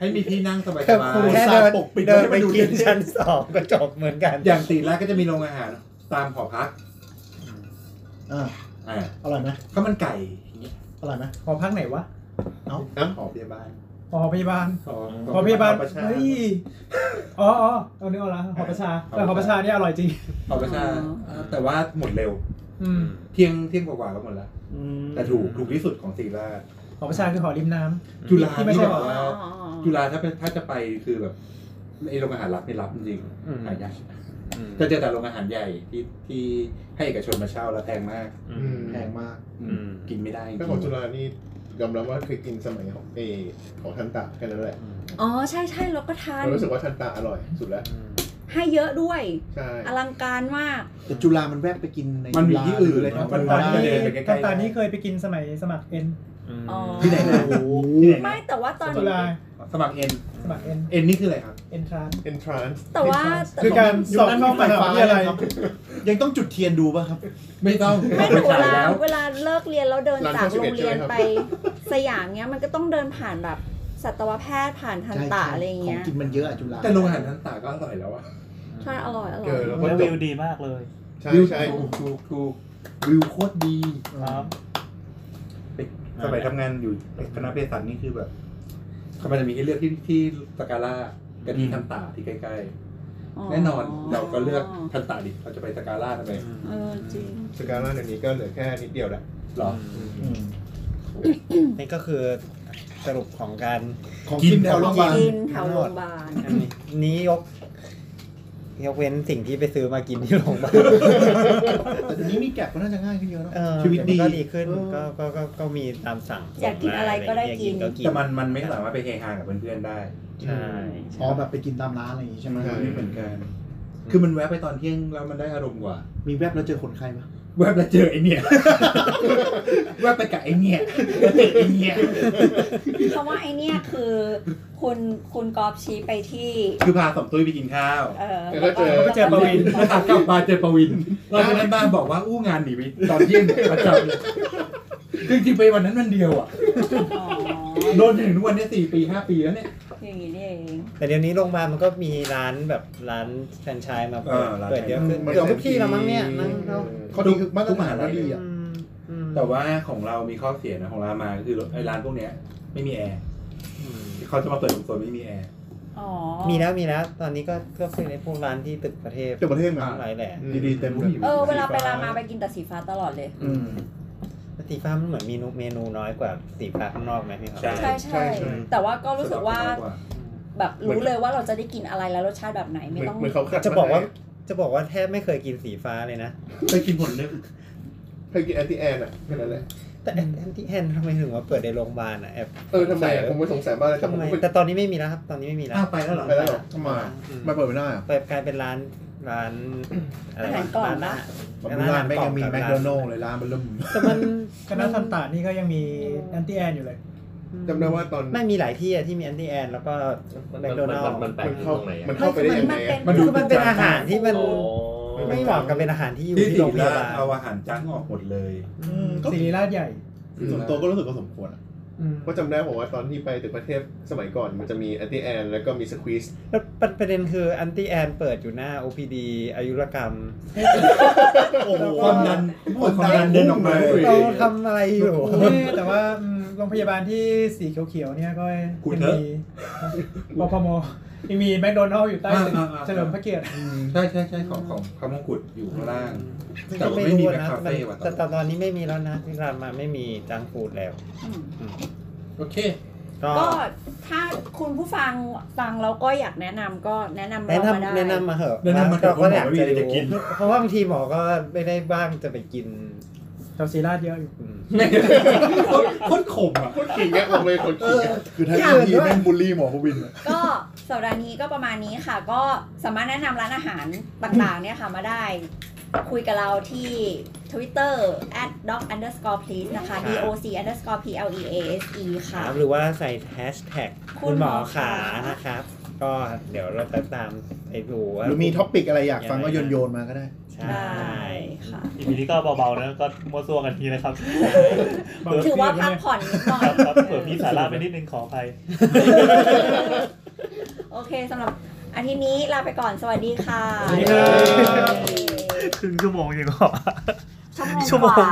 ให้มีที่นั่งสบาย
แต่คุณ
ๆ
แค่
อุตส่า
เดิ
ห์
น
ปกปิด
เดินไป
ไม่ให้มันดู
กิน
เด่น
ชั้นสองก็จบเหมือนกัน
อย่างตีแล้วก็จะมีโรงอาหารตามหอพัก
อ่า
อ่า
อร่อยไหม
ก็มันไก่อย่างเงี้ย
อร่อยไหม
หอพักไหนวะ
นะ
หอพยาบาล
หอพยาบาล
หอ
หอพยาบาล
ประชา
เฮ้ยอ๋ออ๋อเอาเนื้อละหอประชาแต่หอประชาเนี่ยอร่อยจริง
หอประชาอ่าแต่ว่าหมดเร็ว
อืม
เที่ยงเที่ยงกว่าๆก็หมดแล้ว แต่ถูกถูกที่สุดของตีราช
หอประชาคือหอริมน้ำ
จุฬา
ที่ไม่ใช่
ที่
หรอ
แบบว่าจุฬาถ้าเป็นถ้าจะไปคือแบบไอโรงอาหารรับไม่รับจริงๆหายากจะเจอแต่โรงอาหารใหญ่ที่ที่ให้เอกชนมาเช่าแล้วแพงมาก
อืม
แพงมาก
อืมกินไม่ได้จริง
ก็ของจุฬานี่ยอมรับว่าเคยกินสมัยของเอของทันตะแค่นั้นแหละ
อ๋อใช่ใช่เราก็ทาน
เรารู้สึกว่าทันตะอร่อยสุดแล้ว
ให้เยอะด้วย
ใช่
อลังการมาก
แต่จุฬามันแวะไปกินใน
มันมีที่อื่น
เล
เลย ย
นะ
นะ
มั
มัน นไป
ไปได้
เลยไปใกล้
ตอน
ๆ
ตานี้เคยไปกินสมัยสมัครเอ็น
อ๋อ
ที่ไหนนะ
โอ้โห
ที่ไหนนะ
ไม่แต่ว่าตอน
จุฬา
สมัครเอ็น
สมัครเอ็น
เอ็นนี่คืออะไรครับ
เอ็นทราน
เอนทรานซ์
แต่ว่า
คือการสอบเข้ามา
ฟ้า
วิทยาลัย
ครับยังต้องจุดเทียนดูป่ะครับ
ไม่ต้อง
ไม่
ไป
รู้เว
ฉาย
ลา
แล้ว
เวลาเลิกเรียนแล้วเดินจากโรงเรียนไป สยามเนี้ยมันก็ต้องเดินผ่านแบบสัตวแพทย์ผ่านทันตะอะไรอย่าง
ขอ
เงี้
ง
ย
กินมันเยอะอะจุฬา
แต่โรงอาหารทันตาก็อร่อยแล้วอะ
ใช่อร่อยอร่อ
เกิ
ย
ดแล้วก็
แล้ว
จ
วิ
บ
วดีมากเลย
ใช่
วิว
ใช่
ถูกถูกถูกวิวโคตรดี
ครับ
สมัยทำงานอยู่คณะเภสัชนี่คือแบบเขามันจะมีให้เลือกที่ที่สกาล่ากับที่ทันตาที่ใกล้ๆ แน่นอนเราก็เลือกทันตาดิเราจะไปสกาล่าทำไม
เออจริง
สกาล่าเดี๋ยวนี้ก็เหลือแค่นิดเดียวแหละ
หรอ
อืม
นี่ก็คือสรุปของการ
ของกินแถวโรงพยาบาล
กินแถวโรงพยาบาล
อันนี้นี้ยก ยกเว้นสิ่งที่ไปซื้อมากินที่โรงพยาบา
*laughs*
ล
แต่เดี๋ยวนี้มีแก็บก็น่าจะง่ายขึ้นเยอะเนอะ
เออ
ชีวิตดี
มันก็ดีขึ้นก็ก็ก็ก็มีตามสั่ง
อยากกินอะไรก็ได้กิน
อยากิน
แต่มันมันไม่สามารถไปเฮฮากับเพื่อนๆได้
ใช่
อ๋อแบบไปกินตามร้านอะไรอย่างงี้ใช่ไหม
ใช่
ไม่เหมือนกัน คือมันแวะไปตอนเที่ยงแล้วมันได้อารมณ์กว่า
มีแวบแล้วเจอคนไข้ปะ
แวบแล้วเจอไอเนี่ย *laughs* แวบไปกับไอเนี่ยแล้วติดไอเนี่ย *laughs*
คำว่าไอเนี่ยคือ คุณคุณกอฟชี้ไปที่
คือพาสมตุ้ยไปกินข้าว
เออ
แล้วก็เจอ
แล้ว
แล้วก็เจอปวิน
แล้วขากลับมาเจอปวินเราเพื่อนบ้านบอกว่าอู้งานหนีไปตอนเที่ยงประจำเลยจริงๆไปวันนั้นวันเดียวอ่ะ
อ๋อ
โดนถึงทุกวันเนี้สี่ปีห้าปีแล้วเนี่ย
อย่างนี้นี่เอง
แต่เดี๋ยวนี้โรงพยาบาลมันก็มีร้านแบบร้านแฟรนไชส์มาเปิด
เออร้าน
เปิดเยอะขึ้น
มัน
เกือบทุก
จะมี
ที่แล้วมั้งเนี่ยนั่งเข้า
ข้อดีคือมาตรฐานก็ดี
อื
อ่ะ
มอืม
แต่ว่าของเรามีข้อเสียนะของรามาคือไอ้ร้านพวกเนี้ยไม่มีแอร์เขาจะมาเปิดตรงโซนไม่มีแอร์
อ๋อ
มีแล้วมีแล้วตอนนี้ก็ก็คือในพวกร้านที่ตึกประเทศ
เจอประเทศมา
หลายแหละ
ดีๆเต็มที่
เออเวลาไปรามาไปกินแต่สีฟ้าตลอดเลย
อืม
สีฟ้ามันเหมือนมีเมนูน้อยกว่าสีฟ้าข้างนอกไหมพี่ครับ
ใช่
ใช่ใช่แต่ว่าก็รู้สึกว่าแบบรู้เลยว่าเราจะได้กินอะไรแล้วรสชาติแบบไหน
เห
ไม่
มือน
ต้อง
เหมือนเขาคัด
จะบอกว่า
ให้
จะบอกว่าแทบไม่เคยกินสีฟ้าเลยนะ
ไปกินผลนึก
เคยกินแอนติแอนอ่ะแค่นั้นแหละ
แต่แอนที่แอนทำไมถึงว่าเปิดในโรงพยาบาลอ่ะแอบ
เออทำไมอะผมก็สงสัยมากเลยแต่
ทำ
ผม
ไม
ก็ไป
แต่ตอนนี้ไม่มีแล้วครับ ตอนนี้ไม่มีแล้ว
อ้าวไปแล้วเหรอ
ไปแล้วเหรอ
ทำไมมาเปิดไม่ได้อ่ะ
เปิดกลายเป็นร้านร้านอะไร
อาหารกล่อง
ร้านอาหาร
ร้านไม่ยังมีแมคโดนัลล์เลยร้านมันเริ่ม
แต่มัน
คณะทันตานี่ก็ยังมีแอนตี้แอนอยู่เลย
จำได้ว่าตอน
ไม่มีหลายที่อะที่มีแอนตี้แอนแล้วก็แมคโดนัล
มัน
ล์
แปลก
มัน
ที่
เข้า
ตรงไหนอะ
มันเข้าไปได้ยังไงอะ
มันคือมันเป็นอาหารที่มัน
อ๋อ
ไม่เหมาะกับเป็นอาหารที่อยู่
ที่
ที่
สี
โรง
ราย
พาบา
ช
ล
เอาอาหารจังออกหมดเลย
ก็
สีราชใหญ่
ส่วนตัวก็รู้สึกว่าสมควรอ่ะ
ก็จำได้ผมว่าตอนที่ไปตึกประเทศสมัยก่อนมันจะมีแอนติแอนแล้วก็มีสควีส
แล้วประเด็นคืออันตี้แอนเปิดอยู่หน้า OPD อายุรกรรม
โอ้โห
ความดันความดันเดินออกมา
เราทำอะไรอยู่
แต่ว่าอืมโรงพยาบาลที่สีเขียวๆเนี่ยก็ *laughs*
คุย
ยัง
เถอะ
มีปพม ยังมีแมคโดนัลล์อยู่ใต้ตึก
อ่าอ่าอ่า
เฉลิมพระเกียรติ
ใช่ใช่ใช่ของของพระมงกุฎอยู่ข้างล่าง แต่ว่า
ไม่
ไม่มี
รู้
แมค
นะ
คาเฟ่ว่ะต
แต่
อน
แต่ตอนนี้ไม่มีแล้วนะที่ร้านมาไม่มีจังฟูดแล้ว
โอเค
ก็
ก็ถ้าคุณผู้ฟังฟังแล้วก็อยากแนะนำก็แนะนำ
แนะ
เรามาได้
นำแนะนำมาเหอะ
แนะนำมาเถอะ
ก็อยากจะ
เพราะหมอไม่มีอะไรจะกิน
เพราะว่าบางทีหมอก็ไม่ได้บ้างจะไปกิน
เจ้าซีราดเยอะอยู่
อืม
โคตรขมอ่ะ
คนขิงอะบอกเลยคนขิงอะ
คือถ้า
อยาก
อีพี
ด้วย
แม่งบูลลี่หมอพวินอะ
ก็สัปดาห์นี้ก็ประมาณนี้ค่ะ ก็สามารถแนะนำร้านอาหารต่างๆเนี่ยค่ะมาได้ คุยกับเราที่ Twitter at dog underscore please นะคะ d o c underscore p l e a s e
ครั
ค่ะ
บหรือว่าใส่แฮชแท็กคุณหมอขานะครับ ก็เดี๋ยวเราจะตามไปดูว่า
หรือมีท็อปิกอะไรอยากฟังก็โยนโยนๆมาก็ได้
ใช่
ได้ค่ะ
อีพีนี้ก็เบาๆนะก็มั่วซั่วกันทีนะครับ
ถือว่าพักผ่อนนิดหน่อย
ครับครับเผื่อพี่สาระไปนิดนึงขออภัย
โอเคสำหรับอาทิตย์นี้ลาไปก่อนสวัสดีค่ะ
สวัสดีครับ ครึ่งชั่วโมงยังก็
ชั่วโมงกว่า